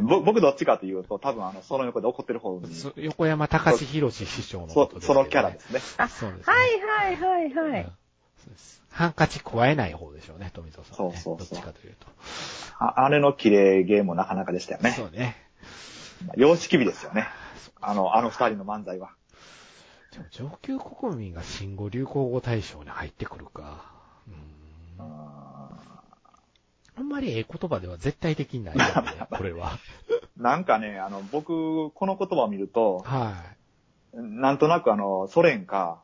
B: ぼ僕どっちかというと、多分あの、その横で怒ってる方に、
A: そ横山隆史博士師匠のこ
B: そ
A: とですけ
B: そ
A: どね、
B: のキャラですね。
A: そうですね。
C: はいはいはいは
A: うん
C: い。
A: そうですハンカチ加えない方でしょうね、富蔵さんはね、
B: そうそう
A: ど
B: そう
A: っちかというと。
B: ああれの綺麗ゲームもなかなかでしたよね。
A: そうね。
B: 様式美ですよね。あの、あの二人の漫才は。
A: でも上級国民が新語・流行語大賞に入ってくるか。う
B: うんん
A: あんまりええ言葉では絶対できないよね、 これは。
B: なんかね、あの、僕、この言葉を見ると、
A: は
B: なんとなくあの、ソ 連か、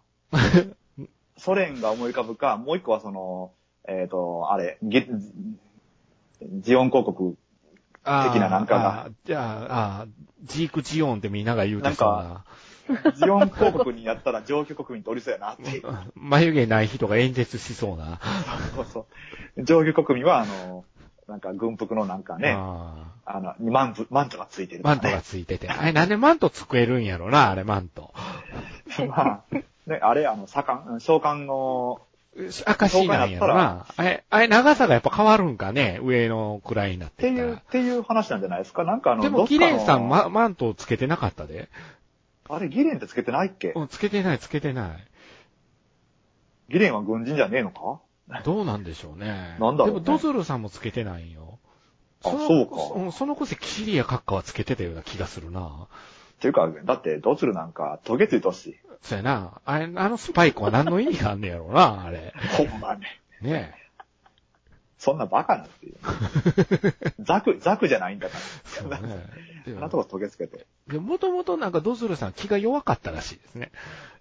B: ソ連が思い浮かぶか、もう一個はその、えっ、と、あれ、ゲジオン広告、
A: い。あー
B: 的ななんかが
A: あーじゃあ、あージーク・ジオンってみんなが言うてそう
B: なん
A: な。
B: ジオン広告にやったら上級国民とりそうやなっていう。
A: 眉毛ない人が演説しそうな。
B: そうそう。上級国民は、あの、なんか軍服のなんかね、
A: あ
B: あの、マント、マントがついてる
A: ー
B: とか
A: マ
B: ね、
A: ントがついてて。あれ、なんでマント作れるんやろな、あれ、マント。
B: まあ、ね、あれ、あの、左官、召喚の、
A: 赤しなんやろな。あれ、あれ、長さがやっぱ変わるんかね、上の位になっ
B: って
A: て
B: い
A: た
B: う、っ
A: ら。
B: ていう話なんじゃないですかなんかあの、
A: で
B: ど
A: も、
B: っ
A: ギ
B: か
A: レ
B: の
A: ンさん、ま、マントつけてなかったで。
B: あれ、ギレンってつけてないっけ
A: うん、つけてない、つけてない。
B: ギレンは軍人じゃねえのか
A: どうなんでしょうね。
B: なんだろう
A: でも、
B: ね
A: ドズルさんもつけてないんよ。
B: あ
A: の
B: そうか
A: んそのこせ、キリア閣下はつけてたような気がするな。
B: っていうか、だって、ドツルなんか、トゲついとし。
A: そうやな。あれ、あのスパイクは何の意味があんねやろうな、あれ。
B: ほんまね。
A: ね
B: そんなバカなんていう。ザク、ザクじゃ ないんだか
A: え。そう
B: ら。
A: ね。
B: そんなとこ遂げつけて。
A: でもともとなんかドズルさん気が弱かったらしいですね。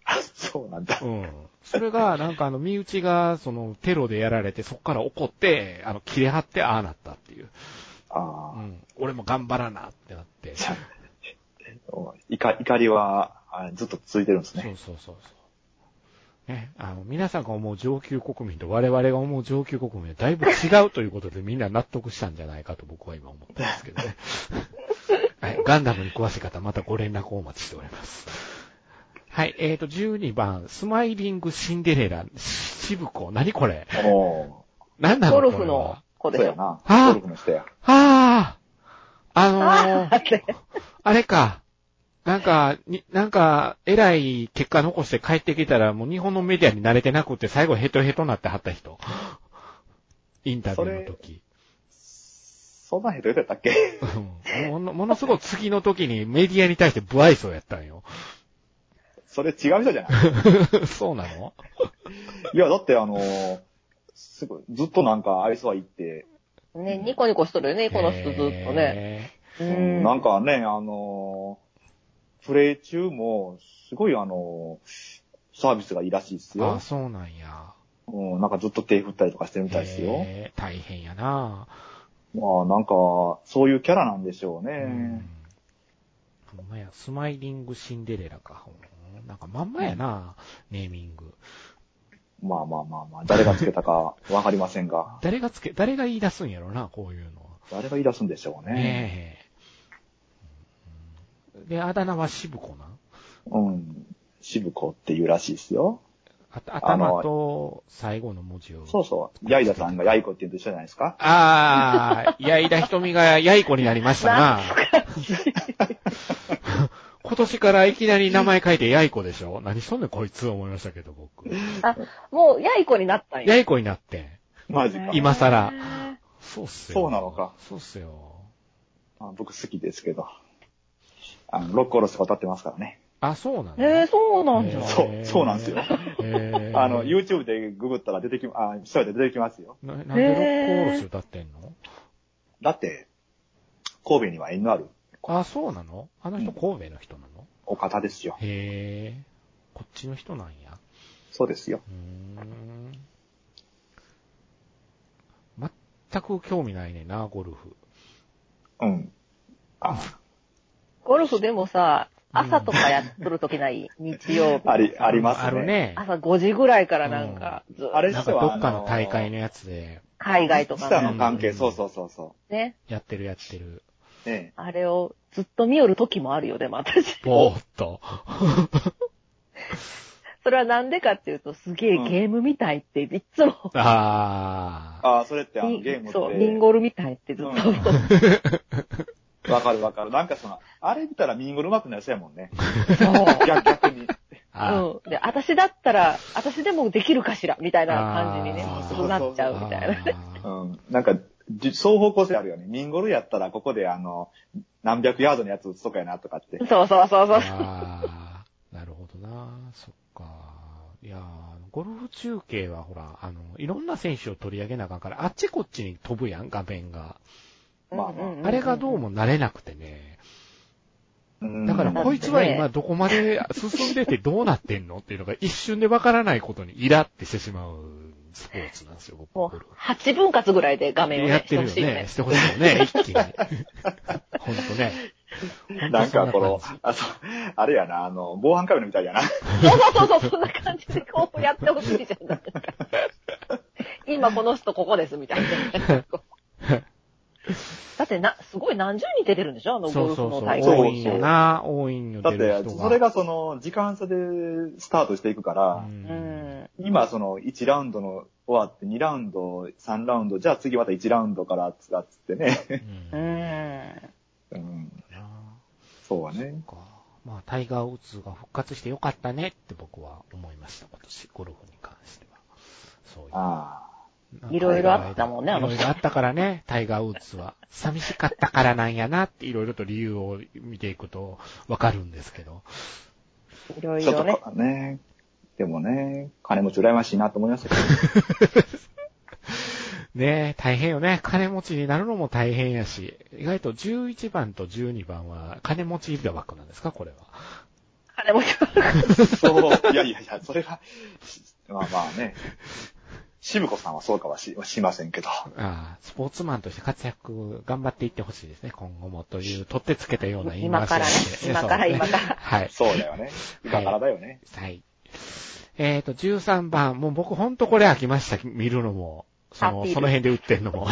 B: あ、そうなんだ。
A: うん。それが、なんかあの、身内が、その、テロでやられて、そこから怒って、あの、切れ張って、ああなったっていう。う
B: ああ。
A: ん。俺も頑張らなってなって。
B: じゃあお怒怒りは、あずっと続いてるんです
A: そう
B: ね。
A: そうそうそう。ね、あの、皆さんが思う上級国民と我々が思う上級国民はだいぶ違うということでみんな納得したんじゃないかと僕は今思ってますけど ね。はい、ガンダムに詳しい方またご連絡をお待ちしております。はい、えーと、12番、スマイリングシンデレラ、渋子、何これ
B: お
A: 何なの
C: ゴ
A: これ
C: ル
A: は
C: フの子
B: ー
C: で
B: そう
C: し
B: や
C: ょ。
B: な。
A: あー
B: ゴルフの人や。
A: あああのー、
C: って
A: あれか。なんか、に、なんか、偉い結果残して帰ってきたら、もう日本のメディアに慣れてなくて、最後ヘトヘトなってはった人。インタビューの時。
B: そんな人いたっけ
A: う んものものすごい次の時にメディアに対して不愛想やったんよ。
B: それ違う人じゃない
A: そうなの
B: いや、だってあのーすごい、ずっとなんか愛想はいいって、
C: ね、ニコニコしとるよね、この人ずっとね。
A: ね。
C: うん。
B: なんかね、あのープレイ中も、すごいあのーサービスがいいらしいです
A: あ
B: よ。
A: そうなんや。
B: うん、なんかずっと手振ったりとかしてるみたいですよ。
A: へー大変やな、
B: まあなんか、そういうキャラなんでしょう
A: う
B: ね
A: ん。。ほんまや、スマイリングシンデレラか。うんなんかまんまやな、ネーミング。
B: まあまあまあまあ、誰がつけたかわかりませんが、
A: 誰がつけ、誰が言い出すんやろな、こういうのは。
B: 誰が言い出すんでしょうね。
A: ねえ。で、あだ名は渋子なん
B: うん。渋子っていうらしいですよ。
A: あ頭と最後の文字を。
B: そうそう。ヤイダさんがヤイコって言うと一緒じゃないですか。
A: ああ、矢井田瞳がやい子になりましたな。今年からいきなり名前書いてやい子でしょ何しとんねんこいつ思いましたけど、僕。
C: もう、やい子になったん
A: や
C: や。
A: い子になってん。
B: マジか。
A: 今更。そうっすよ。
B: そうなのか。
A: そうっすよ。
B: あ僕好きですけど。あの、ロックおろしとか歌ってますからね。
A: あ、そうなの
C: えー、そうなんだ
A: へー。
B: そう、そうなんですよ。
A: えー
B: あの、YouTube でググったら出てき、あ、調べて出てきますよ。
A: な、なんで六甲おろし歌ってんの、
B: だって、神戸には縁のある
A: あ、そうなのあの人神戸の人なの、
B: お方ですよ。
A: へえ、こっちの人なんや。
B: そうですよ。
A: うーん。全く興味ないねんな、ゴルフ。
B: うん。あ、
C: ゴルフでもさ、朝とかやっとるときない日曜日。
B: あり、ありますね。
A: ある。ね。
C: 朝5時ぐらいからなんか、ずっと
B: あれ
A: なん
B: っ
A: か
B: す
A: ど
B: わ
A: っかの大会のやつで、
C: 海外と
B: 時
C: か
B: 差
C: ね
B: の関係、
A: うん
B: そうそうそうそ
C: ね。
A: やってるやってる。
B: う。ね
C: あれをずっと見よるときもあるよ、でも 私。
A: ぼーっと。
C: それはなんでかっていうと、すげえ
B: うん
C: ゲームみたいって、いっつも、
A: あー。
B: ああ、それってあのゲームっ
C: そう、リン
B: て、
C: ゴルみたいってずっと。
B: わかるわかる。なんかその、あれ見たらミンゴル上手くなりそうやもんね。
C: そう
B: 逆逆に。
A: あ
C: うん。で、私だったら、私でもできるかしら、みたいな感じにね
A: あー、
C: そうなっちゃうみたいな。
A: な。
B: うん。なんか、じ双方向性あるよね。ミンゴルやったらここであの、何百ヤードのやつ打つとかやなとかって。
C: そうそうそうそう。
A: ああ、なるほどな。そっか。いやーゴルフ中継はほら、あの、いろんな選手を取り上げなあかんから、あっちこっちに飛ぶやん、画面が。
B: まあまあ
C: うんうんうん
A: あれがどうも慣れなくてね。
B: うん
A: だから、
C: うん
A: こいつは
C: な
A: 今
C: ん
A: どこまで進んでてどうなってんのっていうのが一瞬でわからないことにイラってしてしまうスポーツなんですよ、僕
C: も
A: ゴル
C: う
A: フ。、
C: 8分割ぐらいで画面を
A: やっ、
C: ね
A: て
C: して
A: る
C: ほ
A: よ
C: しいよ
A: ね。
C: ね。
A: してほしいよね、一気に。 ほんとね。ほと
B: なん
A: そ
B: か
A: 感
B: この
A: じ、
B: あ、そう、あれやな、あの、防犯カメラみたいやな。
C: そうそうそうそう、そんな感じでこうやってほしいじゃん。なんか今この人ここです、みたい な。だってな、すごい何十人出てるんでしょあの
A: そ
C: ゴ
A: う
C: ルフ
A: そうそ
C: の
A: う。
C: 大
B: そう
A: 多
C: 会。
A: いんよな、多いんよ、
B: だ
A: 出
B: っ
A: る
B: て、
A: 人が。
B: それがその、時間差でスタートしていくか
A: う
B: ら、
A: ん
C: うん。
B: 今その、1ラウンドの終わって、2ラウンド、3ラウンド、じゃあ次また1ラウンドから、つっつってね。
C: う
A: うん
B: う
C: ん。
B: ん。
A: なあ
B: そうはね。
A: そっかまあ、タイガー・ウッズが復活してよかったねって僕は思いました、今年、ゴルフに関しては。そういう。
B: あ
A: なんか
C: いろいろあったもんねあの
A: いろ
C: 人
A: いろあったからね、タイガー・ウッズは。寂しかったからなんやなって、いろいろと理由を見ていくとわかるんですけど。
B: あ。
C: いろい
B: ちょっ
C: ろ
B: と
C: ね。
B: かね。でもね、金持ち羨ましいなと思いましたけど。
A: ねえ、大変よね。金持ちになるのも大変やし、意外と11番と12番は金持ちが枠なんですか、これは。
C: 金持ちは
B: そう、いやいやいや、それが、しまあまあね、渋子さんはそうかはししませんけど。
A: ああ、スポーツマンとして活躍、頑張っていってほしいですね、今後もという、取ってつけたような言い回
C: 今
A: しな
C: か
A: ん
C: ら
A: で
C: ね。今から今か。
A: そうですね
C: ら。
A: はい。
B: そうだよね。今からだよね。
A: はい。えっ、と、13番、もう僕ほんとこれ飽きました、見るのも。その、
C: タピル
A: その辺で売ってんのも。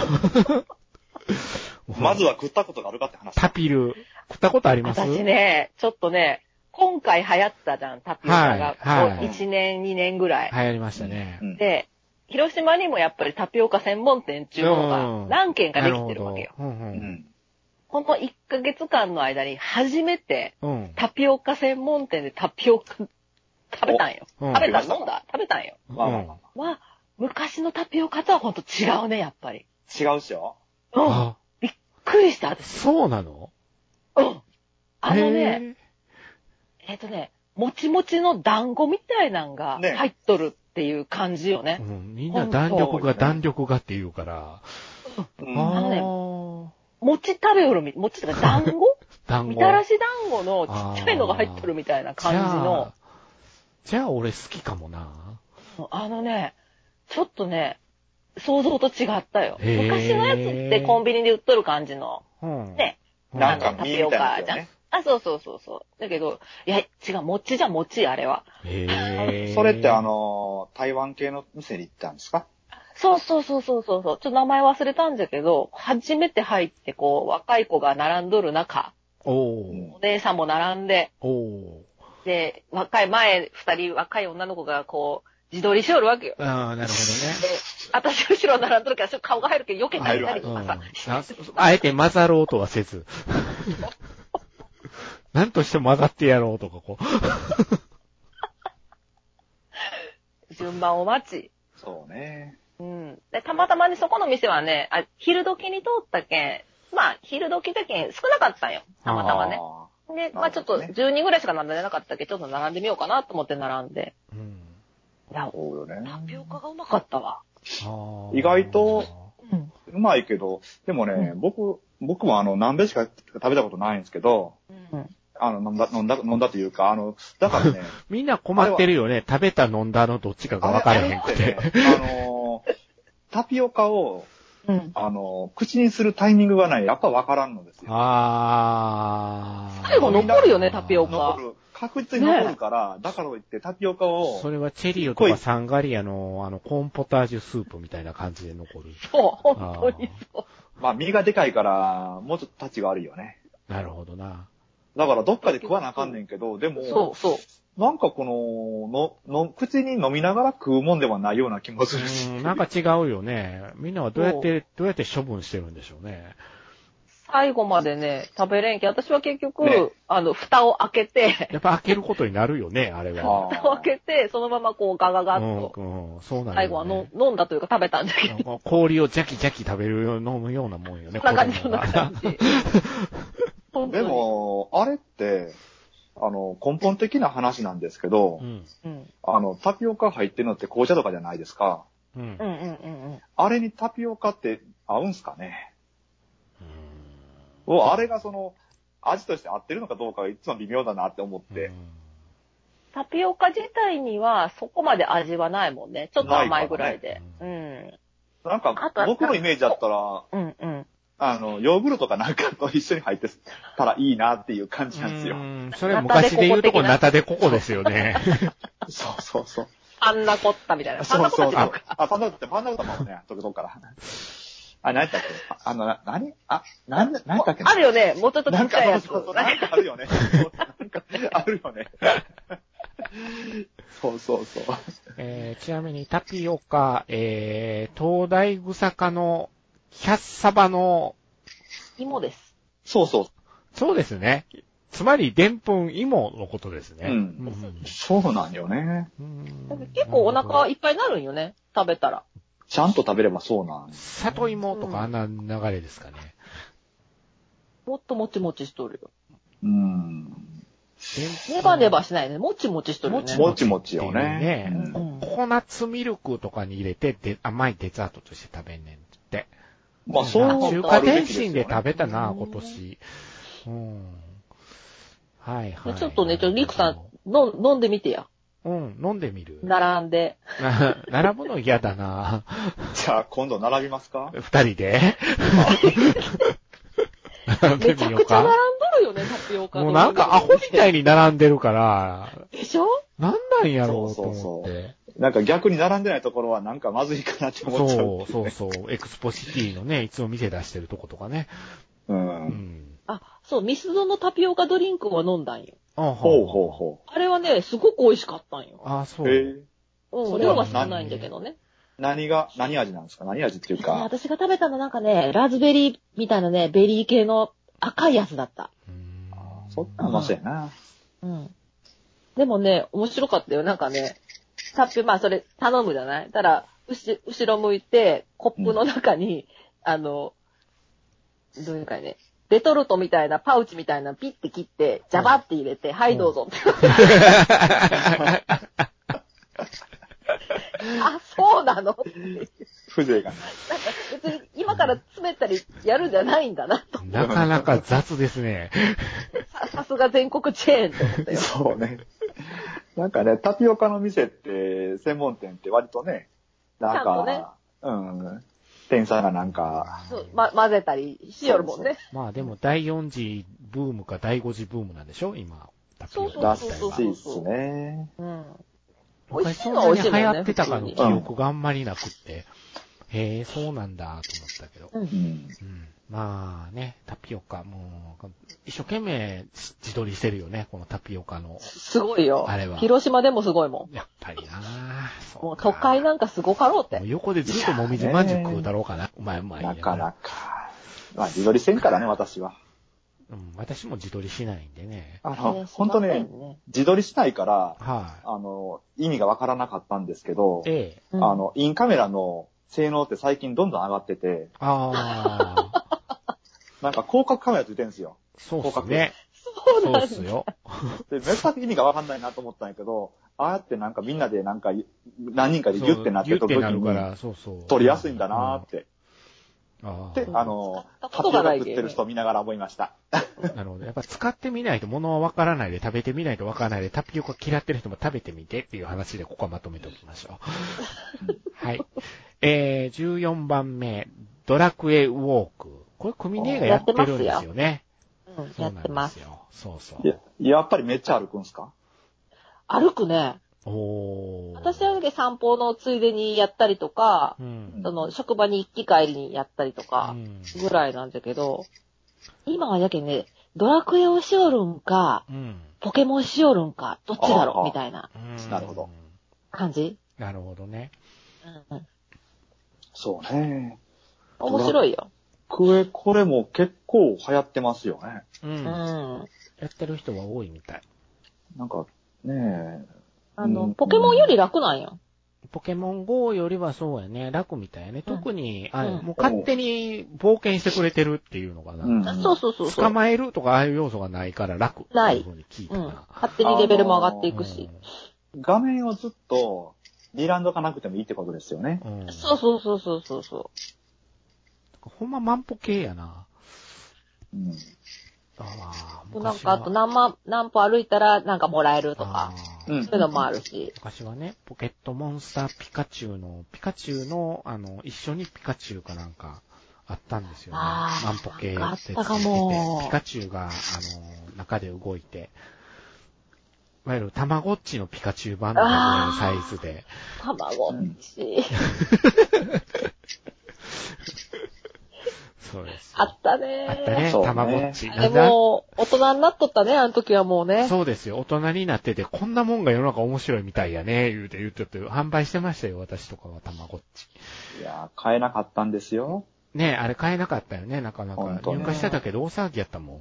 B: まずは食ったことがあるかって話。
A: タピル、食ったことあります
C: 私ね、ちょっとね、今回流行ったじゃん、タピオカが。
A: はいはい
C: 1年、2年ぐらい。
A: 流行りましたね
B: う。ん
C: で、広島にもやっぱりタピオカ専門店っていうの
A: う
C: が
A: ん
C: 何軒か
A: な
C: で
A: る
C: き
A: ほ
C: てるわ
A: ど
C: けよ。。
A: うんう。
B: うんん。
C: この1ヶ月間の間に初めて
A: うん。
C: タピオカ専門店でタピオカ食べたんよ。
A: うん
C: 食べた
B: 食べました
C: 飲んだ食べたんよ。
B: まあまあま
C: まあ、昔のタピオカとはほんと違うね、やっぱり。
B: あ違うっしょ
C: うん。びっ
A: あ、
C: くりした、私。
A: そうなの
C: うん。あのね、
A: へえ
C: えっ、とね、もちもちの団子みたいなんが
B: ね
C: 入っとるっていう感じよね。
A: うん、みんな弾力が弾力がって言うから。
B: う
A: あ
B: ん
C: あのね
A: ー
C: 餅食べよるみ、餅とか団 子
A: 団子。
C: みたら
A: じ
C: し団子のちっちゃいのが入っとるみたいな感じの
A: ゃあ、、じゃあ俺好きかもな。
C: あのね、ちょっとね、想像と違ったよ。
A: へー
C: 昔のやつってコンビニで売っとる感じの。
A: うん。
C: ね
A: うん。
B: なん
C: あ
B: か
C: のタ
B: 見
C: ピ
B: え
C: オ
B: みたいな
C: カ
B: やつ
C: じゃ
B: よ
C: ん
B: ね。。
C: あ、そうそうそうそう。だけど、いや、違う、餅じゃん餅、あれは。
A: へえ。
B: それってあ、の、台湾系の店に行ったんですか
C: そうそうそうそうそうそう。ちょっと名前忘れたんだけど、初めて入って、こう、若い子が並んどる中、
A: お
B: うん
A: ー。
C: お姉さんも並んで、
A: おー。
C: で、若い、前、二人、若い女の子が、こう、自撮りしよるわけよ。
A: ああ、なる
C: で、私後ろ並んどるから、ちょっと顔が入るけど、避けたりたり
A: ほ
C: と
A: ど
C: か
A: ね
C: さ。。
A: うんあ。あえて混ざろうとはせず。 なんとしても混ざってやろうとか、こ
C: 順番を待ち。
B: そうね。
C: うん。で、たまたまにそこの店はね、あ、昼時に通ったけん、まあ、昼時だけん少なかったんよ。たまたまね。
B: あ
C: で、まあちょっと
B: なるほ
C: 10人ぐらいしか並んでなかったけん、ちょっと並んでみようかなと思って並んで。
A: う。うん
C: いや
B: ー、そうよね。
C: タピオカがうまかったわ。
A: あー
B: 意外と、
C: うん。
B: うまいけど、でもね、僕、僕もあの、南米しか食べたことないんですけど、
C: うん。
B: あの、飲んだ、飲んだ、飲んだというか、あの、だから ね、
A: みんな困ってるよね。食べた飲んだのどっちかが分からへんくて。
B: あれってね、あのー、タピオカを、
C: うん。
B: あのー、口にするタイミングがない、やっぱわからんのですよ。
A: ああ。
C: 最後残るよねタピオカ
B: 残る。確実に残るから、だからといってタピオカ
A: そ
B: を、
A: れはチェリオとかサンガリアの、あの、コーンポタージュスープみたいな感じで残る。
C: そう、本当にそ
B: まあ、身がでかいから、もうちょっと立ちが悪いよね。
A: なるほどな。
B: だからどっかで食わなあかんねんけど、で
C: う。そ
B: も
C: う、、そう。
B: なんかこの、の、の、口に飲みながら食うもんではないような気もするし。
A: うん、なんか違うよね。みんなはどうやって、どうやって処分してるんでしょうね。
C: 最後までね、食べれんけん。私は結局、
B: ね
C: あの、蓋を開けて、
A: やっぱ開けることになるよね、あれは。
B: あー
C: 蓋を 開けて、そのままこうガガガッと、
A: うん、うん、そうなる
C: 最後
A: よ
C: はの
A: ね。
C: 飲んだというか食べたんだけど、
A: なんか氷をジャキジャキ食べるよう、飲むようなもんよね、
C: そんな感じ、
A: 子
C: そん
A: 供
C: な
A: が
C: 感じ。本当
B: で
C: に、
B: も、あれって、あの、根本的な話なんですけど
A: う、ん、
C: うん、
B: あの、タピオカ入ってるのって紅茶とかじゃないですか。
A: うん
C: う。ん、うん、うんうん。
B: あれにタピオカって合うんすかねおあれがその、味として合ってるのかどうかがいつも微妙だなって思っ
A: う
B: て。
A: ん
C: タピオカ自体にはそこまで味はないもんね。ちょっと甘いぐらいで。
B: なん
C: あ
B: か
C: と、は
B: 僕のイメージだったら、
C: うん、うん、うん。
B: あの、ヨーグルトかなんかと一緒に入ってたらいいなっていう感じなんです
A: う
B: よ。
A: んそれ昔で言うとこ、ナタデココですよね。
B: そうそうそう。
C: パンナコッタみたいな。パン
B: そ
C: ナ
B: う
C: コ
B: そう
C: ッ
B: そ
C: タ違
B: う
C: うか。。
B: あ、パンダって、パンダ歌もね、とけとくから。あ、何やったっけああの、な、何あ、なん、何やったっけ
C: あるよね。もうちょっとち
B: な
C: っ
B: ん
C: ち
B: か
C: ゃいやつ。
B: そうそうなんかあるよね。なんかあるよね。そうそうそう。
A: えーちなみにタピオカ、えー、東大草科のキャッサバの、
C: 芋です。
B: そうそう。
A: そうですね。つまり、でんぷん芋のことですね。
B: うんそうなんよね。
A: うん
C: 結構お腹いっぱいになるんよね。食べたら。
B: ちゃんと食べればそうなん。
A: 里芋とかあんな流れですかね。
C: もっともちもちしとるよ。
B: うん。
C: ネバネバしないね。もちもちしとるよね。
B: もちもちよ
A: ね
B: ね。
C: う
B: うん
C: ん
A: ココナッツミルクとかに入れてで、甘いデザートとして食べんねんって。
B: まあ、そういうの
A: 中
B: もあ
A: 華
B: るべ
A: 天
B: きすよ
A: 津
B: ね
A: で食べたな、今年。うん。はいはい。
C: ちょっとね、ちょっとリクさん、の飲んでみてや。
A: うん、飲んでみる。
C: 並んで。
A: な 並ぶの嫌だな。
B: じゃあ、今度並びますか
A: 二人で。並んで
C: めち
A: み
C: ゃ
A: よう
C: くちゃ並
A: か。
C: んどるよね、タピオカ
A: もうなんかアホみた
C: い。
A: いに並んでるから、
C: でしょ
A: なんなんやろうと
B: そ
A: 思
B: う
A: っ
B: そう
A: て。
B: なんか逆に並んでないところはなんかまずいかなって思っちゃう。
A: そう、そうそう。エクスポシティのね、いつも店出してるとことかね。
B: う。
A: うんん。
C: あ、そう、ミスドのタピオカドリンクを飲んだんよ。
A: ほう
B: ほうほうほ。
C: あれはね、すごく美味しかったんよ。
A: ああ、そうう。
B: えー
C: う
B: そ
C: ん、
B: れ
C: 量
B: は
C: が少ないんだけどね。
B: 何が、何味なんですか何味っていうか。
C: 私が食べたのなんかね、ラズベリーみたいなね、ベリー系の赤いやつだった。
A: うん
B: そんなのうまそうやな。
C: うん。でもね、面白かったよ。なんかね、タッピ、まあそれ頼むじゃないたら、うし、後ろ向いて、コップの中に、あの、どういうかね、レトルトみたいなパウチみたいなのピッて切って、ジャバって入れて、はいどうぞって。 あ、そうなのっていうなんか
B: 風情がない。
C: 別に今から詰めたりやるんじゃないんだなと。
A: なかなか雑ですね。
C: ささすが全国チェーンと思ったよ。
B: そうね。なんかね、タピオカの店って、専門店って割とね、なんか、
C: ち
B: うん。店員さんがなんか、
C: そうま、混ぜたりしよるもんね。
A: まあでも第4次ブームか第5次ブームなんでしょ今。タピオカ
B: ら
A: 自体
B: し
C: そう
A: は
C: そう
B: いっすね。
C: うん。美味
A: 昔
C: しい
A: そん
C: のは美
A: な
C: 味しい
A: に流
C: もんね。
A: 行ってたかの
C: 普
A: 記
C: 通に
A: 憶があんまりなくって。へえ、そうなんだと思ったけど。
B: うん。
A: うん。まあね、タピオカ、もう、一生懸命自撮りしてるよね、このタピオカの。
C: すごいよ。
A: あれは
C: 広島でもすごいも
A: やっぱりなそ
C: ん。もう都会なんかすごかろう
A: も
C: って
A: う。横でずっともみじまんじゅう食うだろうかな。うまいうまい。
B: なかなか。まあ、自撮りせんからね、私は。
A: うん、私も自撮りしないんでね。
B: あ
C: ね
B: の、本当ね
C: すい、ま
B: 自撮りしないから、
A: はい、
B: あの、意味がわからなかったんですけど、
A: ええ。
C: せんね
B: あ、の、インカメラの性能って最近どんどん上がってて、
A: ああ、
B: なんか広角カメラついてるんですよ。
A: そうっすね。
C: そう
A: そう
C: な
A: っ
C: ん
A: す
C: す
A: よ。
B: で、めっちゃ意味がわかんないなと思ったんやけど、ああやってなんかみんなでなんか、何人かでギュってなってる
A: ギュ
B: 時
A: ッてなるか
B: に、
A: ら、そうそう。
B: 撮りやすいんだなーって。
A: あ
B: で、あの、
C: 使った
B: タピ
C: こと
B: オ
C: がな
B: カ
C: い
B: 食ってる人見ながら思いました。
A: あ、 なるほど。やっぱ使ってみないと物はわからないで、食べてみないとわからないで、タピオカ嫌ってる人も食べてみてっていう話で、ここはまとめておきましょう。はい。えー、14番目、ドラクエウォーク。これ、組姉がやってるんですよね。
C: うん
A: そ
C: や
A: う
C: っ
A: な
C: てま
A: んですす。よ。そうそ
B: いや
A: う。
B: やっぱりめっちゃ歩くんすか
C: 歩くね。
A: おー。
C: 私はね散歩のついでにやったりとか
A: う、ん。
C: その、職場に行き帰りにやったりと
A: う
C: か、
A: ん
C: ぐらいなんだけど、今はやけんね、ドラクエをしおるんか、
A: うん。
C: ポケモンしおるんか、どっちだろ
B: あ
C: う
B: あ
C: みたいな
A: うん
B: なるほど。
C: 感じ。
A: なるほどね。
C: うん、
B: そうね。
C: 面白いよ。
B: クエ、これも結構流行ってますよね。
A: う。
C: うん
A: や
C: ん。
A: ってる人は多いみたい。
B: なんか、ねえ。
C: あ
B: う
C: の、
B: ん
C: ポケモンより楽なんよ。
A: ポケモン GO よりはそうやね、楽みたいやね。特に、あれ
C: うん
A: もう勝手に冒険してくれてるっていうのかな。
B: うん
C: そうそうそうそう。
A: 捕まえるとかああいう要素がないから楽っていうふうに聞いた
C: うん。
A: な。
C: 勝手にレベルも上がっていくし。
B: 画面をずっと、D ランドかなくてもいいってことですよね。
A: うん。うん
C: そうそうそうそうそうそ
A: ほんま万歩系やな。
B: うん。
A: ああ、
C: う。なん
A: 昔
C: か、
A: は
C: あと何万、何歩歩いたらなんかもらえると
A: あ
C: か、
A: ー
B: うん
C: そういうのもあるし。
A: 昔はね、ポケットモンスターピカチュウの、ピカチュウの、あの、一緒にピカチュウかなんか、あったんですよね。
C: あー
A: 万歩計
C: なんかあったかも
A: てピカチュウが、あの、中で動いて、いわゆる、たまごっちのピカチュウ版のサイズで、
C: 卵し、
A: そうです。
C: あった
A: あったね、
C: ね
B: そうね
A: たまごっち。
C: あれもう、大人になっとったね、あの時はもうね。
A: そうですよ。大人になってて、こんなもんが世の中面白いみたいやね、言うて言うてて、販売してましたよ、私とかは、たまごっち。
B: いやー、買えなかったんですよ。
A: ねあれ買えなかったよね、なかなか。
B: ほんと
A: 入
B: ね
A: 荷してたけど、大騒ぎやったも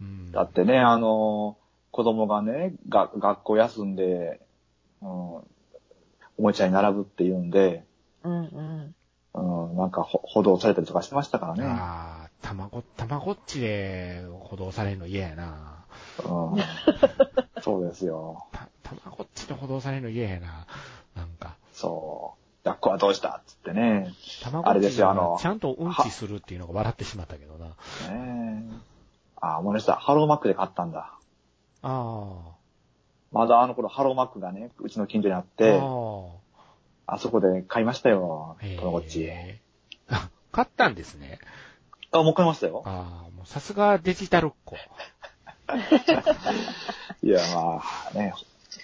A: ん。うん。
B: だってね、あのー子供がね、が学校休んで、うん、おもちゃに並ぶって言うんで、
C: うんうん。
B: うん、なんかほ補導されたりとかしてましたからね。
A: ああ、たまご、たまごっちで補導されるの嫌やな。
B: うん、 そうですよ。
A: た、たまごっちで補導されるの嫌やな。なんか、
B: そう。抱っこはどうしたっつってね。
A: たまご
B: あれ
A: っ
B: で
A: ち
B: すよあ
A: が
B: の
A: ちゃんとうんちするっていうのが笑ってしまったけどな。
B: ねえあ、思い出した。ハローマックで買ったんだ。
A: あ
B: まだあの頃ハローマックがね、うちの近所にあっ
A: あ。
B: て、
A: あ
B: あそこで買いましたよ
A: あ。。へえ
B: たまごっち。
A: あ買ったんですね。
B: あ、もう買いましたよ。
A: ああ、もうさすがデジタルっ子。
B: いや、まあね。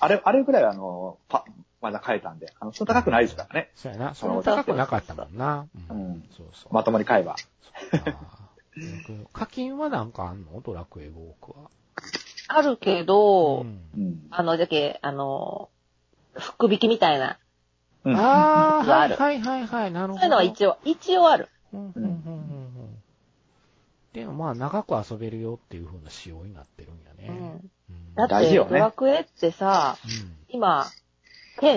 B: あれ、あれぐらいはあの、パ、まだ買えたんで、あの、そんな高くないですからね。
A: そうやな。そんな高くなかったもんな。
B: うん
A: そうそう。
B: まともに買えば。
A: そっか課金はなんかあんのドラクエウォークは。
C: あるけど、
A: うん
B: うん。
C: あの、じゃけ、あの、福引きみたいな。
B: うん
A: ああ、は
C: あ
A: い
C: る
A: はいはいはい、なるほ
C: そういう
A: ど。
C: のは一応、一応ある。
A: うんうんうんうんうんでもまあ長く遊べるよっていう風な仕様になってるんや
C: う
A: ね。
C: ん。
A: うん
C: だっ
B: 大事
C: て、
B: よ
C: ド
B: ね
C: ラクエってさ、今、
A: うん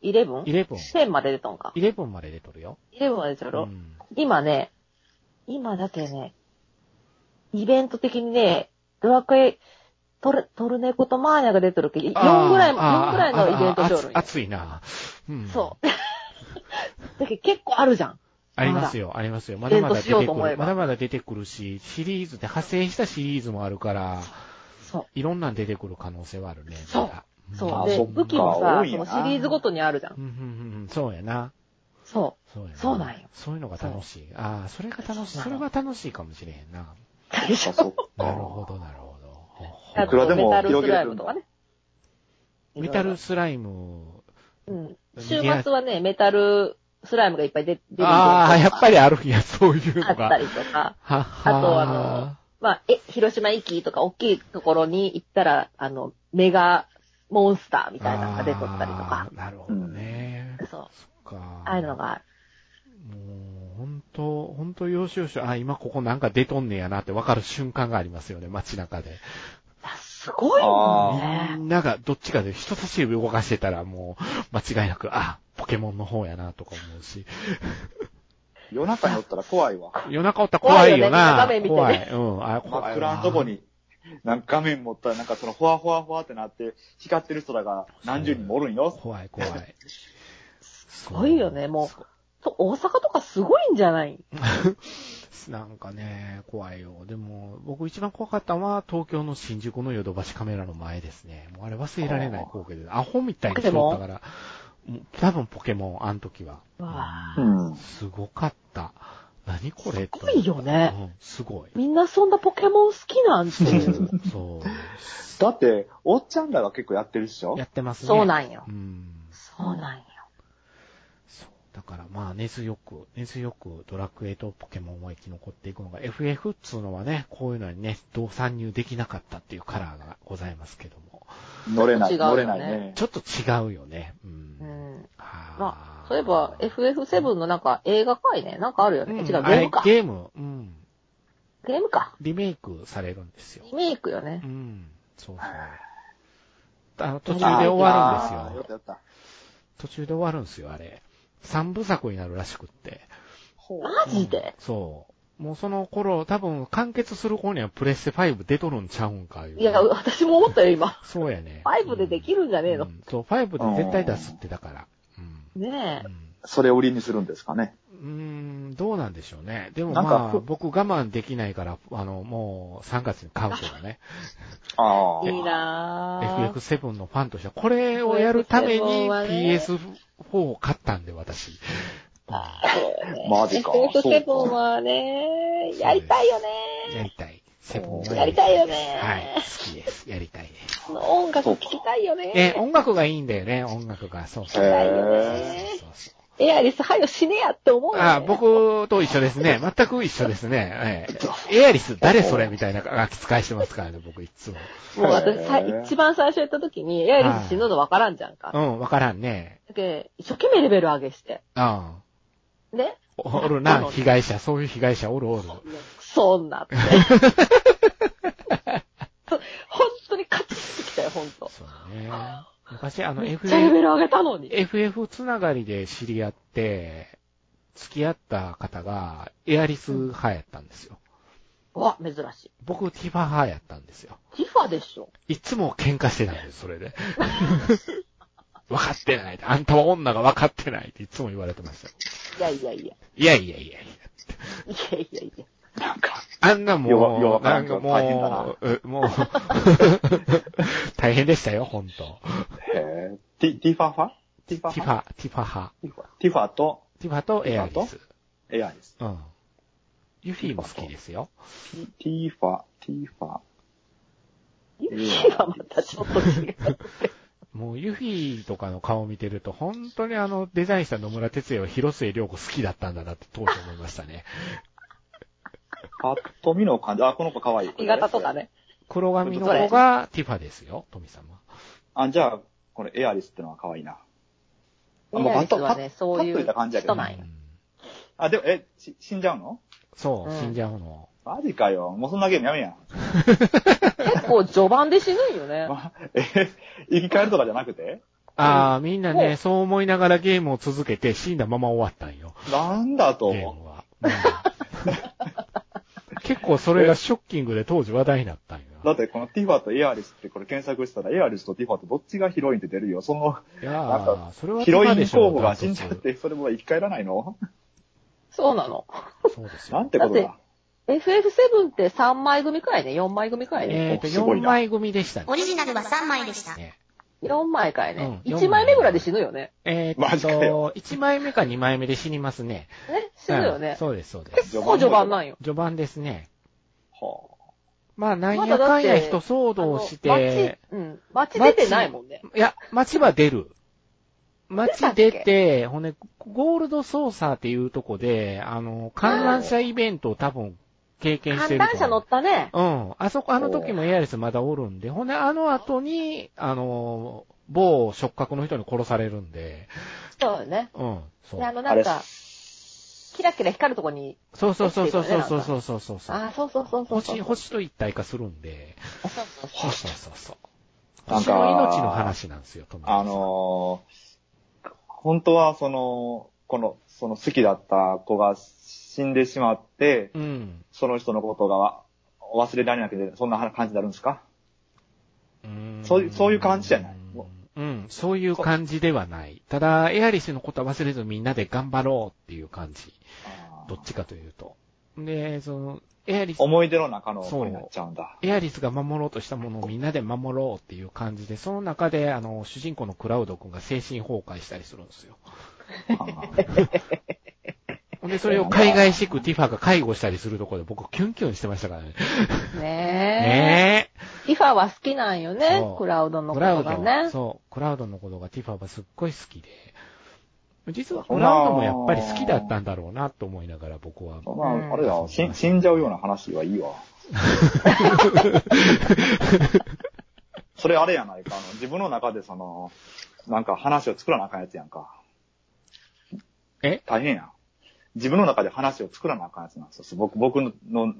C: 10?11?10
A: 11、
C: まで出とんか。
A: 11まで出とるよ。
C: 11まで出と
A: う
C: ろ、
A: ん
C: 今ね、今だけね、イベント的にね、ドラクエ、トル、トルネコとマーニャが出てるけど、4ぐらいも、
A: あー
C: 4ぐらいのイベント
A: あ
C: し
A: ー
C: おるん
A: あー
C: や。
A: 熱いな。うん
C: そう。だけど結構あるじゃん。
A: ありますよ、ありますよ。まだまだ出て
C: イベントしよ
A: く
C: うと思え
A: る。
C: ば
A: まだまだ出てくるし、シリーズで派生したシリーズもあるから、
C: そ
A: いろんなん出てくる可能性はあるね。
C: そう
A: まだ
C: う。
B: あ
C: そう。
B: ー
C: で、
B: そっか
C: 武器もさ
B: 多、い
C: そ
B: よ
C: の
B: な
C: シリーズごとにあるじゃん
A: う。んうんうんうん、そうやな。
C: そ
A: そうやな。
C: そうなんよ
A: そういうのが楽しい。ああ、それが楽しい。
C: そう
A: そ
C: な
A: れ
C: の
A: は楽しいかもしれへんな。
C: う。でし
B: そ
C: ょ
B: っか。
A: なるほど、なるほどほ
C: あ
A: ほ。
B: いくらで
C: と
B: も
C: メタル
B: 広
C: ス
B: げ
C: ラ
B: れ
C: イ
B: る
C: ム
B: んだ
C: とかね。
A: メタルスライム。
C: うん。週末はね、メタルスライムがいっぱい出出てる。
A: ああ、やっぱ
C: り。
A: りあるんや、そういう
C: あ
A: の
C: っ
A: が。
C: たりとか。
A: はは
C: あとあの、まあ、え、広島駅とか大きいところに行ったら、あの、メガモンスターみたいなのが出とったりとか
A: あ。ーなるほどね。
C: そう。
A: そっか。
C: ああいうのがある。
A: もう、本当本当要所要所、あ、今ここなんか出とんねやなって分かる瞬間がありますよね、街中で。
C: あすごいもんね
A: み。んなが、どっちかで人差し指動かしてたらもう、間違いなく、あ、ポケモンの方やなとか思うし。
B: 夜中におったら怖いわ。
A: 夜中おったら怖いよな。
C: 怖いよねみんな
A: 怖
C: 画面見
A: い。うん、あ、怖い
B: 真
A: わ。
B: っ暗のとこに、なんか画面持ったらなんかその、ほわほわほわってなって、光ってる空が何十人もおるんよ。
A: 怖い、怖い。す。
C: すごいよね、もう。そう大阪とかすごいんじゃない う
A: なんかね、怖いよ。でも、僕一番怖かったのは、東京の新宿のヨドバシカメラの前ですね。もうあれ忘れられない光景で、アホみたいにしよったから、もう多分ポケモン、あの時は。
C: わ
B: う
C: あ
B: ん。
A: すごかった。何これす
C: すごいよね。
A: うん、すごい。
C: みんなそんなポケモン好きなんていう
A: そう。
B: だって、おっちゃんらが結構やってるっしょ
A: やってますね。
C: そうなんよ
A: う。ん。
C: そうなんよ。
A: そう。だからまあ根強く、根強くドラクエとポケモンは生き残っていくのが、FF っつうのはね、こういうのにね、どう参入できなかったっていうカラーがございますけども。
B: 乗れない、
C: 違うよ
B: 乗
C: ね
B: れないね。
A: ちょっと違うよね。うん。
C: うん。
A: は
C: まあ、そういえば FF7 のなんか映画かいね。なんかあるよね。違う、ゲ
A: あ
C: ー
A: れ
C: ムか。
A: ゲーム、うん。
C: ゲームか。
A: リメイクされるんですよ。
C: リメイクよね
A: う。ん。そうそう。あの、途中で終わるんですよ
B: あー。ったやった。
A: 途中で終わるんですよ、あれ。三部作になるらしくって。
B: ほう。
C: マ
A: う
C: ジ
A: ん
C: で
A: そう。もうその頃、多分完結する頃にはプレステ5出とるんちゃうんかいう。
C: いや、私も思ったよ、今。
A: そうやね。
C: 5でできるんじゃねえ
A: う
C: の。
A: んそう、5で絶対出すってだから。
C: ね
A: う
C: え。
A: ん。
B: それを売りにするんですかね。
A: うん、うーんどうなんでしょうね。でも
B: なんか
A: まあ、僕我慢できないから、あの、もう3月に買うけどね。
B: ああ。
C: いいなぁ。
A: FF7 のファンとしては、これをやるために
C: FF7 はね
A: PS4 を買ったんで、私。
B: マジか。
C: FF7 はね、やりたいよね。
A: やりたい。セブンは
C: やりたいよね
A: はい。好きです。やりたいです。
C: あの音楽聴きたいよね。
A: ね、音楽がいいんだよね、音楽が。そうそう。
B: へ
C: たいよ
A: そう
C: ね
A: そうそう
C: エアリス、はよ死ねやって思うよね。
A: あ僕と一緒ですね。全く一緒ですね。ええエアリス、誰それみたいなガキ使いしてますからね、僕いつも。
C: もう私さ、
B: へー
C: 一番最初やった時に、エアリス死ぬの分からんじゃんか。
A: う
C: だ
A: ん、わからんね。
C: け一生懸命レベル上げして。
A: うん。
C: ね
A: おおる
C: あ
A: な、
C: の
A: 被害者。そういう被害者おるおる。
C: そんなって。 本当にカチッときたよ、本当。
A: そうね。昔、あの、
C: めっちゃレ
A: FF
C: ベル上げたのに。
A: FF つながりで知り合って、付き合った方が、エアリス派やったんですよ。
C: わ、珍しい。
A: 僕、ティファ派やったんですよ。
C: ティファでしょ。
A: いつも喧嘩してたんです、それで。 分かってない。あんたは女が分かってないっていつも言われてましたよ。
C: いやいやいや。
A: いやいやいやいや。
C: いやいやいや。
B: なんか、
A: あんな
B: よわよ
A: も
B: わ
A: う、
B: から
A: なんん
B: けど
A: か
B: 大変だな
A: もう、う もう、大変でしたよ、ほんと。
B: へえ、ティ、ティファファティファ
A: ティフ
B: ファ
A: ァ、ティファ派。
B: ティファティファと
A: ティファとエアリス。
B: エアリス。
A: うん。ユフィも好きですよ。
B: ティティファ、ティファ。
C: ユフィはまたちょっと 違う。
A: もうユフィとかの顔を見てると、本当にあの、デザインした野村哲也は広末涼子好きだったんだなって当時思いましたね。
B: パッと見の感じ。あ、この子可愛い。
C: 髪型とか。ね。
A: 黒髪の子がティファですよ、富様。
B: あ、じゃあ、このエアリスってのは可愛いな。あ
C: エアリスは
B: パ
C: ね、
B: ッ
C: そう
B: パッ
C: い
B: というった感じやけ
C: 人
B: ど
C: な
B: ね
C: んよ
A: う。ん
B: あ、でも、え、し死んじゃうの
A: そう、
C: うん
A: 死んじゃうの。
B: マジかよ。もうそんなゲームやめ やん。
C: 結構序盤で死ぬんよね。
B: まえ、生き返るとかじゃなくて
A: ああ、みんな
C: もう
A: ね、そう思いながらゲームを続けて死んだまま終わったんよ、
B: なんだと
A: ゲームは。うん 結構それがショッキングで当時話題になったんよ。
B: だってこのティファとエアリスってこれ検索したらエアリスとティファとどっちがヒロインって出るよ。その
A: いや
B: なんか
A: ー、それは
B: ヒロイ
A: 今で
B: ン
A: しょ
B: 候補が死んじゃっ。て、それも生き返らないの
C: そうなの。
A: 断トツそうです
B: なん
A: よ。
B: てことだ。
C: だっ FF7 って3枚組くらいね、4枚組くらいね。
A: えっと、
B: すごい
A: 4
B: な
A: 枚組でした
D: オ
A: ね。
D: リジナルは3枚でした。
A: ね
C: 4枚かいね。
A: うん
C: 1枚目ぐらいで死ぬよね。
A: え
B: マ
A: ーっ
B: ジかよ
A: と、1枚目か2枚目で死にますね。
C: ね、死ぬよ
A: うん
C: ね。
A: そうです、そうです。
C: 結構序盤なんよ。
A: 序盤ですね。
B: は
A: まあ、なんやかんや人騒動をし
C: あの
A: て、
C: 街、うん。街出てないもんね。
A: いや、街は出る。街
C: 出
A: 出、
C: たって
A: ほんで、ゴールドソーサーっていうとこで、あの、観覧車イベントを多分経験して
C: 観
A: ると思う。
C: 覧車乗ったね。
A: うん。あそこ、あの時もエアリスまだおるんで、ほんで、あの後に、あの、某触覚の人に殺されるんで、
C: そうよね。
A: うん。そう
C: で、あの、
B: あ
C: なん
B: れ
C: か、キラキラ光るとこに、
A: そうそうそうそうそうそうそうそうそう
C: ああ、そうそうそうそうそう。
A: 星、星と一体化するんで、
C: そうそう
A: そうそうそうそう。
B: なん
A: 星
B: か
A: の命の話なんですよ、富
B: あ
A: 永さん
B: のー本当はその、この、その好きだった子が死んでしまって、
A: うん。
B: その人のことが忘れられなくて、そんな感じになるんですか
A: うん
B: そういうそういう感じじゃない
A: うん、そういう感じではない。ただ、エアリスのことは忘れずみんなで頑張ろうっていう感じ。どっちかというと。で、その、エアリス、
B: 思い出の中の子になっちゃうんだ。
A: エアリスが守ろうとしたものをみんなで守ろうっていう感じで、その中で、あの、主人公のクラウド君が精神崩壊したりするんですよ。ほんで、それを海外しくティファが介護したりするところで僕キュンキュンしてましたからね。
C: ね
A: ねえ。
C: え。リファは好きなんよね
A: そ。う
C: クラウドの
A: ク
C: こ
A: ラ
C: と
A: ウド
C: がね。
A: そう、クラウドのことがティファはすっごい好きで、実は
B: そ
A: ク
B: んな
A: ラウドもやっぱり好きだったんだろうなと思いながら僕は。
B: まあ、あれだ、死死んじゃうような話はい いわ。それあれやないか、あの、自分の中でその、なんか話を作らなあかんやつやんか。
A: え
B: 大変やん。自分の中で話を作らなあかんやつなんですよ。僕、僕の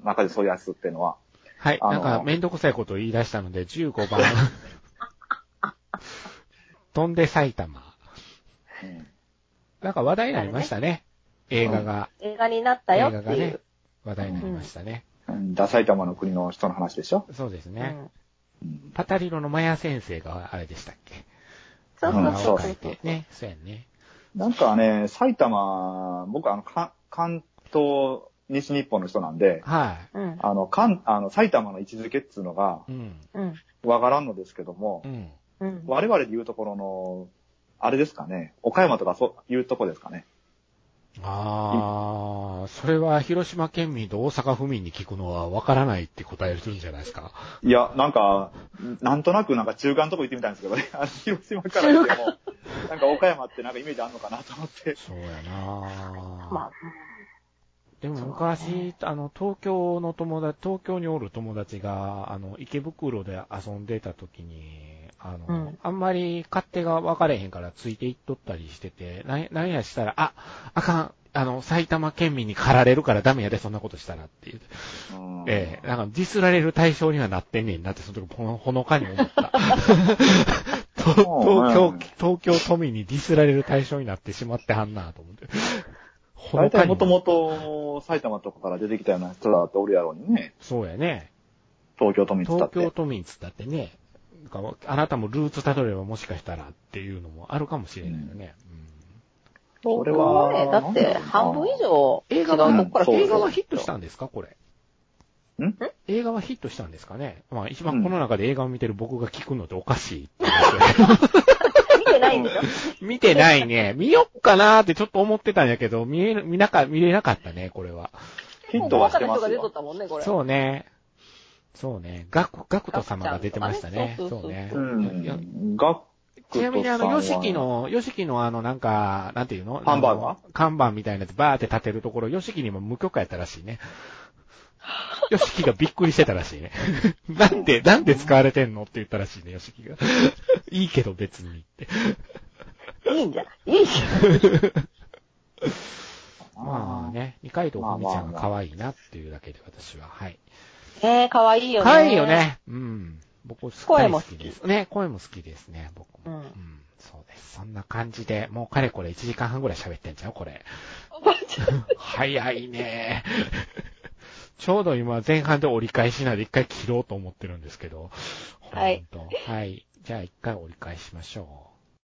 B: 中でそういうやつっていうのは。
A: はい、
B: あ
A: な
B: の
A: んかめんどくさいことを言い出したので15番。 飛んで埼玉。
B: うん
A: なんか話題になりましたね。映画が、
C: 映画になった
A: 映
C: よ
A: 画
C: って
A: が
C: い
A: ね
C: う。、
A: 話題になりましたね。
B: うん。だ、埼玉の国の人の話でしょ
A: そうです
C: う
A: ね。
C: ん
B: うん。
A: パタリロのマヤ先生があれでしたっけ
C: そうそう
A: 漫画
C: そ
A: を
C: う
A: 描い
C: そう
A: て。。ね、そうやね。
B: なんかね、埼玉、僕あの、か関東、西日本の人なんで、
A: は
C: うん。
B: あの、関、あの、埼玉の位置づけっていうのが
A: い。うん。
C: うん。
B: わからんのですけども
A: う、ん。
C: うん。
B: 我々で言うところの、あれですかね、岡山とかそういうとこですかね。
A: ああ、それは広島県民と大阪府民に聞くのはわからないって答えするんじゃないですか。
B: いや、なんか、なんとなくなんか中間のとこ行ってみたんですけどね、 あの広島から行っても、なんか岡山ってなんかイメージあるのかなと思って。
A: そうやな、
C: まあ、
A: でも昔、あの、東京の友達、東京におる友達が、あの、池袋で遊んでた時に、あの、
C: うん
A: あんまり勝手が分かれへんからついていっとったりしてて、なんなんやしたら、あ、あかん、あの、埼玉県民に駆られるからダメやで、そんなことしたらっていう。
B: うん
A: ええなんかディスられる対象にはなってんねんなって、その時ほのほのかに思 った。東東
B: そうね
A: 京、東京都民にディスられる対象になってしまってはんなと思って。ほ
B: 大
A: のか
B: 体
A: にも
B: もともと埼玉とかから出てきたような人だっておるやろうにね。
A: そうやね。
B: 東京都民使っ
A: 東京
B: て。
A: 都民つったってね、なんかあなたもルーツたどればもしかしたらっていうのもあるかもしれないよね。
B: これ
C: 東京はね、だ
B: は
C: って半分以上
A: うん
C: 違
A: 映
C: う
A: 画
C: と
A: は、
C: こから
B: うんそうそう
A: 映画はヒットしたんですかこれ。
B: ん
A: 映画はヒットしたんですかねまあ一
B: うん
A: 番この中で映画を見てる僕が聞くのっておかしいって話だけ
C: 見てないんでしょ
A: ど見てないね。見よっかなーってちょっと思ってたんやけど、見える、見なか、見れなかったね、これは。
B: ヒントはしてま
C: 人が
B: す
C: 出とっ
B: よ。
C: たもんね、これ。
A: そうね。そうね。ガク、ガクト様が出てましたね。
C: ガクちゃんと
A: そ
C: かね
A: うね。
B: う
A: いや
B: ん。が
A: ちなみにあの、ヨシキの、ヨシキのあの、なんか、なんていうの
B: ハンバーガー
A: あの看板みたいなやつバーって立てるところ、ヨシキにも無許可やったらしい ね。ヨシキがびっくりしてたらしいね。 なんで、なんで使われてんのって言ったらしいね、ヨシキが。いいけど別にって。
C: いいんじゃないいいんじゃない
A: まあね、二階堂ふみちゃんが可愛いなっていうだけで私は、はい。
C: えー、かわいいよね。
A: 可愛いよ。ね。うん。僕、すっごい
C: 声も
A: 好
C: 好き
A: きです。ね、声も好きですね、僕も。
C: うん。
A: うん、そうです。そんな感じで、もうかれこれ1時間半ぐらい喋ってんじゃん、これ。
C: おばあちゃん
A: 早いね。ちょうど今前半で折り返しなんで一回切ろうと思ってるんですけど。
C: はい
A: ほんと。はい。じゃあ一回折り返しましょう。